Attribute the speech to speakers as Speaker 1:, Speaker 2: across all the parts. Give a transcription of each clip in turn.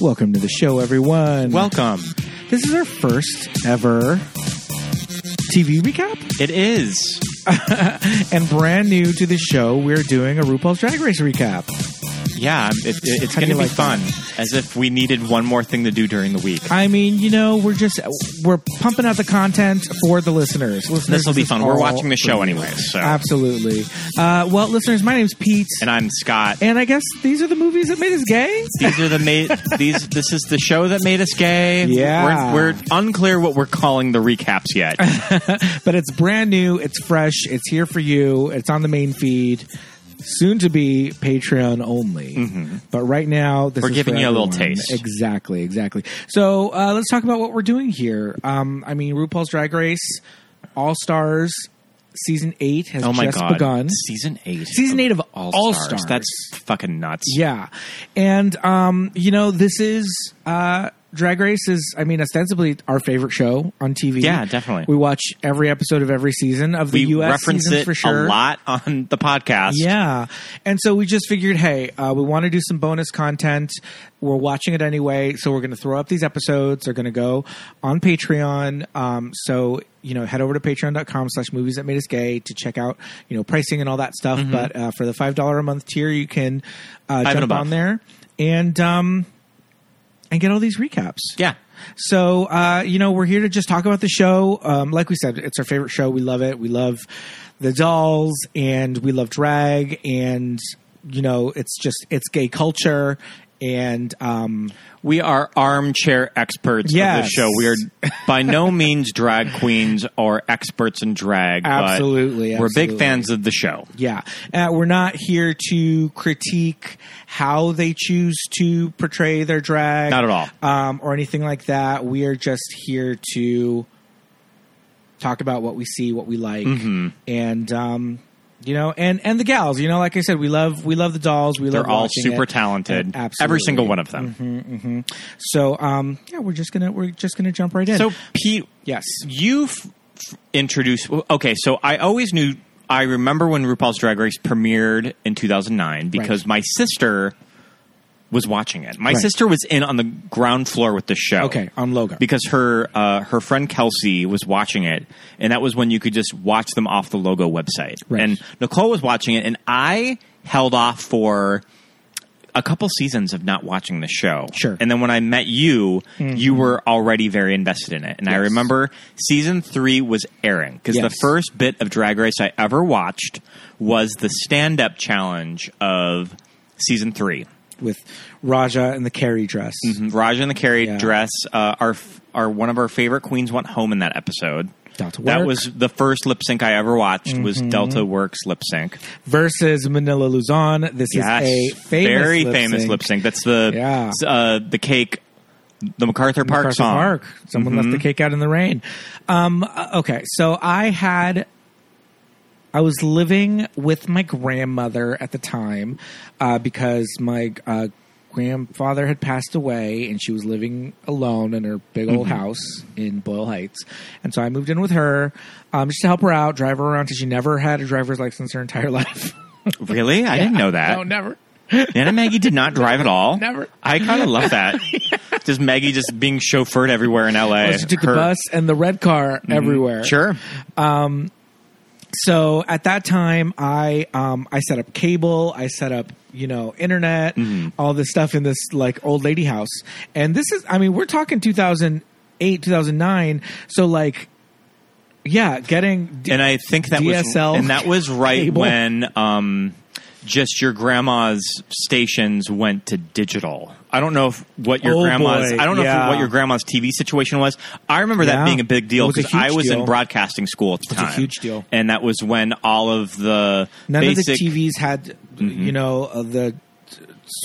Speaker 1: Welcome to the show, everyone.
Speaker 2: Welcome.
Speaker 1: this is our first ever TV recap
Speaker 2: It is.
Speaker 1: and brand new to the show. We're doing a RuPaul's Drag Race recap.
Speaker 2: Yeah, I'm- it, it, it's
Speaker 1: How do
Speaker 2: going
Speaker 1: you
Speaker 2: to be
Speaker 1: like
Speaker 2: fun. As if we needed one more thing to do during the week.
Speaker 1: I mean, you know, we're just we're pumping out the content for the listeners. listeners
Speaker 2: This will be
Speaker 1: is
Speaker 2: fun. We're
Speaker 1: all
Speaker 2: watching the show
Speaker 1: for you.
Speaker 2: anyway, so.
Speaker 1: Absolutely. Uh, well, listeners, my name's Pete,
Speaker 2: And I'm Scott.
Speaker 1: and I guess these are the movies that made us gay.
Speaker 2: These are the made. These. This is the show that made us gay.
Speaker 1: Yeah.
Speaker 2: we're, we're unclear what we're calling the recaps yet.
Speaker 1: But it's brand new, it's fresh, it's here for you, it's on the main feed, soon to be Patreon only. But right now, this
Speaker 2: Mm-hmm. We're
Speaker 1: is
Speaker 2: giving
Speaker 1: for
Speaker 2: you a little
Speaker 1: everyone.
Speaker 2: taste.
Speaker 1: Exactly, exactly. So uh, let's talk about what we're doing here. Um, I mean, RuPaul's Drag Race All Stars season eight has
Speaker 2: Oh my
Speaker 1: just
Speaker 2: god!
Speaker 1: begun.
Speaker 2: Season eight.
Speaker 1: Season eight of All
Speaker 2: Stars.
Speaker 1: Stars.
Speaker 2: That's fucking nuts.
Speaker 1: Yeah, and um, you know this is uh, Drag Race is I mean ostensibly our favorite show on TV.
Speaker 2: Yeah, definitely.
Speaker 1: We watch every episode of every season of the
Speaker 2: We
Speaker 1: U.S.
Speaker 2: reference
Speaker 1: seasons
Speaker 2: it
Speaker 1: for sure.
Speaker 2: a lot on the podcast.
Speaker 1: Yeah, and so we just figured, hey, uh, we want to do some bonus content. We're watching it anyway, so we're going to throw up these episodes. They're going to go on Patreon. Um, so you know, head over to patreon.com slash movies that made us gay to check out you know pricing and all that stuff. But uh, for the five dollar a month tier, you can uh,
Speaker 2: Mm-hmm. and
Speaker 1: jump
Speaker 2: above.
Speaker 1: on there and um, and get all these recaps.
Speaker 2: Yeah.
Speaker 1: So, uh, you know, we're here to just talk about the show. Um, like we said, it's our favorite show. We love it. We love the dolls and we love drag and, you know, it's just, it's gay culture. And um,
Speaker 2: We are armchair experts of
Speaker 1: Yes.
Speaker 2: this show. We are by no means drag queens or experts in drag. but
Speaker 1: Absolutely,
Speaker 2: We're
Speaker 1: absolutely.
Speaker 2: big fans of the show.
Speaker 1: yeah, uh, we're not here to critique how they choose to portray their drag.
Speaker 2: Not at all.
Speaker 1: Um, or anything like that. We are just here to talk about what we see, what we like,
Speaker 2: Mm-hmm.
Speaker 1: and um, you know, and and the gals. You know, like I said, we love we love the dolls. We
Speaker 2: They're
Speaker 1: love
Speaker 2: all
Speaker 1: watching
Speaker 2: super
Speaker 1: it. Uh,
Speaker 2: talented.
Speaker 1: Absolutely. Mm-hmm.
Speaker 2: Every single one of them.
Speaker 1: So um, yeah, we're just gonna we're just gonna jump right in.
Speaker 2: So, Pete,
Speaker 1: yes,
Speaker 2: you f- f- introduced. Okay, so I always knew. I remember when RuPaul's Drag Race premiered in 2009 because
Speaker 1: Right.
Speaker 2: my sister was watching it. My
Speaker 1: Right.
Speaker 2: sister was in on the ground floor with the show.
Speaker 1: okay, on Logo.
Speaker 2: Because her uh, her friend Kelsey was watching it, and that was when you could just watch them off the logo website.
Speaker 1: Right.
Speaker 2: And Nicole was watching it, and I held off for a couple seasons of not watching the show.
Speaker 1: Sure. Mm-hmm.
Speaker 2: And then when I met you, you were already very invested in it. And I
Speaker 1: Yes.
Speaker 2: remember season three was airing because
Speaker 1: Yes.
Speaker 2: the first bit of Drag Race I ever watched was the stand up challenge of season three.
Speaker 1: with Raja and the carry dress.
Speaker 2: Raja and the carry
Speaker 1: Yeah.
Speaker 2: dress. Uh, our our one of our favorite queens went home in that episode.
Speaker 1: Delta Mm-hmm.
Speaker 2: That
Speaker 1: Work.
Speaker 2: was the first lip sync I ever watched. Was Delta Works lip sync?
Speaker 1: versus Manila Luzon. This
Speaker 2: Yes,
Speaker 1: is a famous
Speaker 2: very
Speaker 1: lip
Speaker 2: famous
Speaker 1: sync.
Speaker 2: lip sync. That's the
Speaker 1: Yeah.
Speaker 2: uh, the cake, the MacArthur Park
Speaker 1: Park
Speaker 2: song. Mm-hmm.
Speaker 1: Park. Someone left the cake out in the rain. Um, uh, okay, so I had. I was living with my grandmother at the time uh, because my uh, grandfather had passed away and she was living alone in her big old
Speaker 2: Mm-hmm.
Speaker 1: house in Boyle Heights. And so I moved in with her um, just to help her out, drive her around because she never had a driver's license her entire life.
Speaker 2: Really, I didn't know that.
Speaker 1: no, never.
Speaker 2: Nana Maggie did not drive at all.
Speaker 1: Never.
Speaker 2: I kind of love that. Just Maggie just being chauffeured everywhere in L.A.
Speaker 1: She took the
Speaker 2: Her- Mm-hmm.
Speaker 1: bus and the red car everywhere.
Speaker 2: Sure.
Speaker 1: so at that time i um i set up cable i set up you know internet
Speaker 2: Mm-hmm.
Speaker 1: all this stuff in this like old lady house and this is i mean we're talking 2008 2009 so like yeah getting
Speaker 2: and I think that
Speaker 1: DSL
Speaker 2: was and that was right
Speaker 1: cable.
Speaker 2: when um, just your grandma's stations went to digital. I don't know if what your
Speaker 1: Oh,
Speaker 2: grandma's
Speaker 1: boy.
Speaker 2: I don't know
Speaker 1: Yeah.
Speaker 2: if what your grandma's TV situation was. I remember
Speaker 1: Yeah.
Speaker 2: that being a big
Speaker 1: It
Speaker 2: deal
Speaker 1: was a
Speaker 2: because I
Speaker 1: huge
Speaker 2: was
Speaker 1: deal.
Speaker 2: in broadcasting school at the
Speaker 1: was a
Speaker 2: time.
Speaker 1: huge deal.
Speaker 2: and that was when all of the
Speaker 1: none
Speaker 2: basic Mm-hmm.
Speaker 1: of the tvs had you know uh, the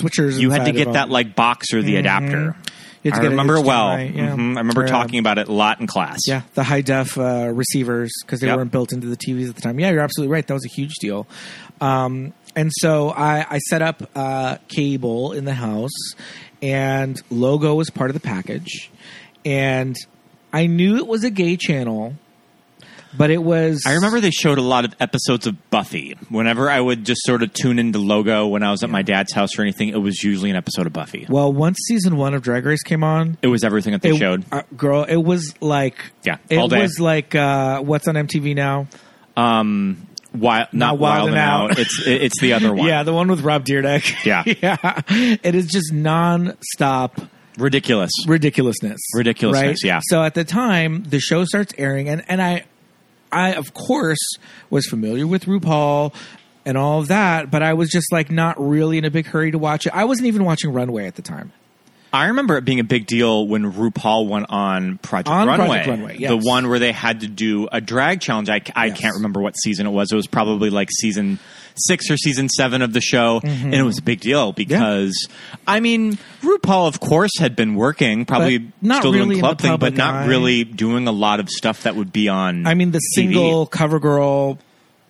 Speaker 1: switchers
Speaker 2: you had
Speaker 1: inside
Speaker 2: to
Speaker 1: of
Speaker 2: get that
Speaker 1: them. Mm-hmm.
Speaker 2: like box or the adapter.
Speaker 1: You had to
Speaker 2: I
Speaker 1: get an
Speaker 2: remember
Speaker 1: HDMI,
Speaker 2: well.
Speaker 1: yeah.
Speaker 2: Mhm. I remember
Speaker 1: Yeah.
Speaker 2: talking about it a lot in class.
Speaker 1: Yeah, the high def uh, receivers because they
Speaker 2: Yep.
Speaker 1: weren't built into the TVs at the time. Yeah, you're absolutely right. That was a huge deal. Um, and so I, I set up uh, cable in the house, and logo was part of the package, and I knew it was a gay channel But it was.
Speaker 2: I remember they showed a lot of episodes of Buffy. Whenever I would just sort of tune into Logo when I was at my dad's house or anything, it was usually an episode of Buffy.
Speaker 1: Well, once season one of Drag Race came on,
Speaker 2: It was everything that they
Speaker 1: it,
Speaker 2: showed.
Speaker 1: uh, girl, it was like
Speaker 2: Yeah,
Speaker 1: it
Speaker 2: all day.
Speaker 1: was like uh, what's on MTV now?
Speaker 2: Wild, not Wild, and out. It's it- it's the other one.
Speaker 1: Yeah, the one with Rob Deerdeck.
Speaker 2: Yeah.
Speaker 1: yeah, it is just non-stop
Speaker 2: ridiculous.
Speaker 1: ridiculousness.
Speaker 2: Ridiculousness, yeah.
Speaker 1: So at the time, the show starts airing, and and I, I of course was familiar with RuPaul and all of that, but I was just like not really in a big hurry to watch it. I wasn't even watching Runway at the time.
Speaker 2: I remember it being a big deal when RuPaul went on Project
Speaker 1: On
Speaker 2: Runway,
Speaker 1: Project Runway, yes.
Speaker 2: the one where they had to do a drag challenge. I, I
Speaker 1: Yes.
Speaker 2: can't remember what season it was. It was probably like season six or season seven of the show, and it was a big deal because I mean RuPaul, of course, had been working, probably
Speaker 1: But not
Speaker 2: still
Speaker 1: really
Speaker 2: doing
Speaker 1: in
Speaker 2: club
Speaker 1: the
Speaker 2: thing, but
Speaker 1: public
Speaker 2: not
Speaker 1: eye.
Speaker 2: really doing a lot of stuff that would be on.
Speaker 1: I mean, the
Speaker 2: TV.
Speaker 1: single cover girl.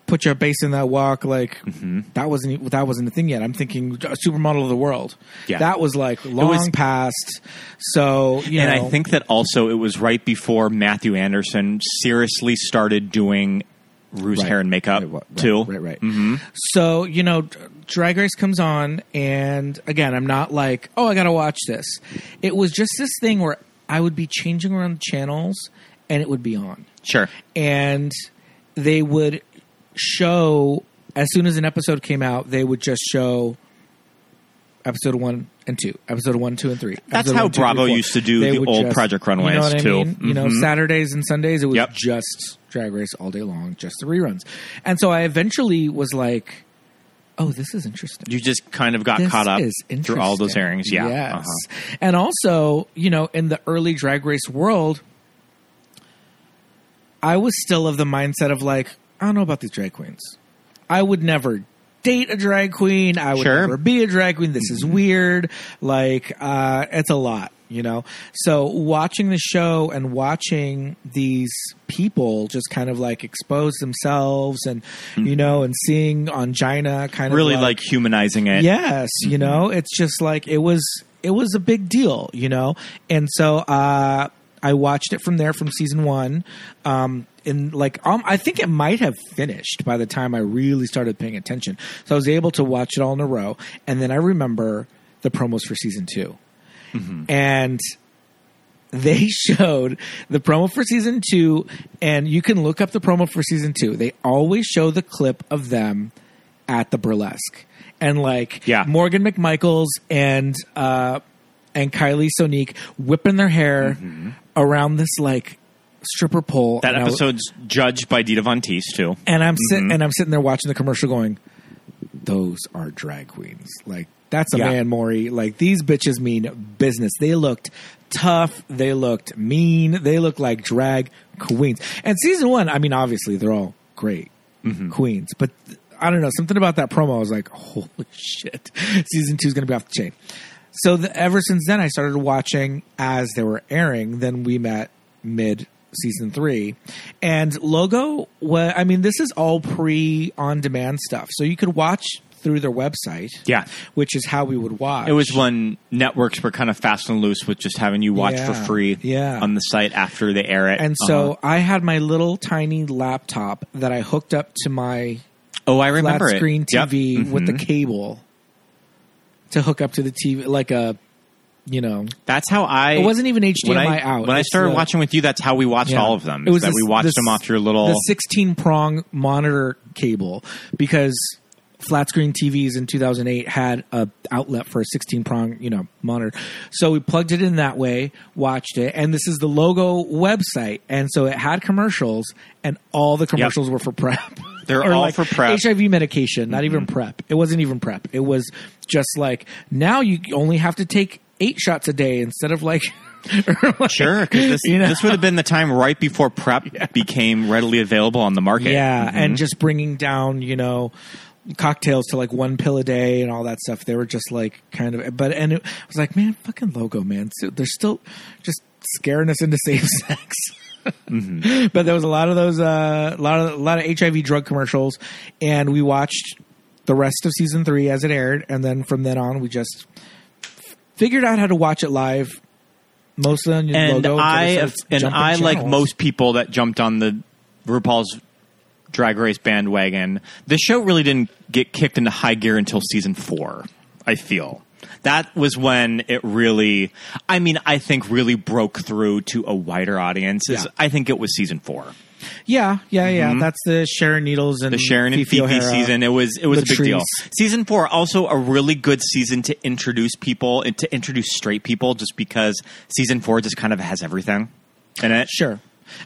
Speaker 1: Put your base in that walk, like
Speaker 2: Mm-hmm.
Speaker 1: that wasn't e, that wasn't a thing yet. I'm thinking uh, supermodel of the world.
Speaker 2: Yeah.
Speaker 1: that was like long
Speaker 2: was-
Speaker 1: past. So you
Speaker 2: and
Speaker 1: know,
Speaker 2: I think that also it was right before Matthew Anderson seriously started doing Rue's hair and makeup
Speaker 1: Right, right,
Speaker 2: too. Mm-hmm.
Speaker 1: Right, right. So you know, Dr- Drag Race comes on, and again, I'm not like, oh, I gotta watch this. It was just this thing where I would be changing around channels, and it would be on,
Speaker 2: Sure.
Speaker 1: and they would show as soon as an episode came out, they would just show episode one and two, episode one, two, and three.
Speaker 2: That's
Speaker 1: episode
Speaker 2: how
Speaker 1: one, two, three,
Speaker 2: Bravo
Speaker 1: four.
Speaker 2: used to do
Speaker 1: They
Speaker 2: the
Speaker 1: would
Speaker 2: old Project Runways,
Speaker 1: you know what I
Speaker 2: too.
Speaker 1: mean? You know,
Speaker 2: Mhm.
Speaker 1: Saturdays and Sundays, it was
Speaker 2: Yep.
Speaker 1: just Drag Race all day long, just the reruns. And so I eventually was like, "Oh, this is interesting."
Speaker 2: You just kind of got
Speaker 1: This
Speaker 2: caught up
Speaker 1: is
Speaker 2: through all those
Speaker 1: interesting.
Speaker 2: airings. Yeah.
Speaker 1: Yes.
Speaker 2: Uh-huh.
Speaker 1: And also, you know, in the early drag race world, I was still of the mindset of like, I don't know about these drag queens. I would never date a drag queen. I would
Speaker 2: Sure. Mm-hmm.
Speaker 1: never be a drag queen. This is weird. Like, uh, it's a lot, you know? So watching the show and watching these people just kind of like expose themselves and, you know, and seeing on Gina kind
Speaker 2: Mm-hmm. Really
Speaker 1: of
Speaker 2: like humanizing it.
Speaker 1: Yes, you know, it's just like it was it was a big deal, you know. And so uh I watched it from there from season 1. Um and like um, I think it might have finished by the time I really started paying attention. So I was able to watch it all in a row and then I remember the promos for season 2. And they showed the promo for season two, and you can look up the promo for season two. They always show the clip of them at the burlesque, and like
Speaker 2: Yeah.
Speaker 1: Morgan McMichaels and uh, and Kylie Sonique whipping their hair around this like stripper pole.
Speaker 2: Mm-hmm. That
Speaker 1: and I-
Speaker 2: episode's judged by Dita Von Teese, too.
Speaker 1: and I'm sitting
Speaker 2: Mm-hmm.
Speaker 1: and I'm sitting there watching the commercial, going, "Those are drag queens. Like that's a
Speaker 2: Yeah.
Speaker 1: man, Maury. Like these bitches mean business. They looked tough. They looked mean. They looked like drag queens. And season one, I mean, obviously they're all great queens, but I don't know something about that promo. I was like, holy shit, season two's gonna be off the chain. So the, ever since then, I started watching as they were airing. Then we met mid season three, and logo. Well, I mean, this is all pre on demand stuff, so you could watch through their website.
Speaker 2: Yeah.
Speaker 1: which is how we would watch.
Speaker 2: It was when networks were kind of fast and loose with just having you watch for
Speaker 1: Yeah.
Speaker 2: free
Speaker 1: Yeah.
Speaker 2: on the site after they air it.
Speaker 1: and
Speaker 2: Uh-huh.
Speaker 1: so I had my little tiny laptop that I hooked up to my
Speaker 2: oh, I remember
Speaker 1: flat
Speaker 2: it.
Speaker 1: screen
Speaker 2: Yep.
Speaker 1: TV
Speaker 2: Mhm.
Speaker 1: with the cable to hook up to the TV, like a you know
Speaker 2: That's how I.
Speaker 1: It wasn't even HDMI
Speaker 2: when I,
Speaker 1: out.
Speaker 2: When I
Speaker 1: It's
Speaker 2: started
Speaker 1: the-
Speaker 2: watching with you, that's how we watched
Speaker 1: Yeah.
Speaker 2: all of them. It was that we
Speaker 1: this-
Speaker 2: watched
Speaker 1: this-
Speaker 2: them off your little.
Speaker 1: the sixteen prong monitor cable because flat screen TVs in two thousand eight had a outlet for a sixteen prong you know monitor. So we plugged it in that way, watched it, and this is the logo website, and so it had commercials, and all the commercials were for prep.
Speaker 2: They're
Speaker 1: Or
Speaker 2: all for prep. Mm-hmm.
Speaker 1: HIV medication, not even prep. It wasn't even prep. It was just like now you only have to take eight shots a day instead of like.
Speaker 2: Sure, because this,
Speaker 1: You know?
Speaker 2: this would have been the time right before prep became readily available on the market. Mm-hmm.
Speaker 1: Yeah, and just bringing down, you know, cocktails to like one pill a day and all that stuff. They were just like kind of, but and it was like, man, fucking logo, man. So they're still just scaring us into safe sex.
Speaker 2: Mm-hmm.
Speaker 1: But there was a lot of those, uh, a lot of a lot of HIV drug commercials, and we watched the rest of season three as it aired, and then from then on, we just figured out how to watch it live. Mostly on your
Speaker 2: and
Speaker 1: logo,
Speaker 2: I
Speaker 1: instead of
Speaker 2: and
Speaker 1: jumping
Speaker 2: I like
Speaker 1: channels.
Speaker 2: most people that jumped on the RuPaul's Drag Race bandwagon. The show really didn't get kicked into high gear until season four. I feel that was when it really. I mean, I think really broke through to a wider audience. Is
Speaker 1: Yeah.
Speaker 2: I think it was season four.
Speaker 1: Yeah, yeah, yeah. That's the Sharon Needles and
Speaker 2: Mm-hmm. the Sharon and Fifi
Speaker 1: Mm-hmm. O'Hara.
Speaker 2: season. It was it was a big deal.
Speaker 1: Latrice.
Speaker 2: Season four also a really good season to introduce people and to introduce straight people, just because season four just kind of has everything in it.
Speaker 1: Sure.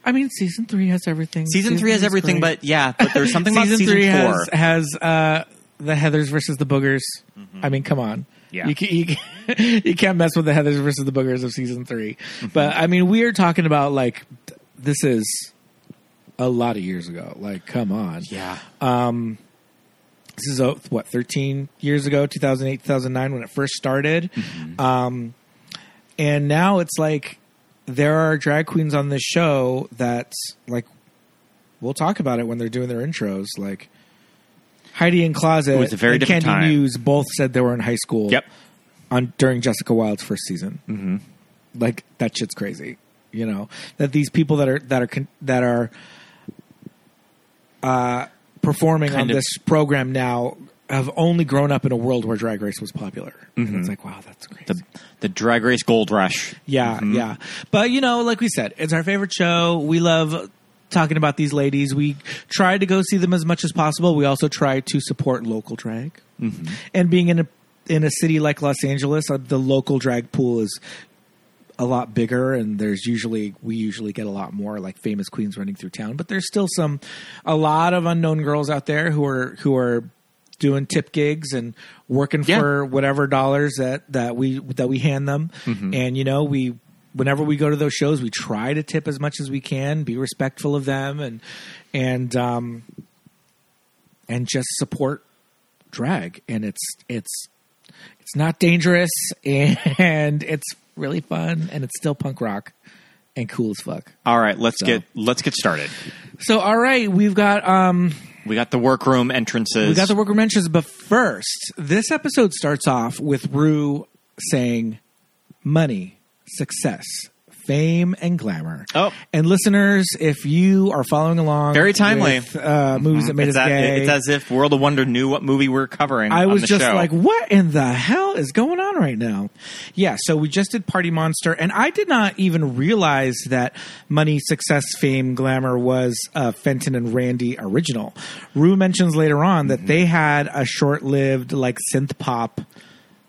Speaker 1: I mean, season three has everything.
Speaker 2: Season three has
Speaker 1: is
Speaker 2: everything,
Speaker 1: great.
Speaker 2: but yeah, but there's something
Speaker 1: season
Speaker 2: about season
Speaker 1: three
Speaker 2: four.
Speaker 1: has has uh, the Heather's versus the Boogers. I mean, come on.
Speaker 2: Mm-hmm. Yeah.
Speaker 1: You, ca- you, ca- you can't mess with the Heathers versus the Boogers of season 3
Speaker 2: Mm-hmm.
Speaker 1: But I mean, we are talking about like th- this is a lot of years ago. Like, come on.
Speaker 2: yeah,
Speaker 1: Oh. This is uh, what 13 years ago, 2008, 2009 when it first started.
Speaker 2: Mm-hmm.
Speaker 1: Um, and now it's like there are drag queens on this show that like we'll talk about it when they're doing their intros like Heidi and Closet
Speaker 2: It was a very
Speaker 1: and
Speaker 2: different
Speaker 1: Candy
Speaker 2: time.
Speaker 1: Muse both said they were in high school
Speaker 2: Yep.
Speaker 1: on during Jessica Wilde's first season. Mm-hmm. Like that shit's crazy. You know that these people that are that are con- that are uh, performing on
Speaker 2: Kind of-
Speaker 1: this program now have only grown up in a world where Drag Race was popular. And it's like wow, that's crazy.
Speaker 2: Mm-hmm. the the Drag Race Gold Rush.
Speaker 1: Yeah, yeah. But you know, like we said, it's our favorite show. We love talking about these ladies. We try to go see them as much as possible. We also try to support local drag. And being in a in a city like Los Angeles, uh, the local drag pool is a lot bigger and there's usually we usually get a lot more like famous queens running through town but there's still some a lot of unknown girls out there who are who are doing tip gigs and working
Speaker 2: Yeah.
Speaker 1: for whatever dollars that that we that we hand them and you know we whenever we go to those shows we try to tip as much as we can be respectful of them and and um and just support drag and it's it's it's not dangerous and it's really fun and it's still punk rock and cool as fuck.
Speaker 2: All right, let's get let's get started.
Speaker 1: So all right, we've got um
Speaker 2: We got the workroom entrances.
Speaker 1: we got the worker mentions, but first, this episode starts off with Rue saying money, success, fame, and glamour.
Speaker 2: Oh.
Speaker 1: And listeners, if you are following along
Speaker 2: Very timely. Mm-hmm.
Speaker 1: with, uh movies that made
Speaker 2: it's,
Speaker 1: us
Speaker 2: a-
Speaker 1: gay.
Speaker 2: it's as if World of Wonder knew what movie we were covering.
Speaker 1: I
Speaker 2: on
Speaker 1: was
Speaker 2: the
Speaker 1: just
Speaker 2: show.
Speaker 1: like, what in the hell is going on right now? Yeah, so we just did Party Monster, and I did not even realize that Money, Success, Fame, Glamour was a Fenton and Randy original. Rue mentions later on
Speaker 2: Mm-hmm.
Speaker 1: that they had a short lived, like, synth pop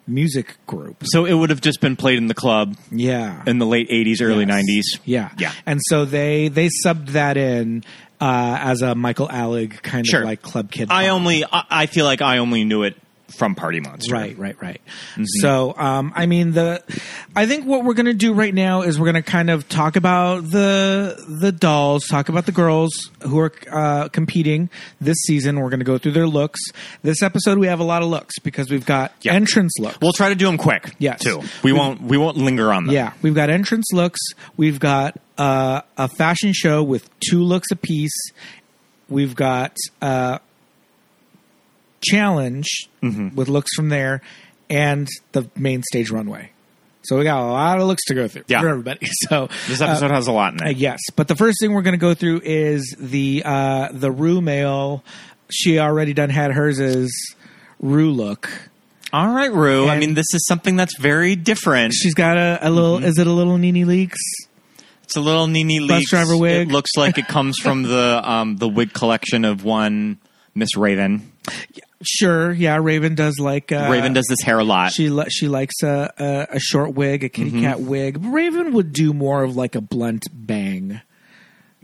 Speaker 1: music group.
Speaker 2: so it would have just been played in the club
Speaker 1: Yeah.
Speaker 2: in the late '80s, early
Speaker 1: Yes.
Speaker 2: '90s.
Speaker 1: Yeah,
Speaker 2: yeah.
Speaker 1: And so they they subbed that in uh, as a Michael Alec kind
Speaker 2: Sure.
Speaker 1: of like club kid.
Speaker 2: I
Speaker 1: pop.
Speaker 2: only, I I feel like I only knew it from Party Monster.
Speaker 1: Right, right, right. So, um, I mean, the, I think what we're gonna do right now is we're gonna kind of talk about the the dolls, talk about the girls who are uh, competing this season. We're gonna go through their looks. This episode, we have a lot of looks because we've got
Speaker 2: Yeah.
Speaker 1: entrance looks.
Speaker 2: We'll try to do them quick.
Speaker 1: Yes.
Speaker 2: Too. We won't. We won't linger on them.
Speaker 1: yeah, we've got entrance looks. We've got uh, a fashion show with two looks apiece. We've got uh, challenge with looks from there, and the main stage runway. So we got a lot of looks to go through
Speaker 2: Yeah.
Speaker 1: for everybody. So
Speaker 2: This episode has a lot in
Speaker 1: uh,
Speaker 2: it.
Speaker 1: yes, but the first thing we're going to go through is the uh, the Rue mail. She already done had hers is Rue look.
Speaker 2: All right, Rue. I
Speaker 1: And-
Speaker 2: mean, this is something that's very different.
Speaker 1: She's got a, a little. Is it a little Nene Leaks?
Speaker 2: It's a little Nene Leakes.
Speaker 1: Bus driver wig.
Speaker 2: It looks like it comes from the um, the wig collection of one Miss Raven.
Speaker 1: Sure. Yeah, Raven does like uh,
Speaker 2: Raven does this hair a lot.
Speaker 1: She li- she likes a, a a short wig, a kitty
Speaker 2: Mm-hmm.
Speaker 1: cat wig. Raven would do more of like a blunt bang,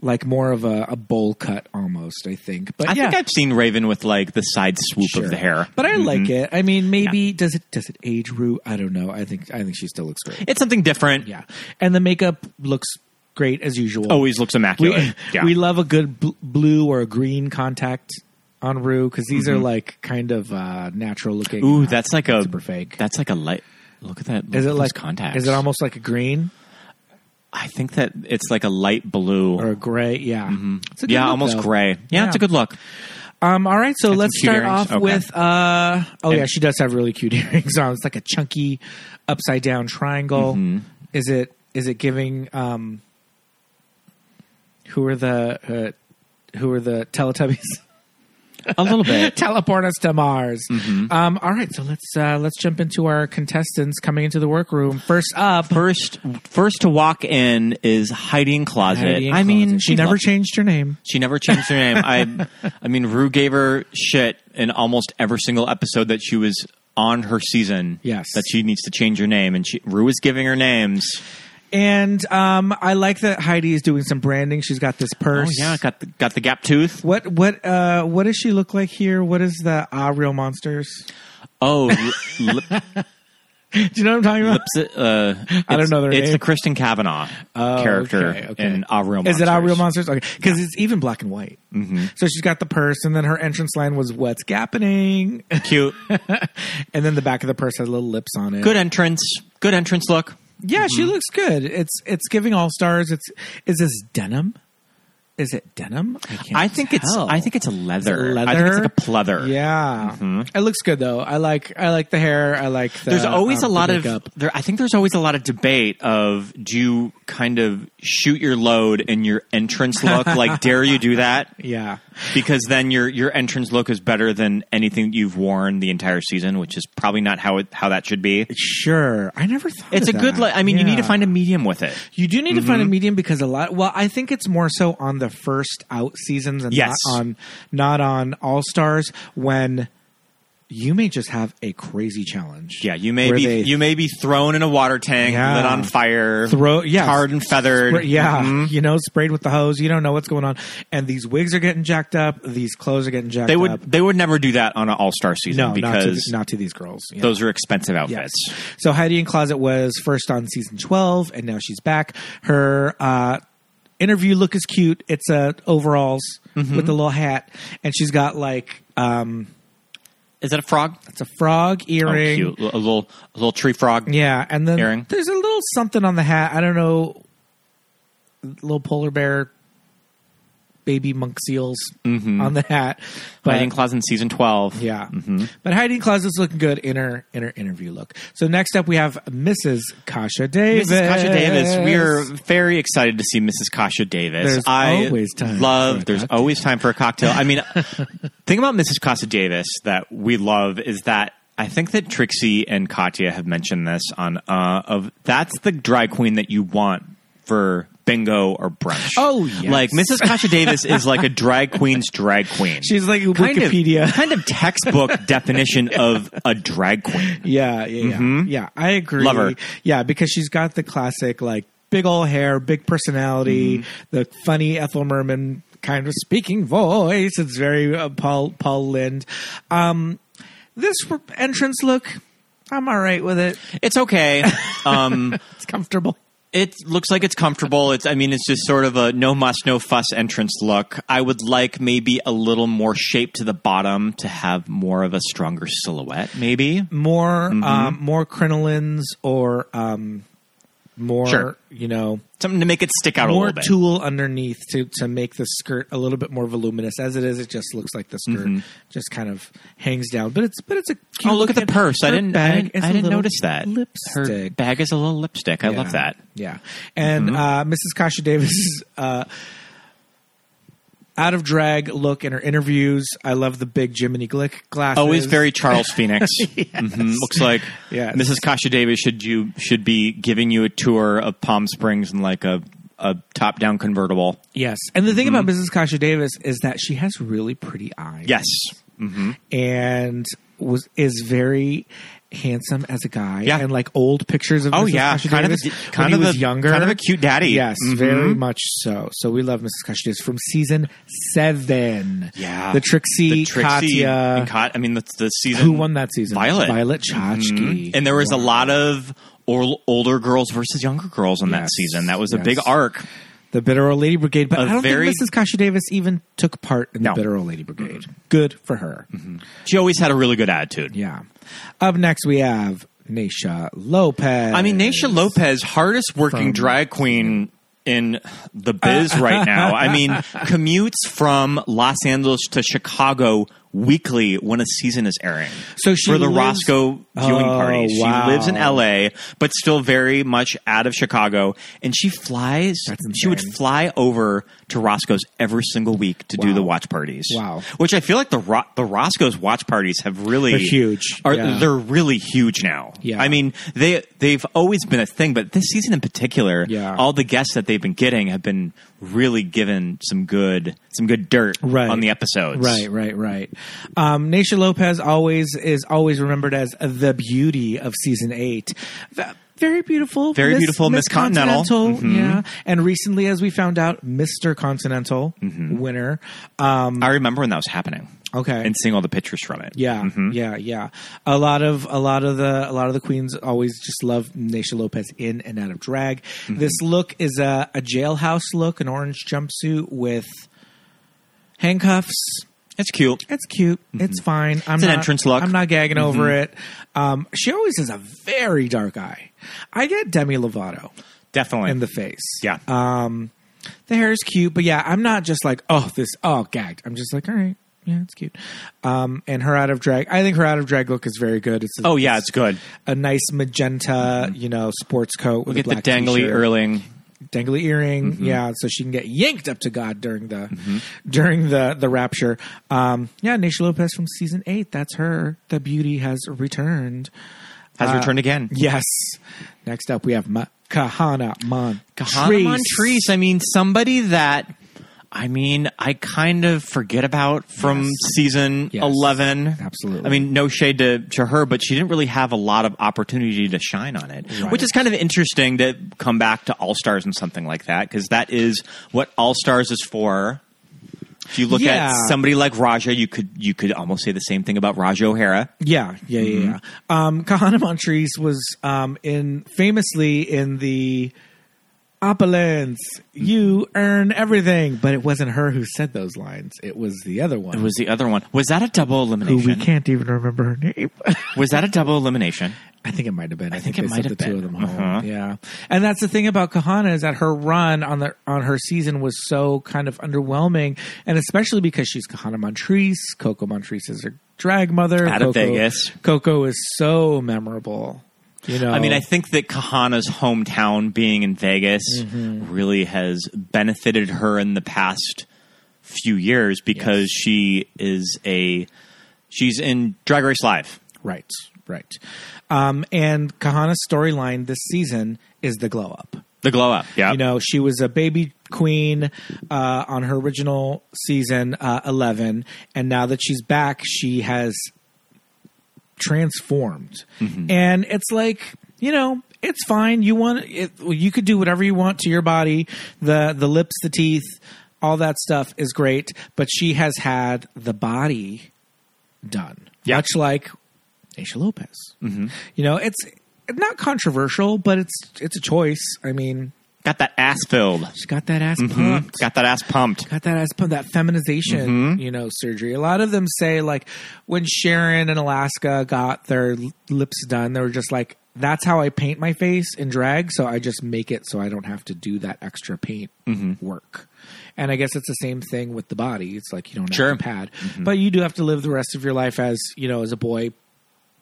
Speaker 1: like more of a, a bowl cut almost. I think. But
Speaker 2: I
Speaker 1: yeah,
Speaker 2: think I've seen Raven with like the side swoop
Speaker 1: sure.
Speaker 2: of the hair. Mm-hmm.
Speaker 1: But I like it. I mean, maybe does it does it age Rue? I don't know. I think I think she still looks great.
Speaker 2: it's something different.
Speaker 1: Yeah, and the makeup looks great as usual.
Speaker 2: Always looks
Speaker 1: we,
Speaker 2: immaculate. Oh, yeah.
Speaker 1: we love a good bl- blue or a green contact on Rue because these are like kind of uh, natural looking.
Speaker 2: Mm-hmm. Ooh, that's like a
Speaker 1: super fake.
Speaker 2: That's like a light. Look at that. Look
Speaker 1: Is it
Speaker 2: at those
Speaker 1: like
Speaker 2: contacts?
Speaker 1: Is it almost like a green
Speaker 2: I think that it's like a light blue.
Speaker 1: or a gray? Yeah, It's a good
Speaker 2: Mm-hmm. yeah,
Speaker 1: look,
Speaker 2: almost
Speaker 1: though.
Speaker 2: gray. Yeah, it's a good look.
Speaker 1: Um, all right, so let's
Speaker 2: cute
Speaker 1: start
Speaker 2: earrings.
Speaker 1: off
Speaker 2: Okay.
Speaker 1: with. Uh, oh yeah,
Speaker 2: And-
Speaker 1: she does have really cute earrings on. It's like a chunky upside down triangle.
Speaker 2: Mm-hmm.
Speaker 1: Is it? Is it giving? Um, who are the? Uh, who were the Teletubbies?
Speaker 2: a little bit. Mm-hmm.
Speaker 1: Teleport us to Mars. Um, all right, so let's uh, let's jump into our contestants coming into the workroom. First up,
Speaker 2: First, first to walk in is Heidi in closet.
Speaker 1: Heidi in
Speaker 2: I mean,
Speaker 1: Closet. she never
Speaker 2: loved-
Speaker 1: changed her name.
Speaker 2: She never changed her name. I, I mean, Rue gave her shit in almost every single episode that she was on her season.
Speaker 1: Yes.
Speaker 2: that she needs to change her name, and she, Rue is giving her names.
Speaker 1: And um, I like that Heidi is doing some branding. She's got this
Speaker 2: Oh
Speaker 1: purse.
Speaker 2: yeah, got the, got the gap tooth.
Speaker 1: What what uh what does she look like here? What is the Ah Real Monsters?
Speaker 2: Oh, lip,
Speaker 1: Do you know what I'm talking about?
Speaker 2: uh,
Speaker 1: I don't know their
Speaker 2: It's
Speaker 1: name.
Speaker 2: the Kristen Kavanaugh
Speaker 1: Oh,
Speaker 2: character
Speaker 1: okay, okay.
Speaker 2: in Ah Real
Speaker 1: Is it Ah Real
Speaker 2: Monsters.
Speaker 1: Monsters? Okay, because it's even black and white. Mm-hmm. So she's got the purse, and then her entrance line was "What's happening,"
Speaker 2: Cute,
Speaker 1: and then the back of the purse had little lips on it. Mm-hmm.
Speaker 2: good entrance, good entrance look.
Speaker 1: Yeah, she looks good. It's it's giving all stars. It's is this denim? Is it denim? I, can't
Speaker 2: I think it's
Speaker 1: tell.
Speaker 2: I think it's a leather.
Speaker 1: leather?
Speaker 2: I think it's like a pleather.
Speaker 1: Yeah, it looks good though. I like I like the hair. I like. The,
Speaker 2: there's always
Speaker 1: um,
Speaker 2: a
Speaker 1: the
Speaker 2: lot of
Speaker 1: makeup.
Speaker 2: there, I think there's always a lot of debate of do you kind of shoot your load in your entrance look like dare you do that
Speaker 1: yeah.
Speaker 2: because then your your entrance look is better than anything you've worn the entire season which is probably not how it how that should be
Speaker 1: Sure, I never thought.
Speaker 2: it's a
Speaker 1: of
Speaker 2: good
Speaker 1: that.
Speaker 2: li- I mean you need to
Speaker 1: Yeah.
Speaker 2: find a medium with it
Speaker 1: You do need to find a
Speaker 2: Mm-hmm.
Speaker 1: medium because a lot. Well, I think it's more so on the first out seasons and
Speaker 2: Yes.
Speaker 1: not on not on All Stars when you may just have a crazy challenge.
Speaker 2: yeah you may
Speaker 1: where
Speaker 2: be
Speaker 1: they
Speaker 2: you may be thrown in a water tank
Speaker 1: Yeah.
Speaker 2: lit on fire
Speaker 1: Throw- yes.
Speaker 2: tarred and feathered Mm-hmm.
Speaker 1: spray- yeah, you know, sprayed with the hose. You don't know what's going on, and these wigs are getting jacked up. These clothes are getting jacked
Speaker 2: they would
Speaker 1: up.
Speaker 2: they would never do that on an all star season
Speaker 1: No, not to,
Speaker 2: because
Speaker 1: th- not to these girls. Yeah.
Speaker 2: those are expensive outfits.
Speaker 1: So Heidi in Closet was first on season 12 and now she's back. Her uh interview look is cute. It's uh, overalls
Speaker 2: Mm-hmm.
Speaker 1: with a little hat and she's got like um
Speaker 2: Is that a frog?
Speaker 1: it's a frog
Speaker 2: Oh,
Speaker 1: earring.
Speaker 2: cute. A little, a little tree frog.
Speaker 1: Yeah, and then
Speaker 2: Earring.
Speaker 1: there's a little something on the hat. I don't know little polar bear baby monk seals
Speaker 2: Mm-hmm.
Speaker 1: on the hat. But
Speaker 2: Hiding Claws in season 12.
Speaker 1: Yeah.
Speaker 2: Mm-hmm.
Speaker 1: But Heidi in Closet's looking good in her in her interview look. So next up we have Mrs. Kasha Davis.
Speaker 2: Mrs. Kasha Davis. We are very excited to see Mrs. Kasha Davis.
Speaker 1: There's
Speaker 2: I
Speaker 1: always time for
Speaker 2: love.
Speaker 1: a
Speaker 2: There's
Speaker 1: cocktail.
Speaker 2: always time for a cocktail. I mean, thing about Mrs. Kasha Davis that we love is that I think that Trixie and Katya have mentioned this on uh, of that's the dry queen that you want for bingo or brunch.
Speaker 1: Oh, yes.
Speaker 2: like Mrs. Kasha Davis is like a drag queen's drag queen.
Speaker 1: She's like
Speaker 2: kind
Speaker 1: Wikipedia.
Speaker 2: of kind of textbook definition of a drag queen.
Speaker 1: Yeah, yeah, yeah. Yeah, I agree.
Speaker 2: Mm-hmm. Love her.
Speaker 1: Yeah, because she's got the classic like big old hair, big personality,
Speaker 2: Mm-hmm.
Speaker 1: the funny Ethel Merman kind of speaking voice. It's very uh, Paul Paul Lind. Um this re- entrance look, I'm all right with it.
Speaker 2: It's okay. Um,
Speaker 1: It's comfortable.
Speaker 2: it looks like it's comfortable. It's I mean it's just sort of a no muss no fuss entrance look. I would like maybe a little more shape to the bottom to have more of a stronger silhouette maybe.
Speaker 1: More um
Speaker 2: Mm-hmm.
Speaker 1: more crinolines or um more
Speaker 2: Sure.
Speaker 1: you know
Speaker 2: Something to make it stick out a
Speaker 1: more
Speaker 2: little bit.
Speaker 1: tulle underneath to to make the skirt a little bit more voluminous. As it is, it just looks like the skirt just kind of hangs down. But it's but it's a cute
Speaker 2: Mm-hmm. oh, look at the
Speaker 1: looking-
Speaker 2: purse. I
Speaker 1: her
Speaker 2: didn't I
Speaker 1: bag
Speaker 2: didn't,
Speaker 1: is a
Speaker 2: I didn't
Speaker 1: little
Speaker 2: notice that. Her
Speaker 1: lipstick.
Speaker 2: bag is a little lipstick. I
Speaker 1: Yeah.
Speaker 2: love that. Mm-hmm.
Speaker 1: Yeah, and uh, Mrs. Kasha Davis. Uh, out of drag look in her interviews. I love the big Jiminy Glick glasses.
Speaker 2: Always Oh, very Charles Phoenix. Mhm. Looks like
Speaker 1: Yes.
Speaker 2: Mrs. Kasha Davis should you should be giving you a tour of Palm Springs in like a a top down convertible.
Speaker 1: yes. And the thing about
Speaker 2: Mm-hmm.
Speaker 1: Mrs. Kasha Davis is that she has really pretty eyes.
Speaker 2: Yes. Mm-hmm.
Speaker 1: and was is very handsome as a guy.
Speaker 2: Yeah.
Speaker 1: and like old pictures of
Speaker 2: Oh,
Speaker 1: Mrs.
Speaker 2: yeah.
Speaker 1: Kasha
Speaker 2: Kind of
Speaker 1: Davis
Speaker 2: a-
Speaker 1: when
Speaker 2: kind
Speaker 1: he
Speaker 2: of
Speaker 1: was
Speaker 2: a-
Speaker 1: younger,
Speaker 2: kind of a cute daddy.
Speaker 1: Yes,
Speaker 2: Mhm.
Speaker 1: very much so. So we love Mrs. Kasha Davis from season seven.
Speaker 2: Yeah.
Speaker 1: the Trixie,
Speaker 2: the Trixie
Speaker 1: Katya,
Speaker 2: and Kat- I mean, that's the season.
Speaker 1: who won that season?
Speaker 2: Violet. Mm-hmm.
Speaker 1: Violet Chachki,
Speaker 2: And there was a lot of ol- older girls versus younger girls in that
Speaker 1: Yes.
Speaker 2: season. That was a
Speaker 1: Yes.
Speaker 2: big arc.
Speaker 1: the Bitter Old Lady Brigade. But
Speaker 2: A
Speaker 1: I don't
Speaker 2: very-
Speaker 1: think Mrs. Kasha Davis even took part in
Speaker 2: No. Mm-hmm.
Speaker 1: the Bitter Old Lady Brigade. Good for her.
Speaker 2: She always had a really good attitude.
Speaker 1: Yeah. Up next, we have Nisha Lopez.
Speaker 2: I mean, Naisha Lopez, hardest working
Speaker 1: From-
Speaker 2: drag queen in the biz right now. I mean, commutes from Los Angeles to Chicago weekly when a season is airing.
Speaker 1: So she
Speaker 2: for the
Speaker 1: lives-
Speaker 2: Roscoe viewing
Speaker 1: Oh,
Speaker 2: party. She
Speaker 1: wow.
Speaker 2: lives in LA, but still very much out of Chicago. And she flies.
Speaker 1: That's
Speaker 2: she would
Speaker 1: insane.
Speaker 2: fly over to Roscoe's every single week to do
Speaker 1: Wow.
Speaker 2: the watch parties.
Speaker 1: Wow.
Speaker 2: Which I feel like the Ro- the Roscoe's watch parties have really
Speaker 1: They're huge.
Speaker 2: Are
Speaker 1: Yeah.
Speaker 2: they're really huge now?
Speaker 1: Yeah.
Speaker 2: I mean they they've always been a thing, but this season in particular,
Speaker 1: Yeah.
Speaker 2: all the guests that they've been getting have been really given some good some good dirt
Speaker 1: Right.
Speaker 2: on the episodes.
Speaker 1: Right, right, right. Um, Naisha Lopez always is always remembered as the beauty of season eight. V- Very beautiful,
Speaker 2: Very beautiful Miss Continental. Mm-hmm.
Speaker 1: yeah. And recently, as we found out, Mister Continental
Speaker 2: Mm-hmm.
Speaker 1: winner. Um,
Speaker 2: I remember when that was happening
Speaker 1: okay,
Speaker 2: and seeing all the pictures from it.
Speaker 1: yeah, yeah, yeah. A lot of a lot of the a lot of the queens always just love Naisha Lopez in and out of drag.
Speaker 2: Mm-hmm.
Speaker 1: This look is a, a jailhouse look, an orange jumpsuit with handcuffs.
Speaker 2: It's cute.
Speaker 1: It's cute. It's fine. I'm
Speaker 2: Mm-hmm. It's an
Speaker 1: not,
Speaker 2: entrance look. Mm-hmm.
Speaker 1: I'm not gagging over it. Um, she always has a very dark eye. I get Demi Lovato
Speaker 2: Definitely.
Speaker 1: in the uh, face.
Speaker 2: yeah.
Speaker 1: The hair is cute, but yeah, I'm not just like, oh, this, oh, gagged. I'm just like, all right, yeah, it's cute. Um, and her out of drag, I think her out of drag look is very good. It's a,
Speaker 2: oh yeah, it's good.
Speaker 1: a nice magenta, you know, sports coat with
Speaker 2: Get
Speaker 1: a
Speaker 2: the
Speaker 1: black
Speaker 2: dangly Mm-hmm.
Speaker 1: t-shirt,
Speaker 2: earling.
Speaker 1: dangly earring, yeah, so she can get yanked up to God during the
Speaker 2: Mm-hmm.
Speaker 1: during the the rapture. Um, yeah, Nisha Lopez from season eight, that's her. The beauty has returned. Uh,
Speaker 2: Has returned again.
Speaker 1: Yes. Next up, we have Ma- Kahana Mon.
Speaker 2: Hannah Montrese. I mean, somebody that I mean, I kind of forget about from season
Speaker 1: Yes.
Speaker 2: eleven.
Speaker 1: Absolutely.
Speaker 2: I mean, no shade to, to her, but she didn't really have a lot of opportunity to shine on it,
Speaker 1: Right.
Speaker 2: which is kind of interesting to come back to All Stars and something like that because that is what All Stars is for. If you look
Speaker 1: Yeah.
Speaker 2: at somebody like Raja, you could you could almost say the same thing about Raja O'Hara.
Speaker 1: Yeah, yeah, yeah, yeah. Um, Kahana Montrese was um, in famously in the Opulence, you earn everything, but it wasn't her who said those lines. It was the other one.
Speaker 2: It was the other one. Was that a double
Speaker 1: who we
Speaker 2: elimination?
Speaker 1: can't even remember her name.
Speaker 2: Was that a double elimination?
Speaker 1: I think it might have been. I,
Speaker 2: think
Speaker 1: they
Speaker 2: it might
Speaker 1: sent
Speaker 2: have
Speaker 1: the two of
Speaker 2: been.
Speaker 1: them home.
Speaker 2: Uh-huh.
Speaker 1: Yeah, and that's the thing about Kahana is that her run on the on her season was so kind of underwhelming, and especially because she's Kahana Montrese. Coco Montrese is her drag mother
Speaker 2: Out
Speaker 1: Coco-
Speaker 2: of Vegas.
Speaker 1: Coco is so memorable. You know,
Speaker 2: I mean, I think that Kahana's hometown being in Vegas
Speaker 1: Mm-hmm.
Speaker 2: really has benefited her in the past few years because she is a she's in Drag Race Live.
Speaker 1: Right, right. Um, and Kahana's storyline this season is the glow up.
Speaker 2: The glow up, yeah.
Speaker 1: You know, she was a baby queen uh, on her original season uh, 11, and now that she's back, she has transformed. And it's like, you know, it's fine. You want it, you could do whatever you want to your body. The the lips, the teeth, all that stuff is great, but she has had the body done.
Speaker 2: Yeah.
Speaker 1: Much like Aisha Lopez. You know, it's not controversial, but it's it's a choice. I mean,
Speaker 2: got that ass filled, Hmm?
Speaker 1: she got that ass pumped.
Speaker 2: got that ass pumped.
Speaker 1: Got that ass pumped. That feminization,
Speaker 2: Mm-hmm.
Speaker 1: you know, surgery. A lot of them say like when Sharon and Alaska got their l- lips done, they were just like, "That's how I paint my face in drag, so I just make it so I don't have to do that extra paint
Speaker 2: Mm-hmm.
Speaker 1: work." And I guess it's the same thing with the body. It's like you don't have
Speaker 2: Sure. Mm-hmm.
Speaker 1: to pad, but you do have to live the rest of your life as you know as a boy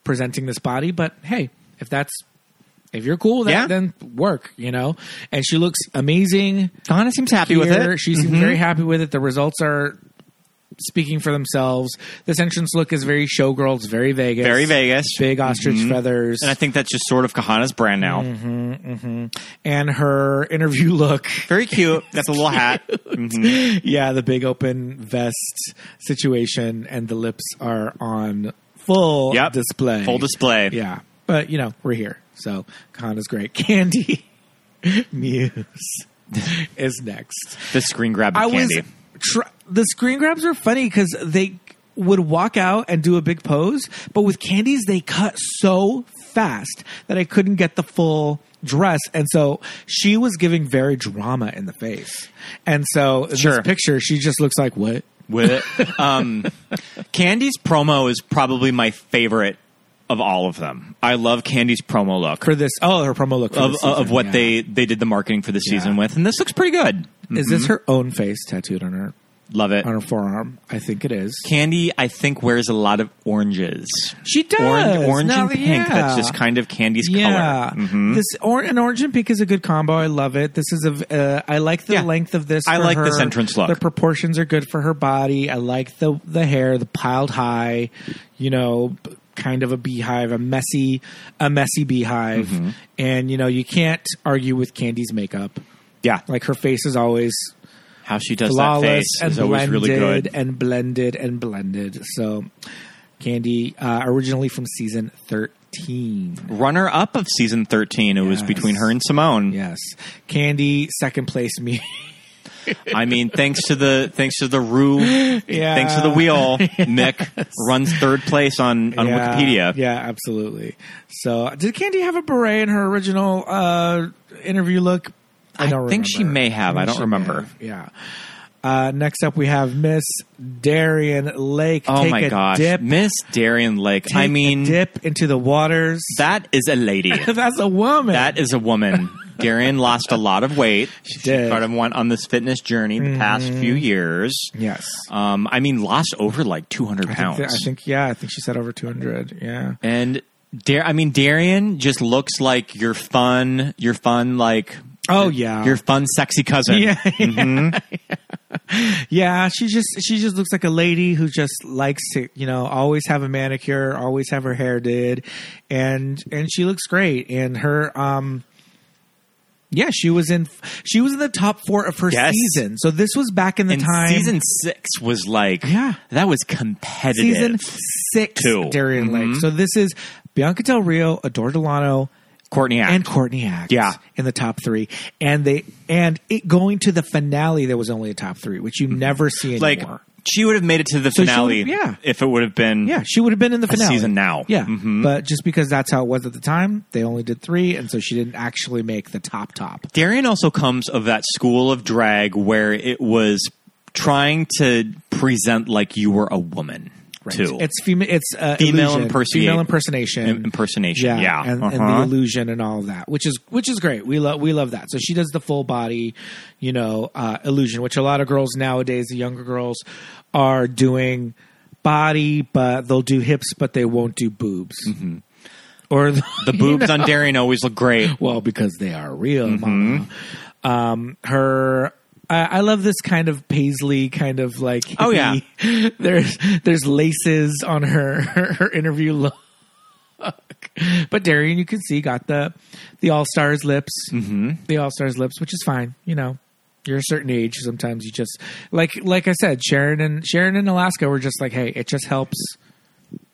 Speaker 1: presenting this body. But hey, if that's if you're cool with that,
Speaker 2: Yeah.
Speaker 1: then work, you know? And she looks amazing
Speaker 2: Kahana seems happy with
Speaker 1: here.
Speaker 2: it. Mm-hmm.
Speaker 1: She seems very happy with it. The results are speaking for themselves. This entrance look is very showgirl. It's very Vegas.
Speaker 2: Very Vegas, Mm-hmm.
Speaker 1: Big ostrich feathers.
Speaker 2: and I think that's just sort of Kahana's brand now.
Speaker 1: Mm. And her interview look.
Speaker 2: Very cute. That's a little hat. Mm-hmm.
Speaker 1: yeah, the big open vest situation and the lips are on full
Speaker 2: Yep.
Speaker 1: display.
Speaker 2: Full display.
Speaker 1: Yeah. But, you know, we're here. So Khan is great. Candy Muse is next.
Speaker 2: The screen grab of
Speaker 1: I
Speaker 2: candy.
Speaker 1: was tr- the screen grabs were funny because they would walk out and do a big pose, but with candies they cut so fast that I couldn't get the full dress, and so she was giving very drama in the face, and so in
Speaker 2: Sure.
Speaker 1: this picture she just looks like what?
Speaker 2: with it. Um, Candy's promo is probably my favorite of all of them. I love Candy's promo look
Speaker 1: For this, oh, her promo look for
Speaker 2: of,
Speaker 1: this season,
Speaker 2: of what
Speaker 1: yeah.
Speaker 2: they, they did the marketing for the season
Speaker 1: Yeah.
Speaker 2: with, and this looks pretty good.
Speaker 1: is this her own face tattooed on her
Speaker 2: Love it.
Speaker 1: on her forearm. I think it is.
Speaker 2: Candy, I think, wears a lot of oranges.
Speaker 1: She does.
Speaker 2: Orange, orange
Speaker 1: No,
Speaker 2: and pink.
Speaker 1: yeah.
Speaker 2: That's just kind of Candy's
Speaker 1: Yeah,
Speaker 2: color. Mhm.
Speaker 1: this or, an orange and pink is a good combo. I love it. This is a. v- Uh, I like the
Speaker 2: Yeah.
Speaker 1: length of this.
Speaker 2: I
Speaker 1: for
Speaker 2: like
Speaker 1: her.
Speaker 2: this entrance look.
Speaker 1: The proportions are good for her body. I like the the hair, the piled high, you know, b- kind of a beehive, a messy, a messy beehive,
Speaker 2: Mm-hmm.
Speaker 1: and you know you can't argue with Candy's makeup.
Speaker 2: Yeah.
Speaker 1: Like her face is always
Speaker 2: How she does that
Speaker 1: flawless
Speaker 2: face
Speaker 1: and
Speaker 2: is always
Speaker 1: blended
Speaker 2: really good.
Speaker 1: and blended and blended. So, Candy, uh, originally from season thirteen.
Speaker 2: Runner up of season 13, it was
Speaker 1: Yes.
Speaker 2: between her and Simone.
Speaker 1: Yes. Candy, second place me.
Speaker 2: I mean, thanks to the thanks to the Rue, thanks to the wheel, Mick runs third place on on
Speaker 1: Yeah.
Speaker 2: Wikipedia.
Speaker 1: Yeah, absolutely. So, did Candy have a beret in her original uh, interview look?
Speaker 2: I think she may have. I
Speaker 1: think
Speaker 2: don't
Speaker 1: she
Speaker 2: remember.
Speaker 1: may have. Yeah. Uh, next up, we have Miss Darian Lake.
Speaker 2: Oh
Speaker 1: Take
Speaker 2: my
Speaker 1: a
Speaker 2: gosh,
Speaker 1: Dip,
Speaker 2: Miss Darian Lake.
Speaker 1: Take
Speaker 2: I
Speaker 1: a
Speaker 2: mean,
Speaker 1: dip into the waters.
Speaker 2: that is a lady.
Speaker 1: That's a woman.
Speaker 2: that is a woman. Darian lost a lot of weight. She
Speaker 1: did. Mm-hmm.
Speaker 2: Kind of went on this fitness journey the past few years.
Speaker 1: yes.
Speaker 2: Um, I mean, lost over like 200
Speaker 1: I
Speaker 2: pounds.
Speaker 1: think, I think, yeah, I think she said over 200. Yeah.
Speaker 2: and Dar- I mean, Darian just looks like your fun, your fun, like
Speaker 1: Oh, yeah.
Speaker 2: your fun, sexy cousin.
Speaker 1: Yeah.
Speaker 2: Mm-hmm.
Speaker 1: yeah, she just she just looks like a lady who just likes to, you know, always have a manicure, always have her hair did and and she looks great and her um yeah, she was in she was in the top 4 of her
Speaker 2: Yes.
Speaker 1: season. So this was back in the
Speaker 2: And
Speaker 1: time
Speaker 2: season six was like,
Speaker 1: Yeah.
Speaker 2: that was competitive.
Speaker 1: season 6
Speaker 2: Two. Mm-hmm.
Speaker 1: Darian Lake. So this is Bianca Del Rio, Adore Delano,
Speaker 2: Courtney Act.
Speaker 1: and Courtney Act
Speaker 2: Yeah.
Speaker 1: in the top three, and they and it going to the finale there was only a top three, which you never see anymore.
Speaker 2: Mm-hmm. like she would have made it to the
Speaker 1: she
Speaker 2: finale,
Speaker 1: would've- yeah.
Speaker 2: if it would have been,
Speaker 1: yeah, she would have been in the finale
Speaker 2: season now.
Speaker 1: Yeah,
Speaker 2: Mhm.
Speaker 1: but just because that's how it was at the time, they only did three, and so she didn't actually make the top top.
Speaker 2: Darian also comes of that school of drag where it was trying to present like you were a woman too.
Speaker 1: It's female. It's uh,
Speaker 2: Female
Speaker 1: illusion,
Speaker 2: impersonate-
Speaker 1: Female impersonation.
Speaker 2: Im- impersonation, yeah.
Speaker 1: and, and
Speaker 2: Uh-huh.
Speaker 1: the illusion and all of that, which is which is great. We love we love that. So she does the full body, you know, uh, illusion, which a lot of girls nowadays, the younger girls, are doing body, but they'll do hips, but they won't do boobs.
Speaker 2: Mm-hmm.
Speaker 1: Or the,
Speaker 2: the boobs on Darian always look great.
Speaker 1: well, because they are real,
Speaker 2: Mm-hmm.
Speaker 1: mama. Um, her. I I love this kind of paisley kind of like.
Speaker 2: Oh, yeah.
Speaker 1: hippie. there's there's laces on her her, her interview look. But Darian, you can see, got the the all stars lips, mm-hmm. the all stars lips, which is fine. You know, you're a certain age. Sometimes you just like like I said, Sharon and Sharon and Alaska were just like, hey, it just helps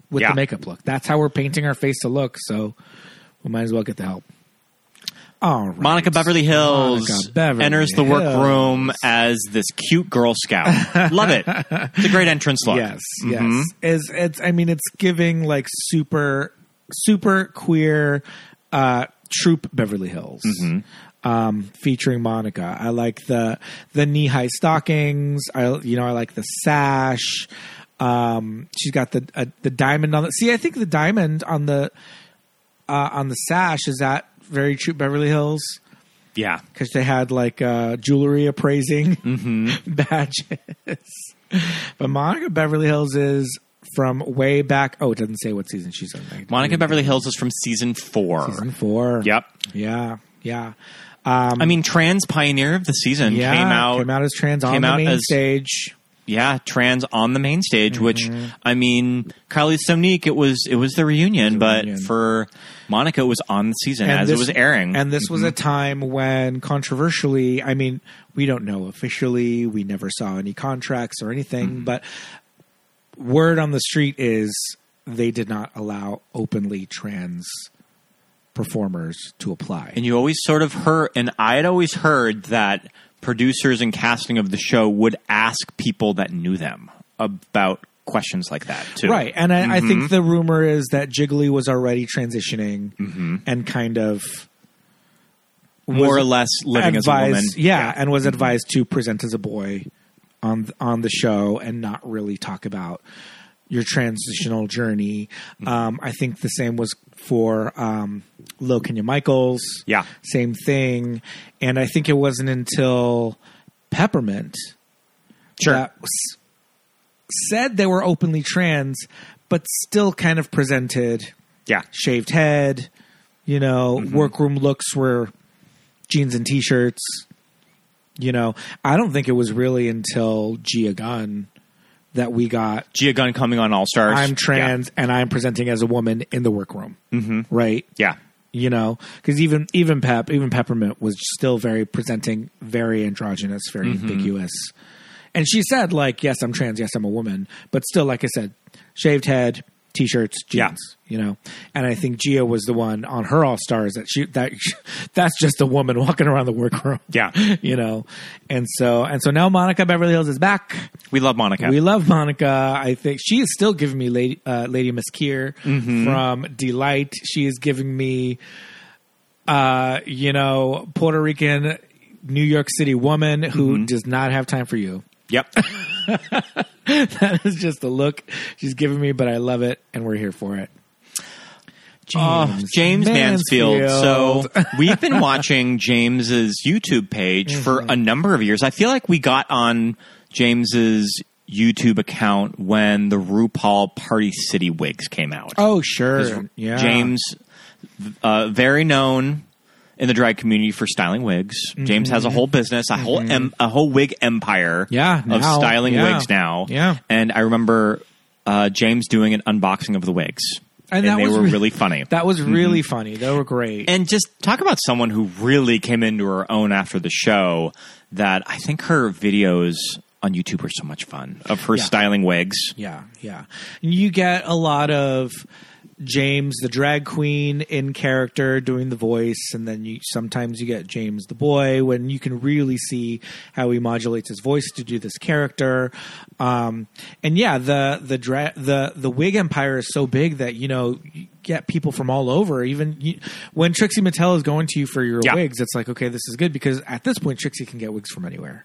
Speaker 1: with
Speaker 2: Yeah.
Speaker 1: the makeup look. That's how we're painting our face to look. So we might as well get the help. All right.
Speaker 2: Monica Beverly Hills
Speaker 1: Monica Beverly
Speaker 2: enters the workroom as this cute Girl Scout. Love it. It's a great entrance look. Mm-hmm.
Speaker 1: Yes, yes. Is it's I mean it's giving like super super queer uh troop Beverly Hills. Um, featuring Monica. I like the the knee high stockings. I you know I like the sash. Um, she's got the uh, the diamond on the. See, I think the diamond on the uh, on the sash is that very true Beverly Hills
Speaker 2: Yeah.
Speaker 1: because they had like uh, jewelry appraising
Speaker 2: Mm-hmm.
Speaker 1: badges. But Monica Beverly Hills is from way back. Oh, it doesn't say what season she's on. Like,
Speaker 2: Monica Beverly Hills is from season four.
Speaker 1: Mm-hmm. season four.
Speaker 2: Yep.
Speaker 1: Yeah. Yeah.
Speaker 2: I mean, trans pioneer of the season
Speaker 1: Yeah.
Speaker 2: came out.
Speaker 1: as trans on
Speaker 2: came
Speaker 1: the
Speaker 2: out
Speaker 1: main
Speaker 2: as-
Speaker 1: stage.
Speaker 2: Yeah, trans on the main stage. Which
Speaker 1: Mm-hmm.
Speaker 2: I mean, Kylie Sonique. It was it was the reunion, but
Speaker 1: reunion.
Speaker 2: for Monica, it was on the season as it
Speaker 1: this-
Speaker 2: was airing. Mm-hmm.
Speaker 1: And this was a time when controversially, I mean, we don't know officially, we never saw any contracts or anything,
Speaker 2: Mm-hmm.
Speaker 1: but word on the street is they did not allow openly trans performers to apply.
Speaker 2: and you always sort of heard, and I had always heard that producers and casting of the show would ask people that knew them about questions like that too.
Speaker 1: Right. And I, I think
Speaker 2: Mm-hmm.
Speaker 1: the rumor is that Jiggly was already transitioning
Speaker 2: Mm-hmm.
Speaker 1: and kind of
Speaker 2: more or less living as a woman. Mm-hmm.
Speaker 1: advised- Yeah, and was advised to present as a boy on th- on the show and not really talk about your transitional journey.
Speaker 2: Mm-hmm.
Speaker 1: Um, I think the same was for um, Lil Kenya Michaels.
Speaker 2: Yeah.
Speaker 1: same thing. And I think it wasn't until Peppermint
Speaker 2: Sure.
Speaker 1: that s- said they were openly trans, but still kind of presented
Speaker 2: Yeah.
Speaker 1: shaved head, you know, workroom looks were jeans and t-shirts. You know, I don't think it was really until Gia Gunn that we got
Speaker 2: Gia Gunn coming on All Stars.
Speaker 1: I'm trans and I'm presenting as a woman in the workroom, mm-hmm. right?
Speaker 2: Yeah.
Speaker 1: You know, because even even Pep, even Peppermint was still very presenting, very androgynous, very
Speaker 2: Mm-hmm.
Speaker 1: ambiguous. And she said, like, yes, I'm trans, yes, I'm a woman, but still, like I said, shaved head, t-shirts,
Speaker 2: Yeah.
Speaker 1: jeans, you know. And I think Gia was the one on her All Stars that she that that's just a woman walking around the workroom,
Speaker 2: Yeah.
Speaker 1: you know. And so and so now Monica Beverly Hills is back.
Speaker 2: We love Monica.
Speaker 1: We love Monica. I think she is still giving me Lady, uh, Lady Miss Keir
Speaker 2: Mm-hmm.
Speaker 1: from Delight. She is giving me, uh, you know, Puerto Rican, New York City woman who
Speaker 2: Mm-hmm.
Speaker 1: does not have time for you.
Speaker 2: yep.
Speaker 1: that is just the look she's giving me, but I love it, and we're here for it.
Speaker 2: Oh, James Mansfield. So we've been watching James's YouTube page for
Speaker 1: Mm-hmm.
Speaker 2: a number of years. I feel like we got on James's YouTube account when the RuPaul Party City wigs came out.
Speaker 1: oh sure, yeah,
Speaker 2: James, uh, very known in the drag community for styling wigs.
Speaker 1: Mm-hmm.
Speaker 2: James has a whole business, a whole em- a whole wig empire
Speaker 1: Yeah,
Speaker 2: of
Speaker 1: now,
Speaker 2: styling
Speaker 1: yeah.
Speaker 2: wigs now.
Speaker 1: Yeah.
Speaker 2: and I remember uh, James doing an unboxing of the wigs,
Speaker 1: And
Speaker 2: and,
Speaker 1: that
Speaker 2: they
Speaker 1: was
Speaker 2: were
Speaker 1: re-
Speaker 2: really funny.
Speaker 1: That was really funny. They were great.
Speaker 2: and just talk about someone who really came into her own after the show. That I think her videos on YouTube are so much fun of her styling wigs.
Speaker 1: Yeah, yeah. And you get a lot of James the drag queen in character doing the voice, and then you sometimes you get James the boy when you can really see how he modulates his voice to do this character. Um, and yeah, the the dra- the the wig empire is so big that you know you get people from all over. Even you, when Trixie Mattel is going to you for your
Speaker 2: Yeah.
Speaker 1: wigs, it's like okay, this is good because at this point Trixie can get wigs from anywhere.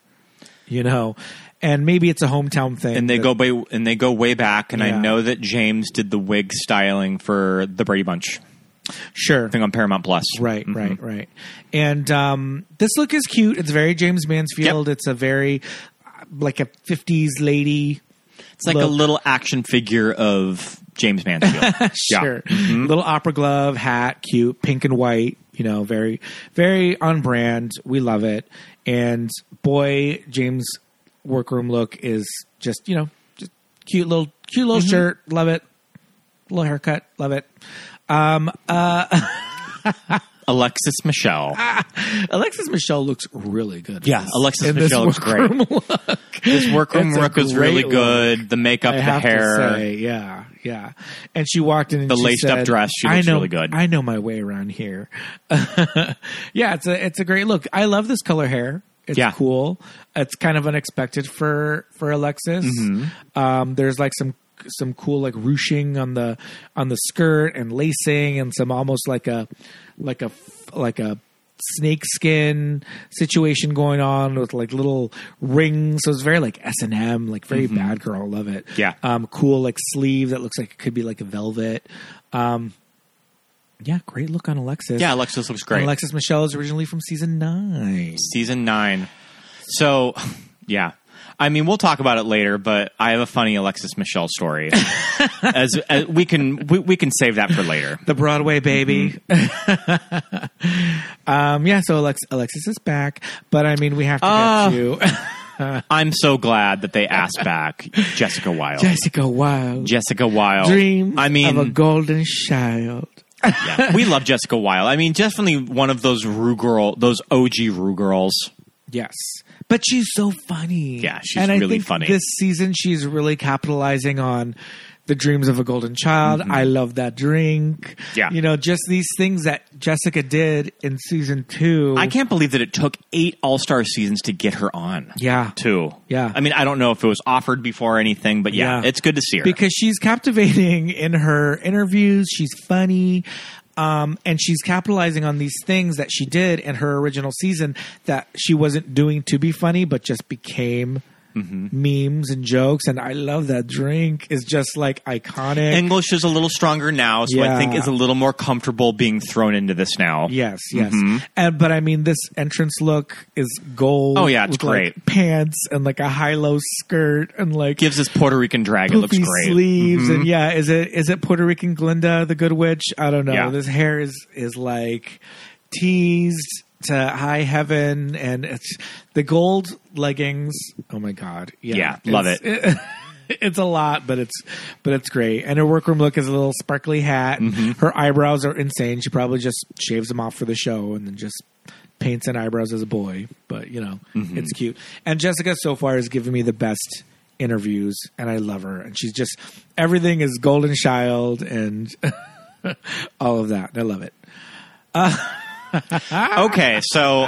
Speaker 1: You know, and maybe it's a hometown thing.
Speaker 2: and they
Speaker 1: that-
Speaker 2: go way and they go way back. And
Speaker 1: Yeah.
Speaker 2: I know that James did the wig styling for the Brady Bunch
Speaker 1: sure.
Speaker 2: thing on Paramount Plus. Mm-hmm.
Speaker 1: Right, right, right. And um, this look is cute. It's very James Mansfield. It's a very uh, like a '50s lady.
Speaker 2: It's like a
Speaker 1: Look.
Speaker 2: little action figure of James Mansfield. Yeah. Mm-hmm.
Speaker 1: Sure, little opera glove, hat, cute, pink and white. You know, very, very on brand. We love it. And boy, James workroom look is just you know, just cute little, cute little
Speaker 2: Mm-hmm.
Speaker 1: shirt. Love it. Little haircut. Love it.
Speaker 2: Alexis Michelle.
Speaker 1: Ah, Alexis Michelle looks really good.
Speaker 2: Yeah, Alexis
Speaker 1: In this
Speaker 2: Michelle looks great.
Speaker 1: workroom look.
Speaker 2: His workroom
Speaker 1: It's a
Speaker 2: work was
Speaker 1: great
Speaker 2: really
Speaker 1: look.
Speaker 2: good. The makeup,
Speaker 1: I
Speaker 2: the
Speaker 1: have
Speaker 2: hair.
Speaker 1: To say, yeah, yeah. And she walked in and
Speaker 2: The
Speaker 1: she
Speaker 2: laced-up
Speaker 1: said,
Speaker 2: dress, she
Speaker 1: I
Speaker 2: looks
Speaker 1: know-
Speaker 2: really good."
Speaker 1: I know my way around here. yeah, it's a it's a great look. I love this color hair. It's
Speaker 2: Yeah.
Speaker 1: cool. It's kind of unexpected for for Alexis.
Speaker 2: Mm-hmm.
Speaker 1: Um, there's like some some cool like ruching on the on the skirt and lacing and some almost like a like a f- like a snake skin situation going on with like little rings so it's very like s&m like very
Speaker 2: Mm-hmm.
Speaker 1: bad girl love it
Speaker 2: Yeah.
Speaker 1: um cool like sleeve that looks like it could be like a velvet um yeah great look on alexis
Speaker 2: Yeah, Alexis looks great.
Speaker 1: Alexis Michelle is originally from season nine.
Speaker 2: Season nine. So, yeah. I mean, we'll talk about it later, but I have a funny Alexis Michelle story. as, as we can, we, we can save that for later.
Speaker 1: The Broadway baby. um, yeah, so Alex- Alexis is back, but I mean, we have to
Speaker 2: Ah.
Speaker 1: get to
Speaker 2: I'm so glad that they asked back Jessica Wilde.
Speaker 1: Jessica Wilde.
Speaker 2: Jessica Wilde.
Speaker 1: Dream
Speaker 2: I mean,
Speaker 1: of a golden child.
Speaker 2: yeah, we love Jessica Wilde. I mean, definitely one of those Rue girl, those OG Rue girls.
Speaker 1: Yes. But she's so funny.
Speaker 2: Yeah, she's
Speaker 1: and I
Speaker 2: really
Speaker 1: think
Speaker 2: funny.
Speaker 1: This season, she's really capitalizing on the dreams of a golden child. I love that drink.
Speaker 2: Mm-hmm. Yeah.
Speaker 1: You know, just these things that Jessica did in season two.
Speaker 2: I can't believe that it took eight All Star seasons to get her on.
Speaker 1: Yeah.
Speaker 2: Too.
Speaker 1: Yeah.
Speaker 2: I mean, I don't know if it was offered before or anything, but yeah,
Speaker 1: Yeah.
Speaker 2: it's good to see her.
Speaker 1: because she's captivating in her interviews. She's funny. Um, and she's capitalizing on these things that she did in her original season that she wasn't doing to be funny, but just became
Speaker 2: Mm-hmm.
Speaker 1: memes and jokes, and I love that drink is just like iconic.
Speaker 2: English is a little stronger now, so I think
Speaker 1: Yeah.
Speaker 2: is a little more comfortable being thrown into this now.
Speaker 1: Yes, yes.
Speaker 2: Mm-hmm.
Speaker 1: And but I mean, this entrance look is gold.
Speaker 2: Oh, yeah, it's
Speaker 1: with, like,
Speaker 2: great.
Speaker 1: pants and like a high low skirt and like
Speaker 2: Gives this Puerto Rican drag. it looks
Speaker 1: poofy
Speaker 2: great.
Speaker 1: sleeves and yeah, is it is it Puerto Rican Glinda the Good Witch? I don't know.
Speaker 2: Yeah.
Speaker 1: This hair is is like teased to high heaven and it's the gold leggings. Oh my god,
Speaker 2: Yeah, love
Speaker 1: It's- it's a lot, but it's but it's great. And her workroom look is a little sparkly hat.
Speaker 2: Mm-hmm.
Speaker 1: Her eyebrows are insane. She probably just shaves them off for the show and then just paints in eyebrows as a boy. But you know,
Speaker 2: Mm-hmm.
Speaker 1: it's cute. And Jessica so far has given me the best interviews, and I love her. And she's just everything is golden child and all of that. I love it.
Speaker 2: Okay, so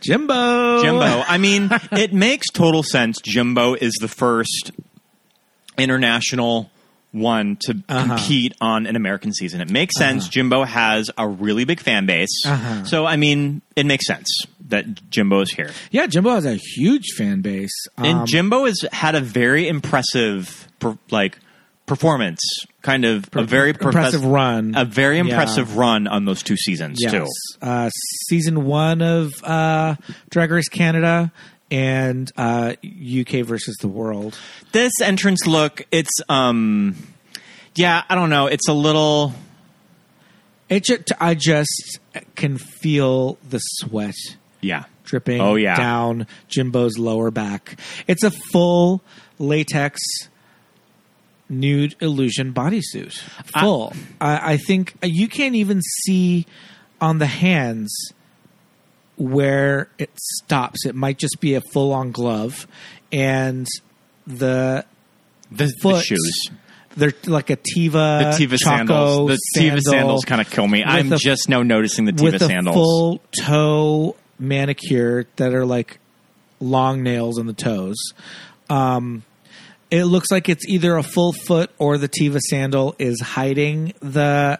Speaker 1: Jimbo,
Speaker 2: Jimbo. I mean, it makes total sense. Jimbo is the first international one to
Speaker 1: Uh-huh.
Speaker 2: compete on an American season. It makes sense. Jimbo has a really big fan base.
Speaker 1: Uh-huh.
Speaker 2: So, I mean, it makes sense that Jimbo's here.
Speaker 1: Yeah, Jimbo has a huge fan base.
Speaker 2: And
Speaker 1: Um,
Speaker 2: Jimbo has had a very impressive, per, like, performance, kind of a very profes-
Speaker 1: impressive run.
Speaker 2: a very
Speaker 1: Yeah.
Speaker 2: impressive run on those two seasons
Speaker 1: yes.
Speaker 2: too.
Speaker 1: Uh, season one of uh, Drag Race Canada and uh, UK versus the world.
Speaker 2: This entrance look, it's um, yeah, I don't know, it's a little.
Speaker 1: It just, I just can feel the sweat
Speaker 2: Yeah.
Speaker 1: dripping
Speaker 2: Oh, yeah.
Speaker 1: down Jimbo's lower back. It's a full latex nude illusion bodysuit. Full. I, I think you can't even see on the hands where it stops. It might just be a full on glove and the
Speaker 2: The,
Speaker 1: foot.
Speaker 2: the shoes.
Speaker 1: They're like a
Speaker 2: The
Speaker 1: Tiva, Choco
Speaker 2: Tiva sandals. The Tiva
Speaker 1: sandal
Speaker 2: sandals kind of kill me. I'm
Speaker 1: a-
Speaker 2: just now noticing the Tiva
Speaker 1: with a
Speaker 2: sandals.
Speaker 1: full toe manicure that are like long nails on the toes. Um, it looks like it's either a full foot or the Tiva sandal is hiding the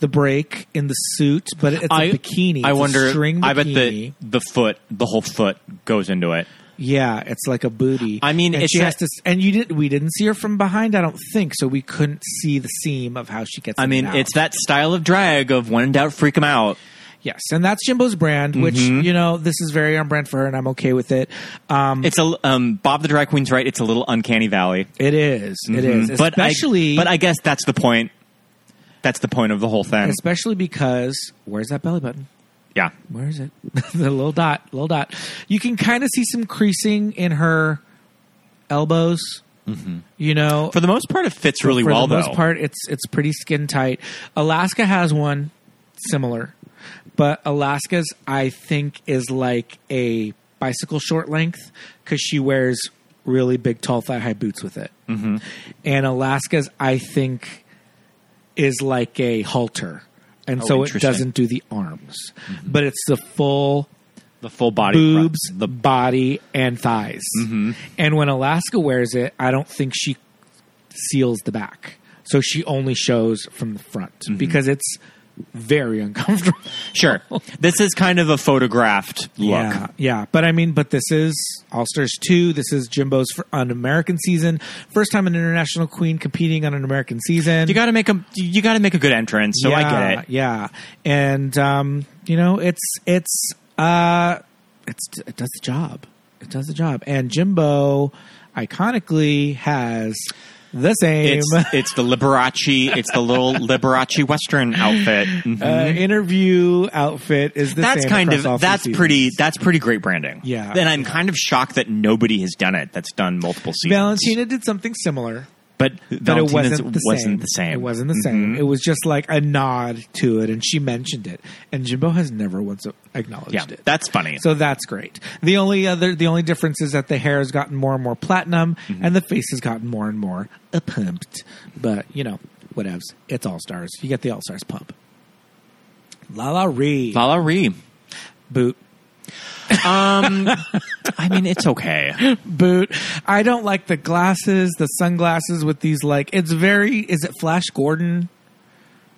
Speaker 1: the break in the suit, but it's a bikini. It's
Speaker 2: I
Speaker 1: a
Speaker 2: wonder.
Speaker 1: string
Speaker 2: I bet
Speaker 1: bikini.
Speaker 2: the the foot, the whole foot goes into it.
Speaker 1: Yeah, it's like a booty.
Speaker 2: I mean,
Speaker 1: and
Speaker 2: it's
Speaker 1: she
Speaker 2: that-
Speaker 1: has to. s- And you didn't. We didn't see her from behind. I don't think so. We couldn't see the seam of how she gets.
Speaker 2: I
Speaker 1: in
Speaker 2: mean,
Speaker 1: and out.
Speaker 2: it's that style of drag of when in doubt, freak 'em out.
Speaker 1: yes, and that's Jimbo's brand, which
Speaker 2: Mm-hmm.
Speaker 1: you know this is very on brand for her, and I'm okay with it. Um,
Speaker 2: It's a um, Bob the drag queen's right. It's a little uncanny valley.
Speaker 1: It is. It is.
Speaker 2: Mm, but I-
Speaker 1: Especially,
Speaker 2: but I guess that's the point. That's the point of the whole thing.
Speaker 1: especially because where's that belly button?
Speaker 2: Yeah.
Speaker 1: Where is it? the little dot, little dot. You can kind of see some creasing in her elbows.
Speaker 2: Mm-hmm.
Speaker 1: You know,
Speaker 2: For the most part, it fits really
Speaker 1: for
Speaker 2: well,
Speaker 1: the most
Speaker 2: though.
Speaker 1: part, it's it's pretty skin tight. Alaska has one similar, but Alaska's I think is like a bicycle short length because she wears really big, tall, thigh high boots with it. Mm-hmm. And Alaska's I think is like a halter, and
Speaker 2: Oh,
Speaker 1: so it
Speaker 2: interesting. Mm-hmm.
Speaker 1: doesn't do the arms, but it's the full
Speaker 2: the full body, front.
Speaker 1: boobs, the body, and thighs. And when Alaska wears it, I don't think she seals the back. So she only shows from the front because it's very uncomfortable.
Speaker 2: Sure. This is kind of a photographed look.
Speaker 1: Yeah, yeah. But I mean, but this is All Stars 2. This is Jimbo's for an American season. First time an international queen competing on an American season.
Speaker 2: You got to make a you got to make a good entrance. So I get it.
Speaker 1: Yeah. And um, you know, it's it's uh it's it does the job. It does the job. And Jimbo iconically has the same uh,
Speaker 2: It's it's the Liberace. It's the little Liberace Western outfit. Mhm.
Speaker 1: uh, interview outfit is the
Speaker 2: that's
Speaker 1: same
Speaker 2: kind
Speaker 1: across all
Speaker 2: of
Speaker 1: three
Speaker 2: that's
Speaker 1: seasons.
Speaker 2: pretty that's pretty great branding.
Speaker 1: Yeah.
Speaker 2: And I'm kind of shocked that nobody has done it. That's done multiple seasons.
Speaker 1: Valentina did something similar, but
Speaker 2: but
Speaker 1: it
Speaker 2: Valentina's
Speaker 1: wasn't the, same.
Speaker 2: wasn't the same. Mm-hmm.
Speaker 1: It wasn't the same. It was just like a nod to it, and she mentioned it. And Jimbo has never once acknowledged
Speaker 2: Yeah,
Speaker 1: it.
Speaker 2: that's funny.
Speaker 1: So that's great. The only other, the only difference is that the hair has gotten more and more platinum, and the face has gotten more and more uh, pumped. But you know, whatevs. It's all stars. You get the all stars pump. La la re
Speaker 2: Lala Ree.
Speaker 1: boot Um,
Speaker 2: I mean, it's okay.
Speaker 1: boot. I don't like the glasses, the sunglasses with these like. It's very. Is it Flash Gordon?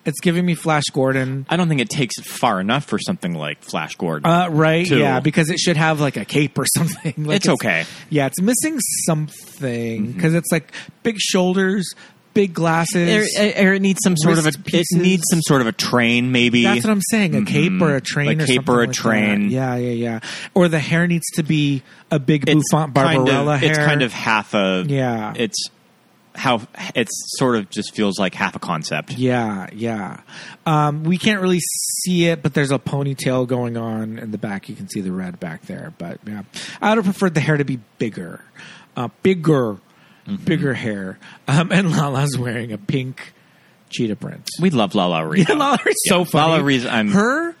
Speaker 1: It's giving me Flash Gordon.
Speaker 2: I don't think it takes it far enough for something like Flash Gordon.
Speaker 1: Uh, right?
Speaker 2: Two.
Speaker 1: Yeah, because it should have like a cape or something. Like
Speaker 2: It's okay. Mm-hmm.
Speaker 1: Yeah, it's missing something because it's like big shoulders, big
Speaker 2: or,
Speaker 1: glasses.
Speaker 2: or it needs some sort of a
Speaker 1: Wrist
Speaker 2: it
Speaker 1: pieces.
Speaker 2: needs some sort of a train maybe.
Speaker 1: That's what I'm saying. A cape or a train.
Speaker 2: A
Speaker 1: or
Speaker 2: Mm-hmm. cape
Speaker 1: something
Speaker 2: or a
Speaker 1: like that.
Speaker 2: train.
Speaker 1: Yeah, yeah, yeah. Or the hair needs to be a big bouffant
Speaker 2: kind
Speaker 1: Barbarella
Speaker 2: of,
Speaker 1: hair.
Speaker 2: It's kind of half a
Speaker 1: Yeah.
Speaker 2: It's how it's sort of just feels like half a concept.
Speaker 1: Yeah, yeah. Um, we can't really see it, but there's a ponytail going on in the back. You can see the red back there, but yeah, I would have preferred the hair to be bigger, uh, bigger,
Speaker 2: Mm-hmm.
Speaker 1: bigger hair. Um, and Lala's wearing a pink cheetah print.
Speaker 2: We love Lala Rita.
Speaker 1: Lala is so
Speaker 2: Yeah,
Speaker 1: funny.
Speaker 2: Lala Rita's- I'm-
Speaker 1: her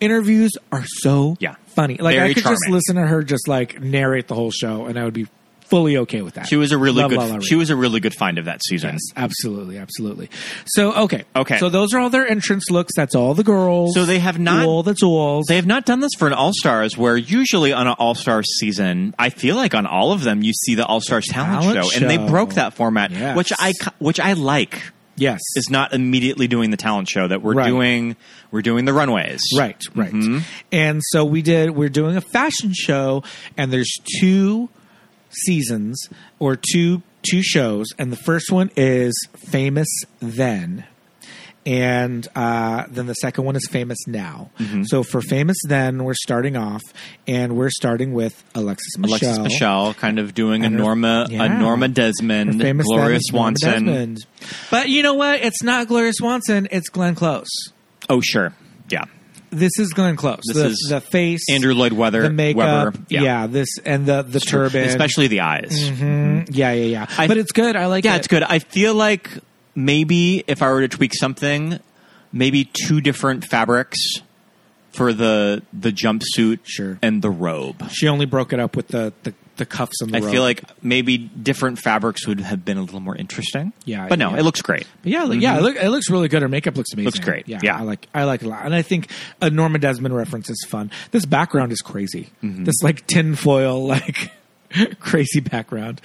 Speaker 1: interviews are so
Speaker 2: Yeah.
Speaker 1: funny. Like I
Speaker 2: Very
Speaker 1: could just
Speaker 2: charming.
Speaker 1: listen to her just like narrate the whole show, and I would be fully okay with that.
Speaker 2: She was a really
Speaker 1: Love
Speaker 2: good.
Speaker 1: Lala
Speaker 2: she
Speaker 1: Rita.
Speaker 2: was a really good find of that season.
Speaker 1: Yes, absolutely, absolutely. So okay,
Speaker 2: Okay.
Speaker 1: So those are all their entrance looks. That's all the girls.
Speaker 2: So they have not-
Speaker 1: all the tools.
Speaker 2: They have not done this for an All Stars, where usually on an All Star season, I feel like on all of them you see the All Stars talent,
Speaker 1: Talent
Speaker 2: show, and they
Speaker 1: show.
Speaker 2: broke that format,
Speaker 1: Yes.
Speaker 2: which I ca- which I like.
Speaker 1: yes,
Speaker 2: Is not immediately doing the talent show that we're
Speaker 1: Right.
Speaker 2: doing. We're doing the runways,
Speaker 1: right, right.
Speaker 2: Mm-hmm.
Speaker 1: And so we did. We're doing a fashion show, and there's two seasons or two two shows, and the first one is famous then. And uh, then the second one is famous now.
Speaker 2: Mm-hmm.
Speaker 1: So for famous, then we're starting off, and we're starting with Alexis Michelle.
Speaker 2: Alexis Michelle kind of doing a
Speaker 1: And her-
Speaker 2: Norma, a
Speaker 1: yeah.
Speaker 2: Norma Desmond,
Speaker 1: famous
Speaker 2: Gloria
Speaker 1: then Norma
Speaker 2: Swanson.
Speaker 1: Desmond. But you know what? It's not Gloria Swanson. It's Glenn Close.
Speaker 2: Oh, sure, yeah.
Speaker 1: This is Glenn Close.
Speaker 2: This
Speaker 1: the,
Speaker 2: is
Speaker 1: the face,
Speaker 2: Andrew Lloyd Webber,
Speaker 1: the makeup,
Speaker 2: Webber,
Speaker 1: yeah. this and the the turban,
Speaker 2: especially the eyes.
Speaker 1: Mhm. Yeah, yeah, yeah.
Speaker 2: I-
Speaker 1: but it's good. I like.
Speaker 2: Yeah,
Speaker 1: it.
Speaker 2: it's good. I feel like maybe if I were to tweak something, maybe two different fabrics for the the jumpsuit
Speaker 1: Sure.
Speaker 2: and the robe.
Speaker 1: She only broke it up with the the, the cuffs and the.
Speaker 2: I
Speaker 1: robe.
Speaker 2: feel like maybe different fabrics would have been a little more interesting.
Speaker 1: Yeah,
Speaker 2: but no,
Speaker 1: yeah.
Speaker 2: it looks great.
Speaker 1: But yeah, yeah. It, look, it looks really good. Her makeup looks amazing.
Speaker 2: Mm-hmm. Looks great.
Speaker 1: Yeah,
Speaker 2: Yeah.
Speaker 1: I like. I like it a lot, and I think a Norma Desmond reference is fun. This background is crazy.
Speaker 2: Mm-hmm.
Speaker 1: This like tinfoil like crazy background.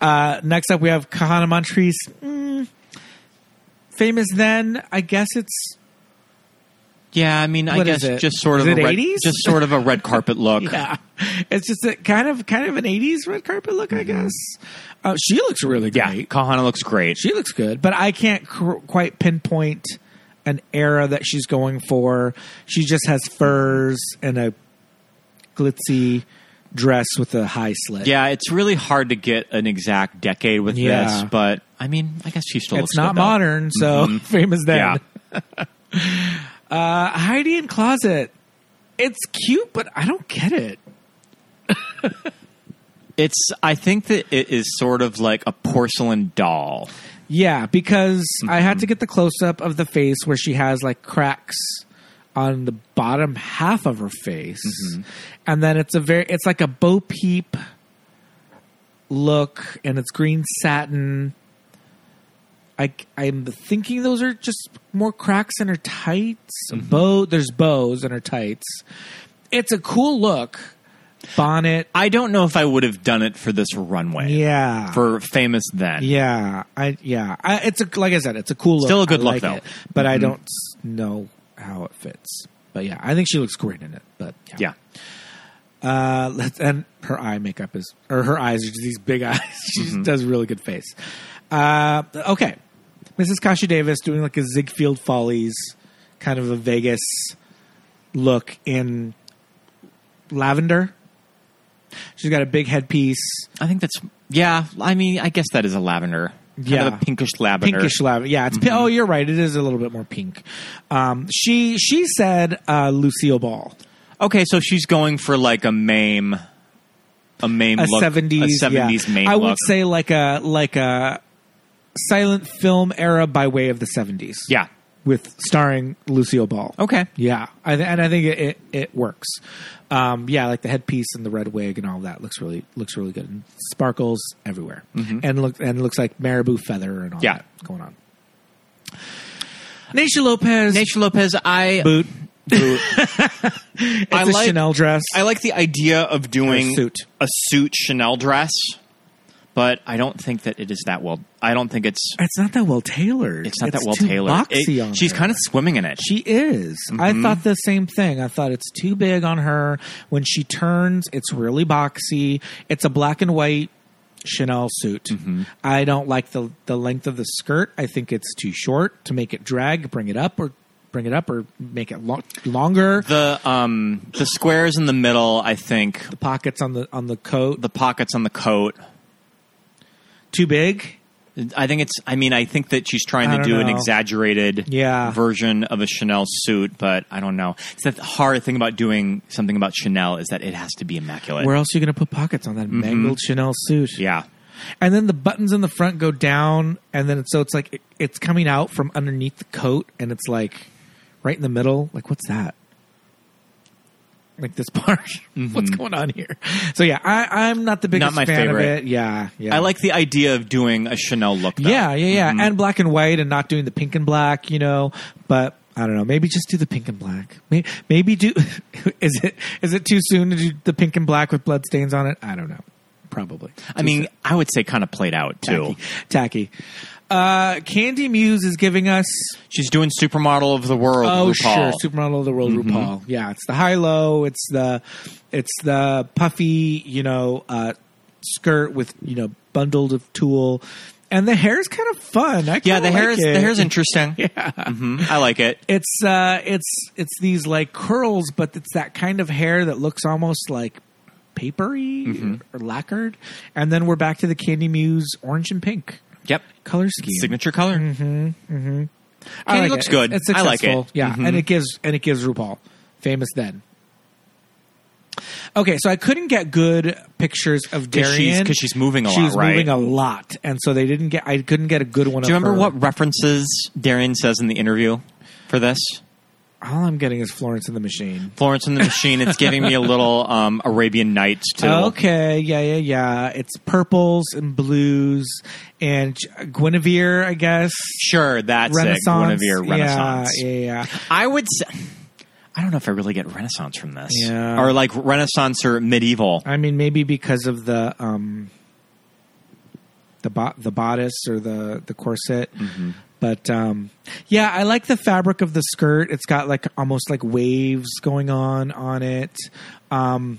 Speaker 1: Uh, next up, we have Kahana Montrese. Mm, famous then, I guess it's
Speaker 2: Yeah, I mean, I
Speaker 1: What is
Speaker 2: guess
Speaker 1: it?
Speaker 2: just sort
Speaker 1: Is
Speaker 2: of
Speaker 1: it
Speaker 2: a red,
Speaker 1: 80s?
Speaker 2: just sort of a red carpet look.
Speaker 1: yeah. It's just a kind of kind of an '80s red carpet look, I guess. Uh, she looks really
Speaker 2: Mm-hmm. Yeah,
Speaker 1: great.
Speaker 2: Kahana looks great.
Speaker 1: She looks good, but I can't cr- quite pinpoint an era that she's going for. She just has furs and a glitzy dress with a high slit.
Speaker 2: Yeah, it's really hard to get an exact decade with
Speaker 1: Yeah.
Speaker 2: this, but I mean, I guess she still
Speaker 1: it's
Speaker 2: looks
Speaker 1: not
Speaker 2: good, though.
Speaker 1: modern, so famous then.
Speaker 2: Yeah.
Speaker 1: Uh, Heidi in closet. It's cute, but I don't get it.
Speaker 2: It's. I think that it is sort of like a porcelain doll.
Speaker 1: Yeah, because I had to get the close up of the face where she has like cracks on the bottom half of her face. And then it's a very it's like a bo peep look and it's green satin. I I'm thinking those are just more cracks in her tights. Bow there's bows in her tights. It's a cool look. Bonnet.
Speaker 2: I don't know if I would have done it for this runway.
Speaker 1: Yeah.
Speaker 2: For famous then.
Speaker 1: Yeah, I yeah, I, it's a like I said, it's a cool look.
Speaker 2: Still a good
Speaker 1: I
Speaker 2: look,
Speaker 1: like
Speaker 2: though. Mm-hmm.
Speaker 1: it, but I don't s- know how it fits. But yeah, I think she looks great in it. But
Speaker 2: Yeah.
Speaker 1: uh, let's, and her eye makeup is or her eyes are just these big eyes. she
Speaker 2: Mm-hmm.
Speaker 1: just does a really good face. Uh, okay, Mrs. Kasha Davis doing like a Ziegfeld Follies kind of a Vegas look in lavender. She's got a big headpiece.
Speaker 2: I think that's. Yeah. I mean, I guess that is a lavender. Kind
Speaker 1: Yeah.
Speaker 2: of a pinkish lavender.
Speaker 1: pinkish lavender. Yeah, it's
Speaker 2: Mm-hmm.
Speaker 1: pi- oh, you're right. It is a little bit more pink. Um, she she said uh, Lucille Ball,
Speaker 2: Okay, so she's going for like a mame. A mame
Speaker 1: a
Speaker 2: look.
Speaker 1: seventies
Speaker 2: A 70s mame
Speaker 1: I
Speaker 2: look.
Speaker 1: would say like a like a silent film era by way of the seventies.
Speaker 2: Yeah.
Speaker 1: with starring Lucille Ball.
Speaker 2: Okay.
Speaker 1: Yeah, I th- and I think it it, it works. Um, yeah, like the headpiece and the red wig and all that looks really looks really good. And sparkles everywhere, and look and looks like marabou feather and all
Speaker 2: Mm-hmm. Yeah.
Speaker 1: that going on. Nacia Lopez
Speaker 2: Nature Lopez, I.
Speaker 1: boot.
Speaker 2: boot. I
Speaker 1: It's a
Speaker 2: like.
Speaker 1: Chanel dress.
Speaker 2: I like the idea of doing
Speaker 1: suit.
Speaker 2: a suit Chanel dress, but I don't think that it is that well. I don't think it's
Speaker 1: It's not that well tailored.
Speaker 2: it's not that well
Speaker 1: too
Speaker 2: tailored.
Speaker 1: Boxy
Speaker 2: It-
Speaker 1: on
Speaker 2: she's
Speaker 1: her.
Speaker 2: kind Mm-hmm. of swimming in it.
Speaker 1: She is. I thought the same thing. I thought it's too big on her. When she turns, it's really boxy. It's a black and white Chanel suit.
Speaker 2: Mm-hmm.
Speaker 1: I don't like the the length of the skirt. I think it's too short to make it drag. Bring it up or bring it up or make it lo- longer.
Speaker 2: the um the squares in the middle, I think.
Speaker 1: The pockets on the on the coat
Speaker 2: The pockets on the coat.
Speaker 1: too big.
Speaker 2: I think it's. I mean, I think that she's trying
Speaker 1: I
Speaker 2: to
Speaker 1: don't
Speaker 2: do an
Speaker 1: know.
Speaker 2: exaggerated
Speaker 1: Yeah.
Speaker 2: version of a Chanel suit, but I don't know. It's the hard thing about doing something about Chanel is that it has to be immaculate.
Speaker 1: Where else are you going to put pockets on that
Speaker 2: Mm-hmm.
Speaker 1: mangled Chanel suit?
Speaker 2: yeah,
Speaker 1: and then the buttons in the front go down and then it's, so it's like it, it's coming out from underneath the coat and it's like right in the middle like what's that like this part what's going on here so yeah I, i'm not the biggest
Speaker 2: Mm-hmm. my
Speaker 1: fan
Speaker 2: favorite.
Speaker 1: of it yeah yeah
Speaker 2: I like the idea of doing a Chanel look. Though. Mm-hmm.
Speaker 1: yeah yeah yeah and black and white and not doing the pink and black you know but I don't know. Maybe just do the pink and black. May- Maybe do. Is it is it too soon to do the pink and black with blood stains on it? I don't know. Probably.
Speaker 2: I mean, I would say kind of played out too.
Speaker 1: Tacky. Uh, Candy Muse is giving us
Speaker 2: She's doing supermodel of the world.
Speaker 1: oh
Speaker 2: RuPaul. Mm-hmm.
Speaker 1: sure supermodel of the world RuPaul. Yeah, it's the high low. It's the it's the puffy you know uh, skirt with you know bundled of tulle, and the hair is kind of fun. I
Speaker 2: yeah,
Speaker 1: kinda
Speaker 2: the hair
Speaker 1: like
Speaker 2: is the
Speaker 1: it.
Speaker 2: hair's interesting. yeah, I like it.
Speaker 1: It's uh, it's it's these like curls, but it's that kind of hair that looks almost like papery
Speaker 2: Mm-hmm.
Speaker 1: or lacquered. And then we're back to the Candy Muse orange and pink
Speaker 2: Yep,
Speaker 1: color scheme.
Speaker 2: signature color.
Speaker 1: Mm-hmm. I
Speaker 2: Candy looks
Speaker 1: it.
Speaker 2: good.
Speaker 1: It's,
Speaker 2: I like it. Mm-hmm.
Speaker 1: successful. Yeah, and it gives and it gives RuPaul famous then. Okay, so I couldn't get good pictures of
Speaker 2: she's-
Speaker 1: Darian
Speaker 2: 'cause she's moving a lot,
Speaker 1: She's
Speaker 2: right?
Speaker 1: moving a lot, and so they didn't get. I couldn't get a good one.
Speaker 2: Do you
Speaker 1: of
Speaker 2: remember
Speaker 1: her.
Speaker 2: what references Darian says in the interview for this?
Speaker 1: All I'm getting is Florence and the Machine.
Speaker 2: Florence and the Machine. It's giving me a little um, Arabian Nights too.
Speaker 1: Oh, Okay, yeah, yeah, yeah. It's purples and blues and Guinevere, I guess.
Speaker 2: Sure, that's it. One
Speaker 1: Renaissance.
Speaker 2: of your Renaissance.
Speaker 1: Yeah, yeah, yeah.
Speaker 2: I would. Say, I don't know if I really get Renaissance from this,
Speaker 1: Yeah.
Speaker 2: or like Renaissance or medieval.
Speaker 1: I mean, maybe because of the um, the bo- the bodice or the the corset. But um, yeah, I like the fabric of the skirt. It's got like almost like waves going on on it. Um,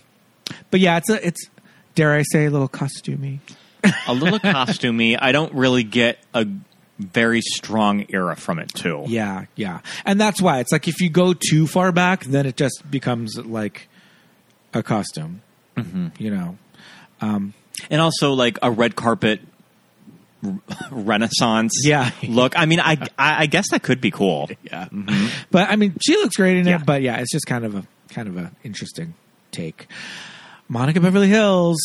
Speaker 1: but yeah, it's a it's dare I say a little costumey.
Speaker 2: a little costumey. I don't really get a very strong era from it too.
Speaker 1: Yeah, yeah, and that's why it's like if you go too far back, then it just becomes like a costume. You know,
Speaker 2: and also like a red carpet r- Renaissance.
Speaker 1: Yeah.
Speaker 2: look. I mean, I I, I guess that could be cool.
Speaker 1: Yeah. Mm-hmm. But I mean, she looks great in
Speaker 2: Yeah.
Speaker 1: it. But yeah, it's just kind of a kind of a interesting take. Monica Beverly Hills.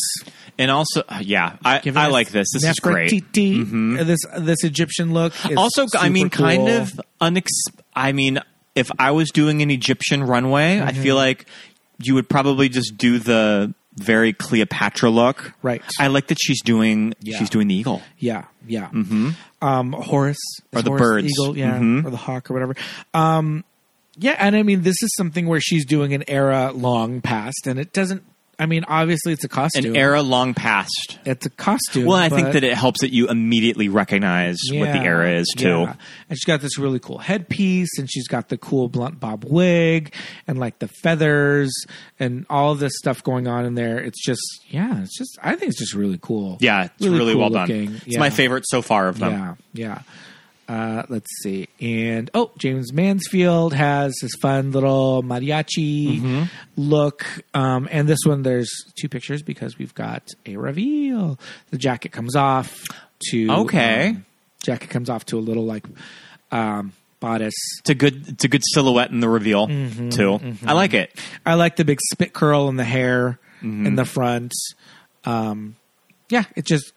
Speaker 2: And also, uh, yeah, I,
Speaker 1: giving
Speaker 2: I
Speaker 1: us
Speaker 2: like this. This is great. Mm-hmm.
Speaker 1: Nefertiti. This this Egyptian look. is
Speaker 2: Also, I
Speaker 1: super
Speaker 2: mean, kind
Speaker 1: cool.
Speaker 2: of unex. I mean, if I was doing an Egyptian runway, I
Speaker 1: Mm-hmm.
Speaker 2: feel like you would probably just do the very Cleopatra look.
Speaker 1: Right.
Speaker 2: I like that she's doing
Speaker 1: Yeah.
Speaker 2: she's doing the eagle.
Speaker 1: Yeah, yeah. Um, Horus
Speaker 2: Mm-hmm. Or
Speaker 1: is
Speaker 2: the
Speaker 1: Horus
Speaker 2: birds. Mm-hmm.
Speaker 1: eagle, yeah, or the hawk or whatever. Um, yeah, and I mean, this is something where she's doing an era long past, and it doesn't. I mean, obviously, it's a
Speaker 2: An
Speaker 1: costume.
Speaker 2: era long past.
Speaker 1: It's a costume.
Speaker 2: Well, I think
Speaker 1: but-
Speaker 2: that it helps that you immediately recognize what the
Speaker 1: Yeah,
Speaker 2: era is too.
Speaker 1: yeah. And she's got this really cool headpiece, and she's got the cool blunt bob wig, and like the feathers, and all this stuff going on in there. It's just, yeah, it's just. I think it's just really cool.
Speaker 2: Yeah, it's really,
Speaker 1: cool
Speaker 2: well done.
Speaker 1: looking.
Speaker 2: It's my
Speaker 1: Yeah.
Speaker 2: favorite so far of them.
Speaker 1: Yeah, yeah. Uh, let's see. And oh, James Mansfield has his fun little mariachi
Speaker 2: Mm-hmm.
Speaker 1: look. Um, and this one, there's two pictures because we've got a reveal. The jacket comes off to
Speaker 2: Okay.
Speaker 1: um, jacket comes off to a little like um, bodice.
Speaker 2: It's a good it's a good silhouette in the reveal
Speaker 1: Mm-hmm,
Speaker 2: too. I like it.
Speaker 1: I like the big spit curl in the hair in the front. Um, yeah, it just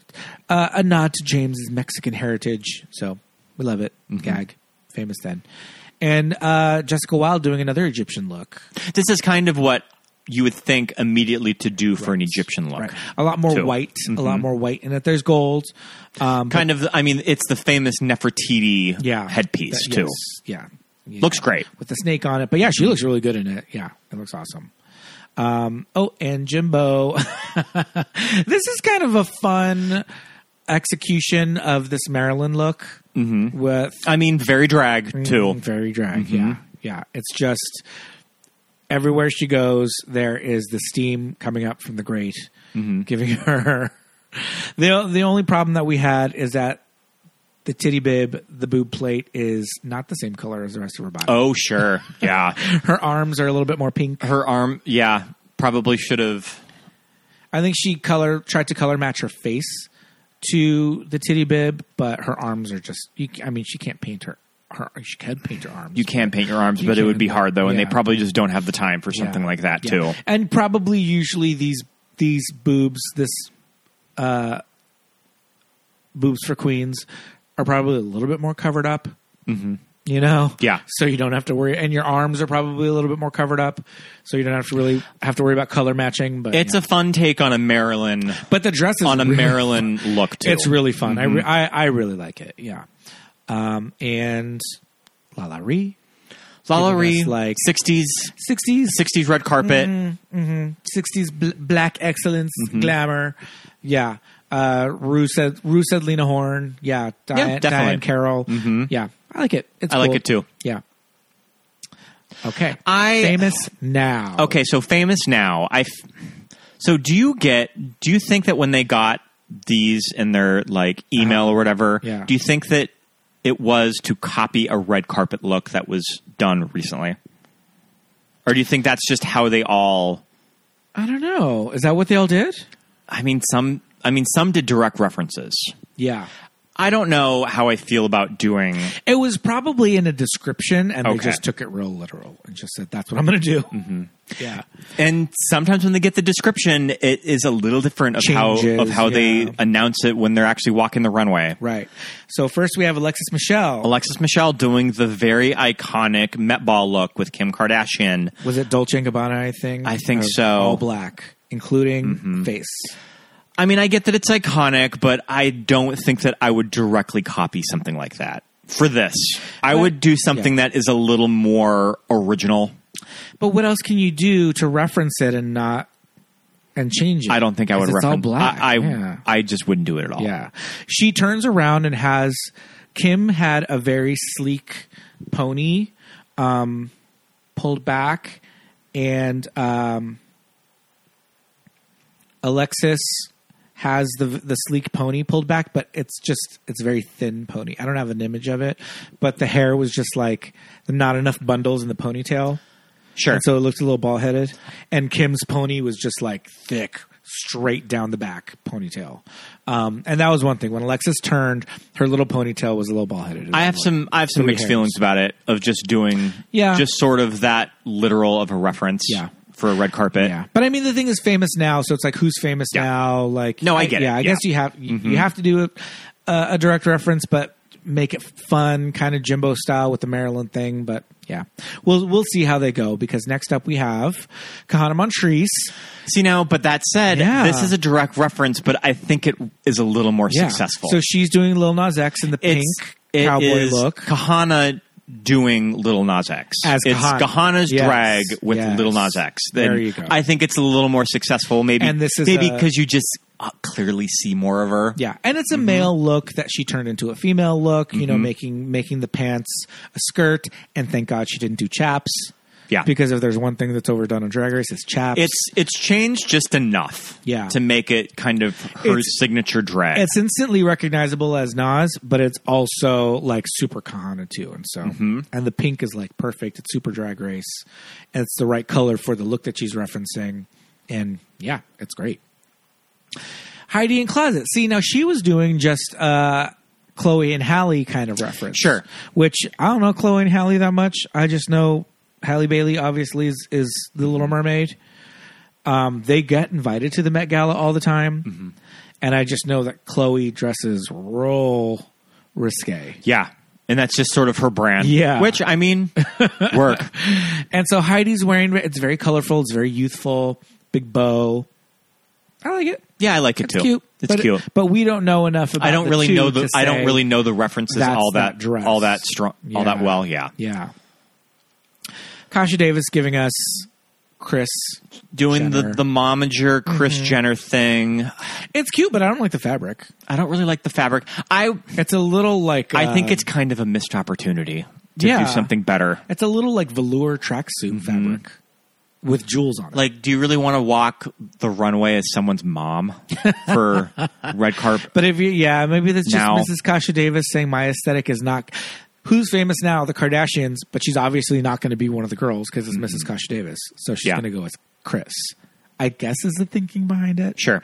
Speaker 1: uh, a nod to James's Mexican heritage. So we love it. Gag, famous then, and uh, Jessica Wilde doing another Egyptian look.
Speaker 2: This is kind of what you would think immediately to do for an Egyptian look.
Speaker 1: Right, a lot more
Speaker 2: Two.
Speaker 1: white, a lot more white in it. There's gold. Um,
Speaker 2: Kind of I mean it's the famous Nefertiti
Speaker 1: yeah,
Speaker 2: headpiece
Speaker 1: That-
Speaker 2: too.
Speaker 1: yes, yeah, Yeah.
Speaker 2: Looks great.
Speaker 1: with the snake on it. But yeah, she looks really good in it. Yeah, it looks awesome. Um, oh, and Jimbo. this is kind of a fun execution of this Maryland look
Speaker 2: Mm-hmm.
Speaker 1: with
Speaker 2: I mean, very
Speaker 1: Mm-hmm.
Speaker 2: drag too. Mm-hmm.
Speaker 1: very drag. Yeah, yeah. It's just everywhere she goes, there is the steam coming up from the grate,
Speaker 2: Mm-hmm.
Speaker 1: giving her. the The only problem that we had is that the titty bib, the boob plate, is not the same color as the rest of her body.
Speaker 2: Oh, sure. Yeah.
Speaker 1: Her arms are a little bit more pink.
Speaker 2: Her arm, yeah, probably should have.
Speaker 1: I think she color tried to color match her face to the titty bib, but her arms are just. You, I mean, she can't paint her. Her, she could paint her arms.
Speaker 2: You can paint your arms, but it would
Speaker 1: can,
Speaker 2: be hard though, and
Speaker 1: yeah.
Speaker 2: they probably just don't have the time for something
Speaker 1: Yeah.
Speaker 2: like that
Speaker 1: Yeah.
Speaker 2: too.
Speaker 1: And probably usually these these boobs, this uh, boobs for queens, are probably a little bit more covered up. Mm-hmm. You know,
Speaker 2: Yeah.
Speaker 1: So you don't have to worry, and your arms are probably a little bit more covered up, so you don't have to really have to worry about color matching. But
Speaker 2: It's
Speaker 1: yeah.
Speaker 2: a fun take on a Maryland
Speaker 1: but the dress is
Speaker 2: on a
Speaker 1: really-
Speaker 2: Maryland look too. Mm-hmm.
Speaker 1: It's really fun. I, re- I I really like it. Yeah, um, and La La Ree,
Speaker 2: Lollery,
Speaker 1: us, like-
Speaker 2: sixties,
Speaker 1: sixties,
Speaker 2: sixties red carpet.
Speaker 1: 60s bl- black excellence
Speaker 2: Mm-hmm.
Speaker 1: glamour. Yeah. Uh, Rue said Rue said Lena Horn. Yeah. Diane,
Speaker 2: definitely. Mm-hmm.
Speaker 1: Diane Carroll. Yeah. I like it. It's
Speaker 2: I like
Speaker 1: cool.
Speaker 2: it, too.
Speaker 1: Yeah. Okay.
Speaker 2: I-
Speaker 1: famous now.
Speaker 2: Okay, so famous now. I. F- so do you get? Do you think that when they got these in their like email or whatever,
Speaker 1: Uh-huh. Yeah.
Speaker 2: do you think that it was to copy a red carpet look that was done recently, or do you think that's just how they all?
Speaker 1: I don't know. Is that what they all did?
Speaker 2: I mean, some. I mean, some did direct references.
Speaker 1: Yeah.
Speaker 2: I don't know how I feel about doing.
Speaker 1: It was probably in a description, and they
Speaker 2: Okay. Mm-hmm.
Speaker 1: just took it real literal and just said, "That's what I'm going to do." Yeah.
Speaker 2: And sometimes when they get the description, it is a little different of
Speaker 1: Changes,
Speaker 2: how of how
Speaker 1: yeah.
Speaker 2: they announce it when they're actually walking the runway.
Speaker 1: Right. So first we have Alexis Michelle.
Speaker 2: Alexis Michelle doing the very iconic Met Ball look with Kim Kardashian.
Speaker 1: was it Dolce and Gabbana? I think.
Speaker 2: I think
Speaker 1: Or
Speaker 2: so. Mm-hmm.
Speaker 1: All black, including face.
Speaker 2: I mean, I get that it's iconic, but I don't think that I would directly copy something like that for this. I would do something that is a little more original.
Speaker 1: But what else can you do to reference it and not and change it?
Speaker 2: I don't think I would
Speaker 1: Because it's
Speaker 2: reference.
Speaker 1: all black.
Speaker 2: I I,
Speaker 1: yeah.
Speaker 2: I just wouldn't do it at all.
Speaker 1: Yeah. She turns around and has Kim had a very sleek pony um, pulled back, and um, Alexis has the the sleek pony pulled back, but it's just it's a very thin pony. I don't have an image of it, but the hair was just like not enough bundles in the ponytail.
Speaker 2: Sure.
Speaker 1: And so it looked a little bald headed. And Kim's pony was just like thick, straight down the back ponytail. Um, and that was one thing. When Alexis turned, her little ponytail was a little bald headed.
Speaker 2: I have some I have some
Speaker 1: Three
Speaker 2: mixed
Speaker 1: hairs.
Speaker 2: feelings about it of just doing
Speaker 1: Yeah.
Speaker 2: just sort of that literal of a reference
Speaker 1: Yeah.
Speaker 2: for a red carpet.
Speaker 1: Yeah. But I mean, the thing is famous now. So it's like, who's famous now? Like,
Speaker 2: No, I get it.
Speaker 1: Yeah, I
Speaker 2: Yeah. Mm-hmm.
Speaker 1: guess you have, you, you have to do a, a a direct reference, but make it fun, kind of Jimbo style with the Maryland thing. But yeah, we'll, we'll see how they go because next up we have Kahana Montrese.
Speaker 2: See now, but that said,
Speaker 1: Yeah.
Speaker 2: this is a direct reference, but I think it is a little more successful.
Speaker 1: So she's doing Lil Nas X in the pink
Speaker 2: it
Speaker 1: cowboy
Speaker 2: is
Speaker 1: look.
Speaker 2: Kahana doing Little Nas X.
Speaker 1: As
Speaker 2: it's
Speaker 1: Kahana.
Speaker 2: Kahana's
Speaker 1: Yes,
Speaker 2: drag with
Speaker 1: yes.
Speaker 2: Little Nas X. Then
Speaker 1: There you go.
Speaker 2: I think it's a little more successful. Maybe
Speaker 1: And this is
Speaker 2: maybe
Speaker 1: a-
Speaker 2: because you just uh, clearly see more of her.
Speaker 1: Yeah, and
Speaker 2: Mm-hmm.
Speaker 1: it's a male look that she turned into a female look. You know, making making the pants a skirt, and thank God she didn't do chaps.
Speaker 2: Yeah.
Speaker 1: because if there's one thing that's overdone on Drag Race, it's chaps.
Speaker 2: It's it's changed just enough
Speaker 1: Yeah.
Speaker 2: to make it kind of her
Speaker 1: It's-
Speaker 2: signature drag.
Speaker 1: it's instantly recognizable as Nas, but it's also like super Kahana too, and so
Speaker 2: Mm-hmm.
Speaker 1: and the pink is like perfect. It's super Drag Race, and it's the right color for the look that she's referencing, and yeah, it's great. Heidi in closet. See, now she was doing just uh Chloe and Halle kind of reference.
Speaker 2: Sure.
Speaker 1: Which I don't know Chloe and Halle that much. I just know Halle Bailey obviously is, is the Little Mermaid. Um, they get invited to the Met Gala all the time.
Speaker 2: Mm-hmm.
Speaker 1: And I just know that Chloe dresses real risque.
Speaker 2: yeah. And that's just sort of her brand.
Speaker 1: Yeah.
Speaker 2: Which I mean work.
Speaker 1: And so Heidi's wearing it's very colorful, it's very youthful, big bow. I like it.
Speaker 2: Yeah, I like it too.
Speaker 1: It's cute.
Speaker 2: It's
Speaker 1: but,
Speaker 2: cute.
Speaker 1: But we don't know enough about
Speaker 2: I don't
Speaker 1: the
Speaker 2: really
Speaker 1: two
Speaker 2: know the
Speaker 1: to
Speaker 2: I
Speaker 1: say-
Speaker 2: don't really know the references
Speaker 1: "That's
Speaker 2: all
Speaker 1: that
Speaker 2: that,
Speaker 1: dress."
Speaker 2: all that strong all that
Speaker 1: Yeah.
Speaker 2: well, yeah.
Speaker 1: Yeah. Kasha Davis giving us Chris.
Speaker 2: doing
Speaker 1: Jenner. Mm-hmm.
Speaker 2: the the momager Chris Jenner thing.
Speaker 1: It's cute, but I don't like the fabric.
Speaker 2: I don't really like the fabric. I
Speaker 1: It's a little like
Speaker 2: I think
Speaker 1: uh,
Speaker 2: it's kind of a missed opportunity to
Speaker 1: Yeah.
Speaker 2: do something better.
Speaker 1: it's a little like velour tracksuit fabric with jewels on it.
Speaker 2: Mm-hmm. Like, do you really want to walk the runway as someone's mom for red carpet?
Speaker 1: But if you, yeah, maybe that's just
Speaker 2: Now-
Speaker 1: Mrs. Kasha Davis saying my aesthetic is not. Who's famous now? The Kardashians, but she's obviously not going to be one of the girls because it's Mrs. Kasha Davis, so she's
Speaker 2: Mm-hmm. Yeah.
Speaker 1: going to go with Chris. I guess is the thinking behind it.
Speaker 2: Sure.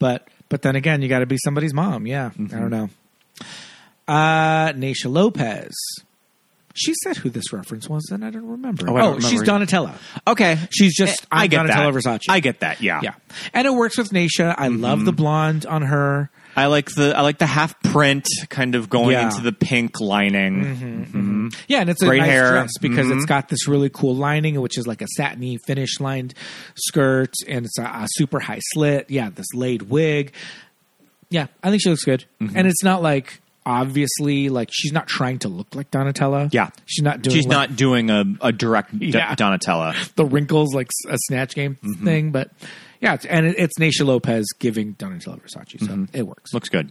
Speaker 1: But but then again, you got to be somebody's mom. Yeah, I don't know. Uh, Naisha Lopez. She said who this reference was, and I don't remember.
Speaker 2: Oh, I don't
Speaker 1: she's
Speaker 2: remember.
Speaker 1: Donatella.
Speaker 2: Okay.
Speaker 1: She's just
Speaker 2: I
Speaker 1: I'm
Speaker 2: get that.
Speaker 1: Donatella Versace.
Speaker 2: I get that. Yeah. Mm-hmm.
Speaker 1: yeah, and it works with Naisha. I love the blonde on her.
Speaker 2: I like the I like the half print kind of going
Speaker 1: Yeah. Mm-hmm.
Speaker 2: into the pink lining.
Speaker 1: Yeah, and it's a
Speaker 2: Great
Speaker 1: nice
Speaker 2: hair. Mm-hmm.
Speaker 1: dress because it's got this really cool lining, which is like a satiny finish lined skirt, and it's a, a super high slit. Yeah, this laid wig. Yeah, I think she looks good,
Speaker 2: Mm-hmm.
Speaker 1: and it's not like obviously like she's not trying to look like Donatella.
Speaker 2: Yeah.
Speaker 1: she's not doing
Speaker 2: She's
Speaker 1: like,
Speaker 2: not doing a, a direct D-
Speaker 1: Yeah.
Speaker 2: Donatella.
Speaker 1: the wrinkles like s- a snatch game
Speaker 2: Mm-hmm.
Speaker 1: thing, but yeah, it's, and it, it's Naisha Lopez giving Donatella Versace, so
Speaker 2: Mm-hmm.
Speaker 1: it works.
Speaker 2: Looks good.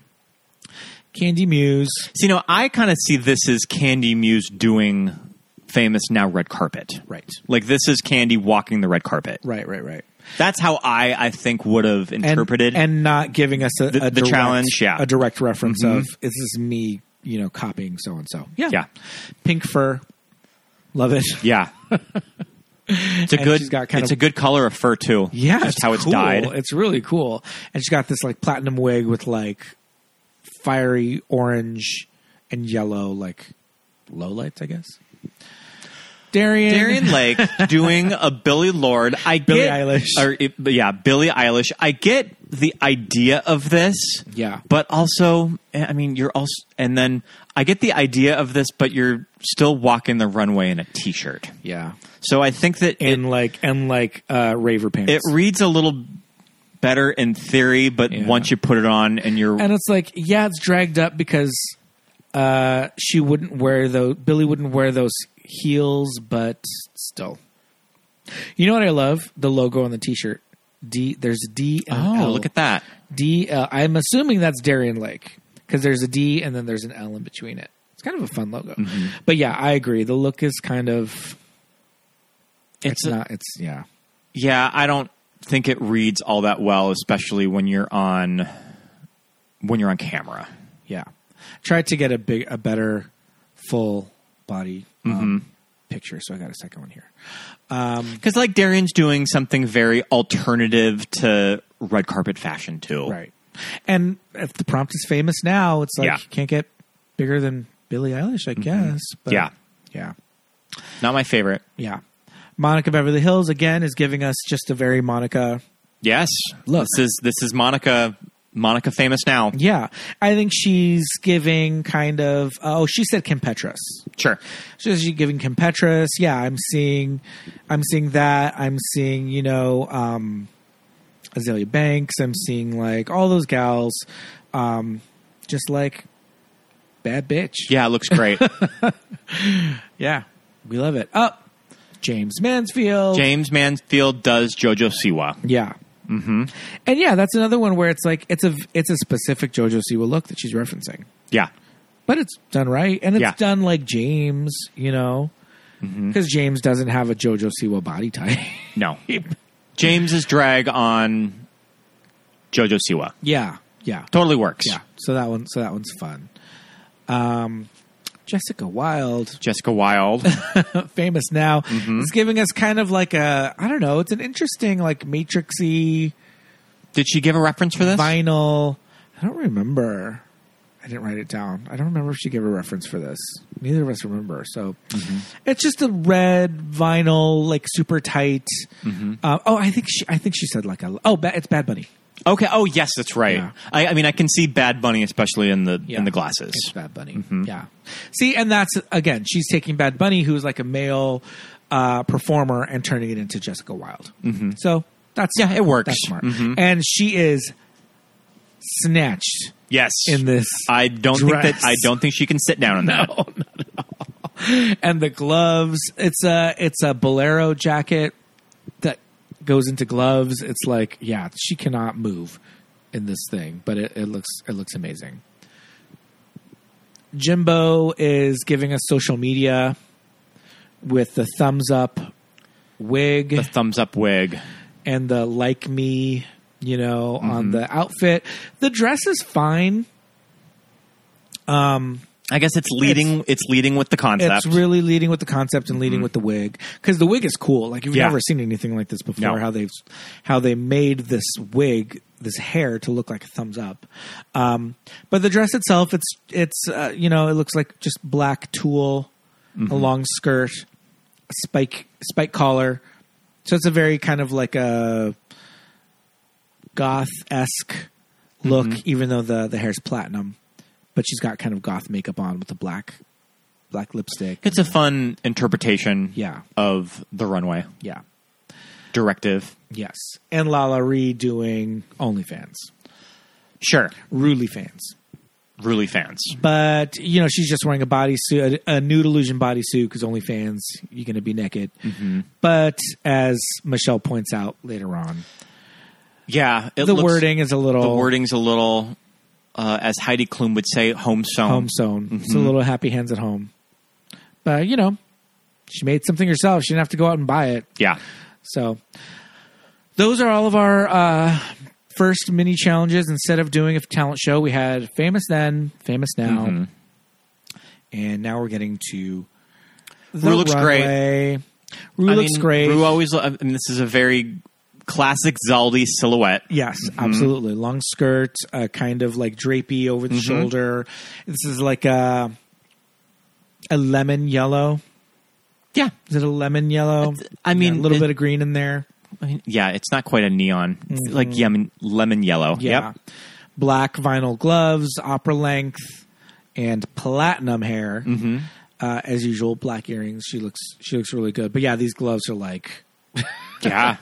Speaker 1: Candy Muse,
Speaker 2: So, you know, I kind of see this as Candy Muse doing famous now red carpet.
Speaker 1: Right.
Speaker 2: Like this is Candy walking the red carpet.
Speaker 1: right, right, right.
Speaker 2: That's how I I think would have
Speaker 1: and,
Speaker 2: interpreted.
Speaker 1: and not giving us a,
Speaker 2: The-
Speaker 1: a
Speaker 2: the
Speaker 1: direct,
Speaker 2: challenge, yeah. Mm-hmm.
Speaker 1: a direct reference of this is me, you know, copying so and so. Yeah,
Speaker 2: Yeah.
Speaker 1: Pink fur, love it.
Speaker 2: yeah. It's a
Speaker 1: And
Speaker 2: good
Speaker 1: she's got kind
Speaker 2: it's
Speaker 1: of-
Speaker 2: a good color of fur too.
Speaker 1: Yeah,
Speaker 2: Just how it's
Speaker 1: cool.
Speaker 2: dyed.
Speaker 1: It's really cool, and she's got this like platinum wig with like fiery orange and yellow like low lights, I guess. Darian,
Speaker 2: Darian Lake doing a Billy Lord. I
Speaker 1: Billie
Speaker 2: get
Speaker 1: Eilish.
Speaker 2: Or, it- yeah, Billie Eilish. I get the idea of this.
Speaker 1: Yeah.
Speaker 2: But also, eh, I mean, you're also, and then I get the idea of this, but you're still walking the runway in a t-shirt.
Speaker 1: yeah,
Speaker 2: So I think that it,
Speaker 1: and like and like uh, raver pants.
Speaker 2: it reads a little better in theory, but
Speaker 1: Yeah.
Speaker 2: once you put it on and you're
Speaker 1: and it's like yeah it's dragged up because uh she wouldn't wear those billy wouldn't wear those heels but still you know what i love the logo on the t-shirt d there's a d and an
Speaker 2: oh,
Speaker 1: L.
Speaker 2: look at that.
Speaker 1: d L. i'm assuming that's darien lake because there's a d and then there's an l in between it it's kind of a fun logo but yeah i agree the look is kind of it's,
Speaker 2: It's a-
Speaker 1: not it's yeah
Speaker 2: Yeah, I don't think it reads all that well, especially when you're on when you're on camera.
Speaker 1: Yeah. Tried to get a big a better full body um, picture, so I got a second one here.
Speaker 2: Because like Darian's doing something very alternative to red carpet fashion too.
Speaker 1: Right. And if the prompt is famous now, it's like
Speaker 2: Yeah. Mm-hmm.
Speaker 1: you can't get bigger than Billie Eilish, I guess. But
Speaker 2: Yeah.
Speaker 1: Yeah.
Speaker 2: Not my favorite.
Speaker 1: Yeah. Monica Beverly Hills again is giving us just a very Monica
Speaker 2: Yes.
Speaker 1: Look.
Speaker 2: This is this is Monica Monica famous now.
Speaker 1: Yeah. I think she's giving kind of oh, she said Kim Petras.
Speaker 2: Sure.
Speaker 1: So she's giving Kim Petras. Yeah, I'm seeing, I'm seeing that. I'm seeing, you know, um, Azalea Banks. I'm seeing like all those gals, um, just like bad bitch.
Speaker 2: Yeah, it looks great.
Speaker 1: yeah, we love it. Up, James Mansfield.
Speaker 2: James Mansfield does JoJo Siwa.
Speaker 1: yeah. Mm-hmm. And yeah, that's another one where it's like it's a it's a specific JoJo Siwa look that she's referencing.
Speaker 2: Yeah.
Speaker 1: but it's done right and it's
Speaker 2: Yeah. Mm-hmm.
Speaker 1: done like James, you know, because James doesn't have a JoJo Siwa body type.
Speaker 2: No. James is drag on JoJo Siwa.
Speaker 1: yeah, yeah,
Speaker 2: Totally works.
Speaker 1: yeah. So that one, so that one's fun. Um, Jessica Wilde,
Speaker 2: Jessica Wilde.
Speaker 1: famous now,
Speaker 2: Mm-hmm.
Speaker 1: is giving us kind of like a I don't know. It's an interesting like matrixy
Speaker 2: Did she give a reference for this?
Speaker 1: vinyl. I don't remember. I didn't write it down. I don't remember if she gave a reference for this. Neither of us remember. So Mm-hmm. it's just a red vinyl, like super tight. Uh, oh, I think she. I think she said like a. Oh, ba- it's Bad Bunny.
Speaker 2: Okay. Oh, yes, that's right.
Speaker 1: Yeah.
Speaker 2: I, I mean, I can see Bad Bunny, especially in the
Speaker 1: Yeah.
Speaker 2: in the glasses.
Speaker 1: It's Bad Bunny. Yeah. See, and that's again, she's taking Bad Bunny, who's like a male uh, performer, and turning it into Jessica Wilde. So that's Mm-hmm. yeah, Mm-hmm.
Speaker 2: it works. Mm-hmm.
Speaker 1: That's smart. And she is snatched
Speaker 2: Yes.
Speaker 1: in this.
Speaker 2: I don't think
Speaker 1: dress.
Speaker 2: that I don't think she can sit down on that.
Speaker 1: and the gloves. It's a it's a bolero jacket that goes into gloves. It's like, yeah, she cannot move in this thing, but it, it looks it looks amazing. Jimbo is giving us social media with the thumbs up wig
Speaker 2: The thumbs up wig.
Speaker 1: and the like me, you know, on the outfit. The dress is fine.
Speaker 2: I guess it's leading. It's, leading with the concept.
Speaker 1: It's really leading with the concept and leading with the wig because the wig is cool. Like you've
Speaker 2: Mm-hmm. Yeah.
Speaker 1: never seen anything like this before.
Speaker 2: No.
Speaker 1: How they how they made this wig, this hair to look like a thumbs up. Um, but the dress itself, it's it's uh, you know it looks like just black tulle,
Speaker 2: Mm-hmm.
Speaker 1: a long skirt, a spike spike collar. So it's a very kind of like a goth esque look,
Speaker 2: Mm-hmm.
Speaker 1: even though the the hair's platinum. But she's got kind of goth makeup on with the black black lipstick.
Speaker 2: it's a fun interpretation.
Speaker 1: Yeah.
Speaker 2: Of the runway
Speaker 1: Yeah.
Speaker 2: directive.
Speaker 1: Yes. And Lala Ree doing OnlyFans,
Speaker 2: Sure.
Speaker 1: Ruly fans.
Speaker 2: Really fans.
Speaker 1: But, you know, she's just wearing a bodysuit, a, a nude illusion bodysuit, because OnlyFans, you're going to be naked.
Speaker 2: Mm-hmm.
Speaker 1: But as Michelle points out later on,
Speaker 2: Yeah. It
Speaker 1: the
Speaker 2: looks-
Speaker 1: wording is a little
Speaker 2: The wording's a little, uh, as Heidi Klum would say, home sewn.
Speaker 1: home sewn. It's a
Speaker 2: Mm-hmm.
Speaker 1: little happy hands at home. But, you know, she made something herself. She didn't have to go out and buy it.
Speaker 2: Yeah.
Speaker 1: So those are all of our uh, first mini challenges. Instead of doing a talent show, we had famous then, famous now,
Speaker 2: Mm-hmm.
Speaker 1: and now we're getting to the
Speaker 2: Rue looks great.
Speaker 1: great. Rue looks great.
Speaker 2: Rue always. I mean, this is a very classic Zaldi silhouette.
Speaker 1: Yes, absolutely. Long skirt, uh, kind of like drapey over
Speaker 2: Mm-hmm.
Speaker 1: the shoulder. This is like a a lemon yellow.
Speaker 2: Yeah.
Speaker 1: Is it a lemon yellow?
Speaker 2: I
Speaker 1: Yeah,
Speaker 2: mean,
Speaker 1: a little
Speaker 2: it-
Speaker 1: bit of green in there.
Speaker 2: I mean, yeah. It's not quite a neon. It's like yemen, lemon yellow.
Speaker 1: Mm-hmm. Yeah.
Speaker 2: Yep.
Speaker 1: Black vinyl gloves, opera length, and platinum hair. Mm-hmm. Uh, as usual, black earrings. She looks she looks really good. But yeah, these gloves are like
Speaker 2: Yeah.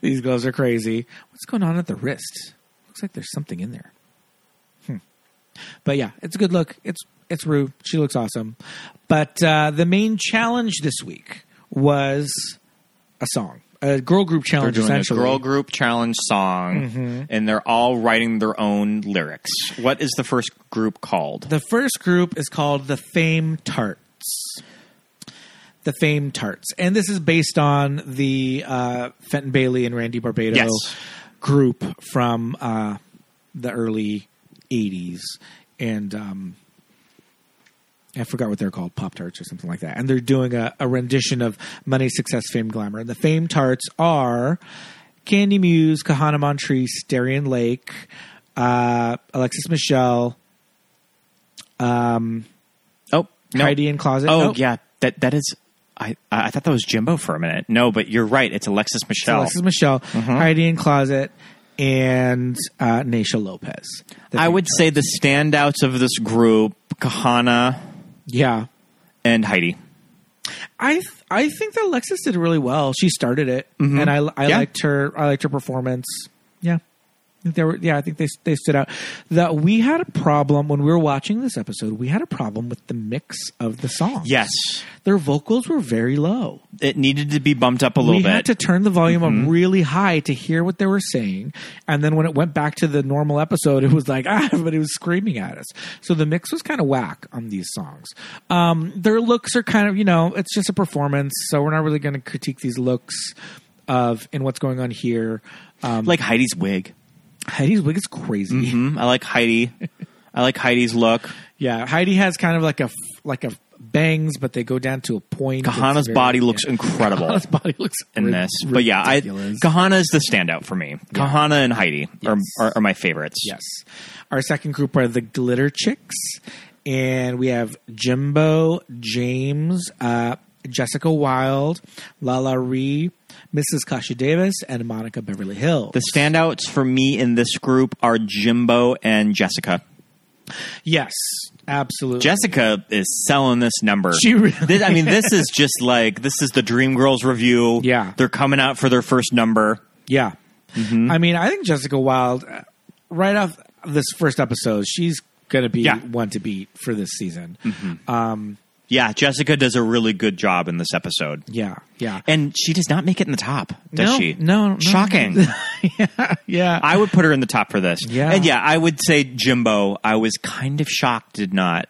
Speaker 1: these gloves are crazy. What's going on at the wrist? Looks like there's something in there. Hmm. But yeah, it's a good look. It's it's Rue. She looks awesome. But uh, the main challenge this week was a song, a girl group
Speaker 2: They're
Speaker 1: challenge.
Speaker 2: doing a
Speaker 1: essentially, Mm-hmm.
Speaker 2: girl group challenge song, and they're all writing their own lyrics. What is the first group called?
Speaker 1: The first group is called the Fame Tarts. The Fame Tarts. And this is based on the uh, Fenton Bailey and Randy Barbado
Speaker 2: Yes.
Speaker 1: group from uh, the early 80s. And um, I forgot what they're called, Pop Tarts or something like that. And they're doing a, a rendition of Money, Success, Fame, Glamour. And the Fame Tarts are Candy Muse, Kahana Montrese, Darian Lake, uh, Alexis Michelle,
Speaker 2: Oh, no.
Speaker 1: Heidi in closet.
Speaker 2: Oh,
Speaker 1: Nope.
Speaker 2: yeah. That that is. I I thought that was Jimbo for a minute. No, but you're right. It's Alexis Michelle.
Speaker 1: Alexis Michelle,
Speaker 2: Mm-hmm.
Speaker 1: Heidi in closet, and uh, Naisha Lopez. The
Speaker 2: I
Speaker 1: three-
Speaker 2: would say the standouts of this group: Kahana
Speaker 1: yeah.
Speaker 2: and Heidi.
Speaker 1: I th- I think that Alexis did really well. She started it, and I I
Speaker 2: Mm-hmm. Yeah.
Speaker 1: liked her. I liked her performance. Yeah. I think They were, yeah, I think they they stood out. That we had a problem when we were watching this episode. We had a problem with the mix of the songs.
Speaker 2: Yes,
Speaker 1: their vocals were very low.
Speaker 2: it needed to be bumped up a little
Speaker 1: we
Speaker 2: bit. Mm-hmm.
Speaker 1: had to turn the volume up really high to hear what they were saying and then when it went back to the normal episode it was like ah everybody was screaming at us so the mix was kind of whack on these songs um, their looks are kind of you know it's just a performance so we're not really going to critique these looks of and what's going on here um,
Speaker 2: like Heidi's wig.
Speaker 1: heidi's wig is crazy
Speaker 2: Mm, I like Heidi. I like Heidi's look.
Speaker 1: yeah heidi has kind of like a f- like a bangs but they go down to a point It's
Speaker 2: Kahana's
Speaker 1: very-
Speaker 2: body looks
Speaker 1: yeah.
Speaker 2: incredible.
Speaker 1: Kahana's body looks
Speaker 2: in
Speaker 1: rid-
Speaker 2: this. But yeah, I,
Speaker 1: ridiculous.
Speaker 2: Kahana is the standout for me. Kahana and Heidi are,
Speaker 1: Yes.
Speaker 2: are, are my favorites.
Speaker 1: Yes. Our second group are the Glitter Chicks. And we have Jimbo, James, uh, Jessica Wilde, Lala Ree, Mrs. Kasha Davis, and Monica Beverly Hill.
Speaker 2: The standouts for me in this group are Jimbo and Jessica.
Speaker 1: yes, absolutely.
Speaker 2: Jessica is selling this number.
Speaker 1: She really-
Speaker 2: This- I mean, this is just like this is the Dream Girls review.
Speaker 1: Yeah.
Speaker 2: they're coming out for their first number.
Speaker 1: yeah.
Speaker 2: Mm-hmm.
Speaker 1: I mean, I think Jessica Wilde, uh, right off this first episode, she's going to be
Speaker 2: Yeah. Mm-hmm.
Speaker 1: one to beat for this season. Um,
Speaker 2: Yeah, Jessica does a really good job in this episode.
Speaker 1: Yeah, yeah.
Speaker 2: And she does not make it in the top, does
Speaker 1: no,
Speaker 2: she?
Speaker 1: No, no.
Speaker 2: Shocking.
Speaker 1: yeah, yeah.
Speaker 2: I would put her in the top for this.
Speaker 1: Yeah.
Speaker 2: And yeah, I would say Jimbo, I was kind of shocked did not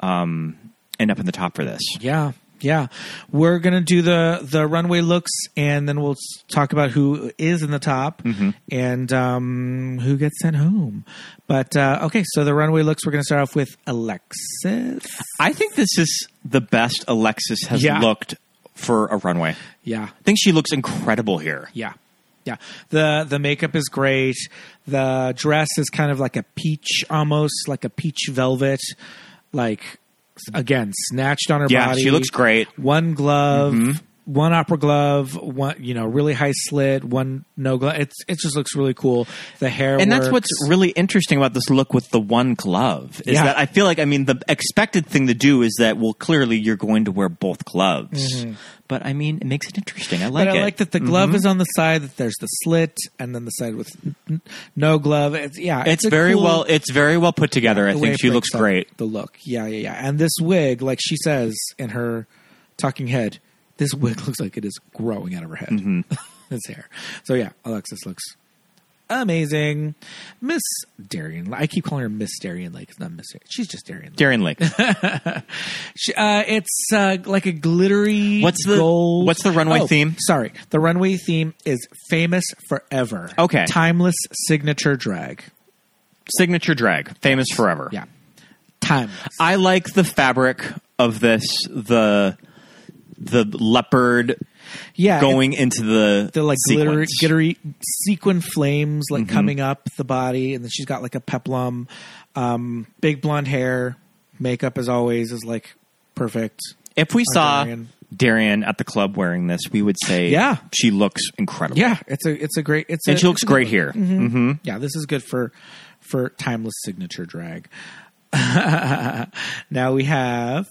Speaker 2: um end up in the top for this.
Speaker 1: Yeah, yeah. We're gonna do the the runway looks, and then we'll s- talk about who is in the top and um, who gets sent home. But uh, okay, so the runway looks. We're gonna start off with Alexis.
Speaker 2: I think this is the best Alexis has
Speaker 1: Yeah.
Speaker 2: looked for a runway. I
Speaker 1: Yeah,
Speaker 2: think she looks incredible here.
Speaker 1: yeah, yeah. the The makeup is great. The dress is kind of like a peach, almost like a peach velvet, like again snatched on her
Speaker 2: Yeah,
Speaker 1: body.
Speaker 2: she looks great. Mm-hmm.
Speaker 1: one glove, one opera glove, one you know really high slit, one no glove. It's it just looks really cool. The hair
Speaker 2: And that's
Speaker 1: works.
Speaker 2: what's really interesting about this look with the one glove is
Speaker 1: Yeah.
Speaker 2: that I feel like I mean the expected thing to do is that well clearly you're going to wear both gloves, but I mean it makes it interesting. I like
Speaker 1: Mm-hmm. But
Speaker 2: it.
Speaker 1: I like that the glove
Speaker 2: Mm-hmm.
Speaker 1: is on the side that there's the slit, and then the side with n- no glove. It's, yeah,
Speaker 2: it's
Speaker 1: a
Speaker 2: very
Speaker 1: cool-
Speaker 2: well. It's very well put together. I
Speaker 1: the way
Speaker 2: think
Speaker 1: it
Speaker 2: she looks
Speaker 1: breaks up
Speaker 2: great.
Speaker 1: The look, yeah, yeah, yeah. And this wig, like she says in her talking head, this wig looks like it is growing out of her head. it's hair. So yeah, Alexis looks amazing. Miss Darian, I keep calling her Miss Darian Lake. It's not Miss. Darian. She's just Darian. Lake.
Speaker 2: Darian Lake.
Speaker 1: She, uh, it's uh, like a glittery.
Speaker 2: What's the-
Speaker 1: gold.
Speaker 2: what's the runway
Speaker 1: Oh,
Speaker 2: theme?
Speaker 1: Sorry, the runway theme is famous forever.
Speaker 2: Okay.
Speaker 1: timeless signature drag.
Speaker 2: Signature drag, famous forever.
Speaker 1: Yeah, timeless.
Speaker 2: I like the fabric of this. The the leopard
Speaker 1: Yeah, it's-
Speaker 2: going into the
Speaker 1: the like glittery,
Speaker 2: sequence. Mm-hmm.
Speaker 1: glittery sequin flames like coming up the body, and then she's got like a peplum, um, big blonde hair, makeup as always is like perfect.
Speaker 2: If we saw
Speaker 1: Darian.
Speaker 2: Darian at the club wearing this, we would say,
Speaker 1: Yeah.
Speaker 2: she looks incredible."
Speaker 1: Yeah, Mm-hmm. it's a it's a great it's
Speaker 2: and
Speaker 1: a,
Speaker 2: she looks
Speaker 1: it's a good
Speaker 2: great hmm?
Speaker 1: look.
Speaker 2: here.
Speaker 1: Yeah, this is good for for timeless signature drag. now we have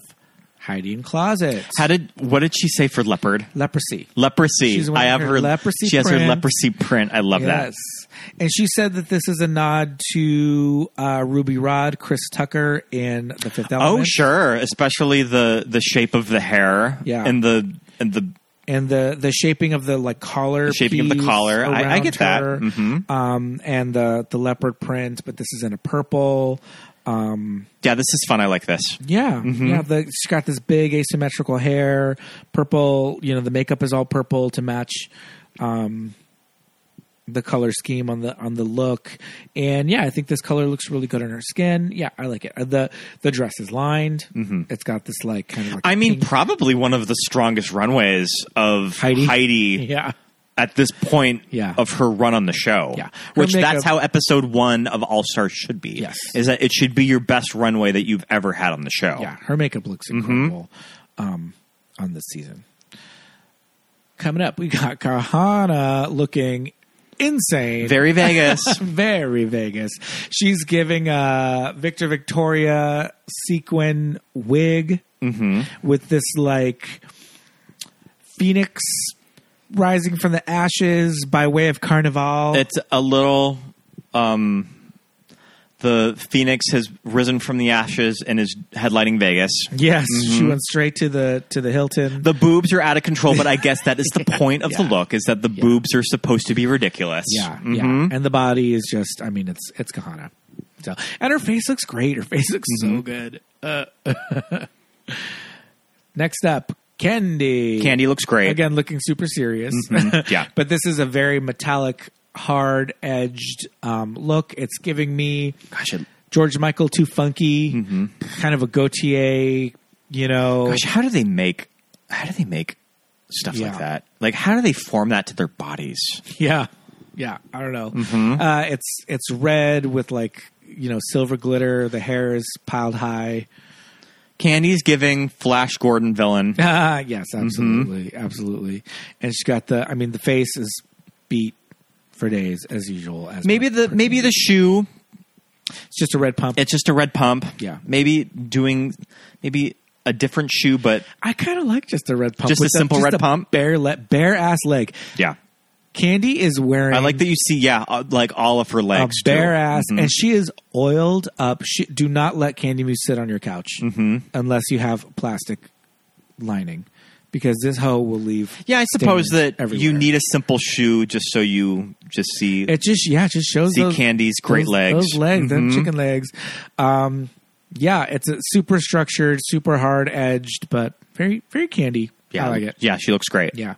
Speaker 1: Heidi in closet
Speaker 2: How did what did she say for leopard?
Speaker 1: leprosy.
Speaker 2: Leprosy.
Speaker 1: She's wearing
Speaker 2: I have
Speaker 1: her
Speaker 2: her,
Speaker 1: leprosy
Speaker 2: She has her
Speaker 1: print.
Speaker 2: leprosy print. I love
Speaker 1: Yes. And she said that this is a nod to uh, Ruby Rod, Chris Tucker in The Fifth
Speaker 2: that.
Speaker 1: Element.
Speaker 2: Oh, sure. Especially the the shape of the hair.
Speaker 1: Yeah.
Speaker 2: and the and the
Speaker 1: and the the shaping of the like collar, the
Speaker 2: shaping of the collar. I- I get that. Mm-hmm.
Speaker 1: Um, and the the leopard print, but this is in a purple.
Speaker 2: yeah. This is fun. I like this.
Speaker 1: Yeah,
Speaker 2: Mm-hmm.
Speaker 1: yeah. The, she's got this big asymmetrical hair, purple. You know, the makeup is all purple to match um, the color scheme on the on the look. And yeah, I think this color looks really good on her skin. Yeah, I like it. Uh, the The dress is lined. It's got this like kind of. Like
Speaker 2: Mm-hmm. I mean,
Speaker 1: pink-
Speaker 2: probably one of the strongest runways of
Speaker 1: Heidi.
Speaker 2: Heidi,
Speaker 1: yeah.
Speaker 2: at this point
Speaker 1: Yeah.
Speaker 2: of her run on the show.
Speaker 1: Yeah. Her
Speaker 2: Which
Speaker 1: makeup-
Speaker 2: that's how episode one of All Stars should be.
Speaker 1: Yes.
Speaker 2: Is that it should be your best runway that you've ever had on the show.
Speaker 1: Yeah, her makeup looks incredible um, on this season. Coming up, we got Kahana looking insane.
Speaker 2: Very Vegas.
Speaker 1: Very Vegas. She's giving a Victor Victoria sequin wig with this like phoenix rising from the ashes by way of carnival.
Speaker 2: it's a little um the Phoenix has risen from the ashes and is headlining Vegas.
Speaker 1: yes, she went straight to the to the Hilton.
Speaker 2: The boobs are out of control, but I guess that is the point of the look is that the boobs are supposed to be ridiculous. Mm-hmm.
Speaker 1: Yeah, yeah. mm-hmm. And the body is just I mean it's it's Kahana. So and her face looks great. Her face looks
Speaker 2: Mm-hmm.
Speaker 1: so good. Uh, next up, Candy.
Speaker 2: Candy looks great.
Speaker 1: Again looking super serious.
Speaker 2: Yeah.
Speaker 1: but this is a very metallic, hard edged um, look. It's giving me
Speaker 2: Gosh, it-
Speaker 1: George Michael too funky, kind of a Gautier, you know.
Speaker 2: Mm-hmm. Gosh, how do they make how do they make stuff
Speaker 1: Yeah.
Speaker 2: like that? Like how do they form that to their bodies?
Speaker 1: Yeah, yeah. I don't know.
Speaker 2: Mm-hmm.
Speaker 1: Uh, it's it's red with like you know silver glitter. The hair is piled high.
Speaker 2: Candy's giving Flash Gordon villain.
Speaker 1: Ah, yes,
Speaker 2: Mm-hmm.
Speaker 1: absolutely, absolutely. And she's got the. I mean, the face is beat for days as usual. As
Speaker 2: Maybe the maybe the shoe.
Speaker 1: it's just a red pump.
Speaker 2: It's just a red pump.
Speaker 1: Yeah.
Speaker 2: Maybe doing maybe a different shoe, but
Speaker 1: I kind of like just a red pump.
Speaker 2: Just a
Speaker 1: with
Speaker 2: simple
Speaker 1: just
Speaker 2: red pump?
Speaker 1: bare le- bare ass leg.
Speaker 2: yeah.
Speaker 1: Candy is wearing
Speaker 2: I like that you see, yeah, uh, like all of her
Speaker 1: a
Speaker 2: legs. too.
Speaker 1: bare ass, and she is oiled up. She, do not let Candy Muse sit on your couch
Speaker 2: Mm-hmm.
Speaker 1: unless you have plastic lining, because this hoe will leave.
Speaker 2: Yeah, I suppose
Speaker 1: stains
Speaker 2: that you
Speaker 1: everywhere.
Speaker 2: need a simple shoe just so you just see
Speaker 1: It just yeah, it just shows
Speaker 2: see
Speaker 1: those,
Speaker 2: Candy's great
Speaker 1: those-
Speaker 2: legs. Mm-hmm.
Speaker 1: those legs, them chicken legs. Um, yeah, it's a super structured, super hard edged, but very very candy.
Speaker 2: Yeah,
Speaker 1: I like it.
Speaker 2: Yeah, she looks great.
Speaker 1: Yeah,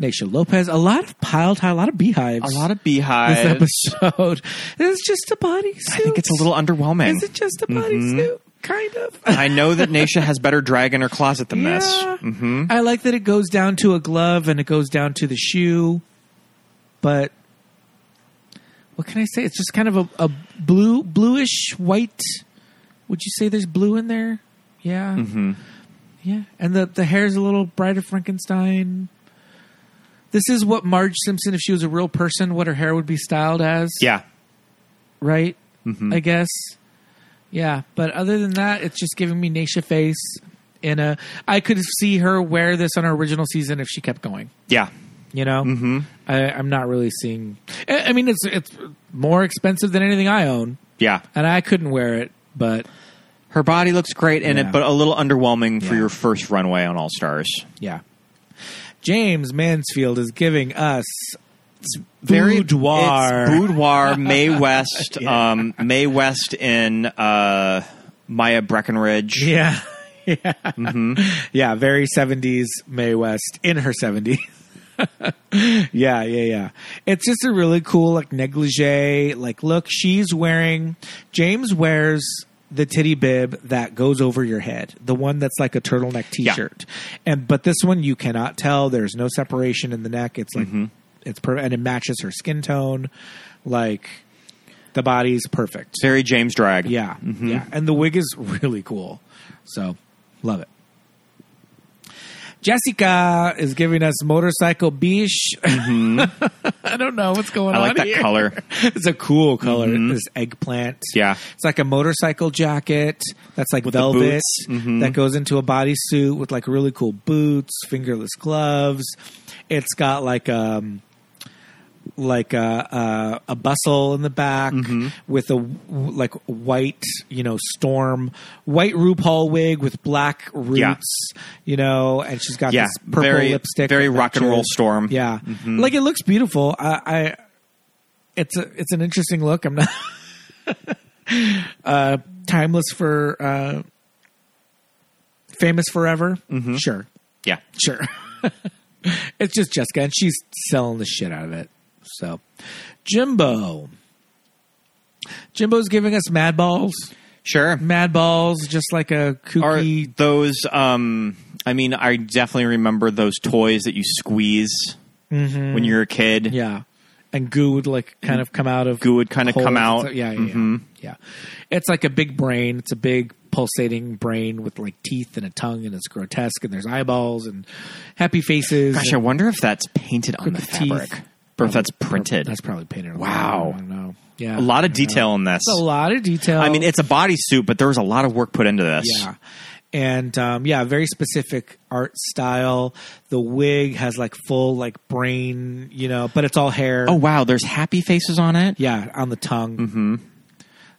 Speaker 1: Naisha Lopez, a lot of piled high, a lot of beehives.
Speaker 2: A lot of
Speaker 1: this
Speaker 2: beehives.
Speaker 1: episode. It's just a bodysuit.
Speaker 2: I think it's a little underwhelming.
Speaker 1: Is it just a bodysuit? Mm-hmm. Kind of.
Speaker 2: I know that Naisha has better drag in her closet than this. Mm-hmm.
Speaker 1: Yeah. I like that it goes down to a glove and it goes down to the shoe, but what can I say? It's just kind of a, a blue, bluish white. Would you say there's blue in there? Yeah. Yeah, and the the hair's a little brighter Frankenstein. This is what Marge Simpson, if she was a real person, what her hair would be styled as.
Speaker 2: Yeah.
Speaker 1: right? I guess. Yeah, but other than that, it's just giving me Naisha face. In a, I could see her wear this on her original season if she kept going.
Speaker 2: Yeah.
Speaker 1: You know, mm-hmm. I, I'm not really seeing. I, I mean, it's it's more expensive than anything I own,
Speaker 2: Yeah.
Speaker 1: and I couldn't wear it. But
Speaker 2: Her body looks great in
Speaker 1: Yeah.
Speaker 2: it, but a little underwhelming for
Speaker 1: Yeah.
Speaker 2: your first runway on All Stars.
Speaker 1: yeah, James Mansfield is giving us boudoir.
Speaker 2: it's boudoir May West. um, May West in uh, Maya Breckenridge.
Speaker 1: Yeah. Yeah. Yeah. Very 70s Mae West in her 70s. yeah. Yeah. Yeah. It's just a really cool, like, negligee. Like, look, she's wearing, James wears the titty bib that goes over your head, the one that's like a turtleneck t shirt. And, but this one you cannot tell. There's no separation in the neck. It's like, it's per- and it matches her skin tone. Like, the body's perfect.
Speaker 2: Very James drag. Mm-hmm.
Speaker 1: Yeah, yeah, and the wig is really cool. So, love it. Jessica is giving us motorcycle beach. I don't know what's going
Speaker 2: Mm-hmm. I
Speaker 1: on.
Speaker 2: like that
Speaker 1: here.
Speaker 2: color.
Speaker 1: It's a cool color. This eggplant.
Speaker 2: Mm-hmm. Yeah.
Speaker 1: it's like a motorcycle jacket that's like
Speaker 2: the
Speaker 1: velvet
Speaker 2: boots. Mhm.
Speaker 1: that goes into a bodysuit with like really cool boots, fingerless gloves. It's got like um like uh, a a, a bustle in the back
Speaker 2: Mm-hmm.
Speaker 1: with a w- like white you know storm white RuPaul wig with black roots
Speaker 2: Yeah.
Speaker 1: you know and she's got
Speaker 2: Yeah.
Speaker 1: this purple
Speaker 2: Very-
Speaker 1: lipstick
Speaker 2: very
Speaker 1: that
Speaker 2: rock and roll
Speaker 1: matches.
Speaker 2: storm.
Speaker 1: yeah like it looks beautiful I, I it's a it's an interesting look I'm not uh timeless for uh famous forever sure
Speaker 2: Yeah.
Speaker 1: Sure. it's just Jessica, and she's selling the shit out of it. So, Jimbo. Jimbo's giving us mad balls.
Speaker 2: Sure.
Speaker 1: Mad balls, just like a
Speaker 2: Are
Speaker 1: kooky.
Speaker 2: those? Um, I mean, I definitely remember those toys that you squeeze when you're a kid.
Speaker 1: Mm-hmm. yeah. And goo would like kind of come out of.
Speaker 2: Goo would kind of come
Speaker 1: holes.
Speaker 2: out. Mm-hmm.
Speaker 1: yeah, yeah, yeah. yeah. It's like a big brain. It's a big pulsating brain with like teeth and a tongue, and it's grotesque, and there's eyeballs and happy faces.
Speaker 2: Gosh, I wonder if that's painted on the
Speaker 1: Teeth. Oh,
Speaker 2: fabric, or if that's printed.
Speaker 1: That's probably painted. on
Speaker 2: Wow.
Speaker 1: I don't know. Yeah.
Speaker 2: a lot of detail in this.
Speaker 1: a lot of detail.
Speaker 2: I mean, it's a bodysuit, but there was a lot of work put into this.
Speaker 1: Yeah. And um, yeah, very specific art style. The wig has like full like brain, you know, but it's all hair.
Speaker 2: Oh wow, there's happy faces on it.
Speaker 1: yeah, on the tongue. Mm-hmm.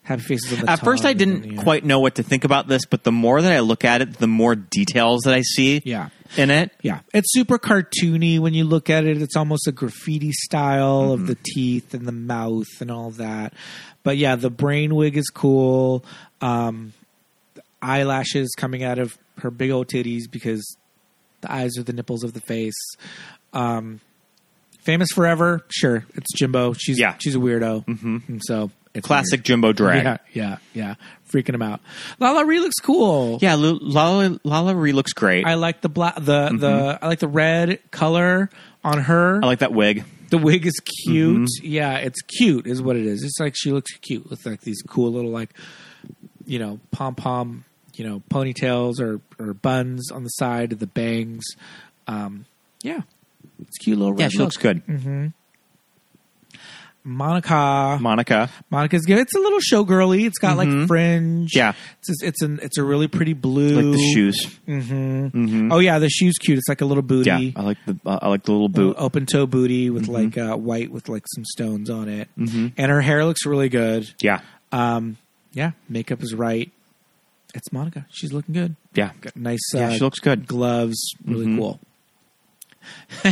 Speaker 1: Happy faces on the
Speaker 2: At
Speaker 1: tongue
Speaker 2: first, I
Speaker 1: and
Speaker 2: didn't
Speaker 1: then, yeah.
Speaker 2: quite know what to think about this, but the more that I look at it, the more details that I see.
Speaker 1: Yeah.
Speaker 2: in it.
Speaker 1: Yeah, it's super cartoony when you look at it. It's almost a graffiti style
Speaker 2: Mm-hmm.
Speaker 1: of the teeth and the mouth and all that. But yeah, the brain wig is cool. Um, eyelashes coming out of her big old titties because the eyes are the nipples of the face. Um, famous forever, sure. It's Jimbo. She's
Speaker 2: Yeah.
Speaker 1: she's a weirdo. Mm-hmm. So it's
Speaker 2: Classic Jimbo drag.
Speaker 1: weird. Yeah, yeah, yeah. Freaking him out. Lala Ree looks cool.
Speaker 2: Yeah, Lu- Lala, Lala Ree looks great.
Speaker 1: I
Speaker 2: I,
Speaker 1: like the black, the the I like the red color on her.
Speaker 2: Mm-hmm. like Mm-hmm. that wig.
Speaker 1: the wig is cute. Yeah, it's cute, is what it is. It's like she looks cute with like these cool little like, you know, pom pom, you know, ponytails or or buns on the side of the bangs. Um, yeah, it's a cute little.
Speaker 2: Yeah,
Speaker 1: red
Speaker 2: she
Speaker 1: look.
Speaker 2: looks good.
Speaker 1: Monica.
Speaker 2: Monica.
Speaker 1: Monica's good. It's a little showgirly. It's got like fringe.
Speaker 2: Mm-hmm. Yeah.
Speaker 1: It's it's an it's a really pretty blue.
Speaker 2: Like the shoes.
Speaker 1: Oh yeah, the shoe's cute. It's like a little booty.
Speaker 2: Yeah, I like the I like the Mm-hmm. little boot.
Speaker 1: Open toe booty with like uh, white with like some stones on it,
Speaker 2: Mm-hmm.
Speaker 1: and her hair looks really good.
Speaker 2: Yeah,
Speaker 1: Yeah, makeup is right. It's Monica. She's looking good.
Speaker 2: yeah.
Speaker 1: Got nice.
Speaker 2: Yeah,
Speaker 1: uh,
Speaker 2: she looks Mm-hmm. good.
Speaker 1: Gloves, really cool.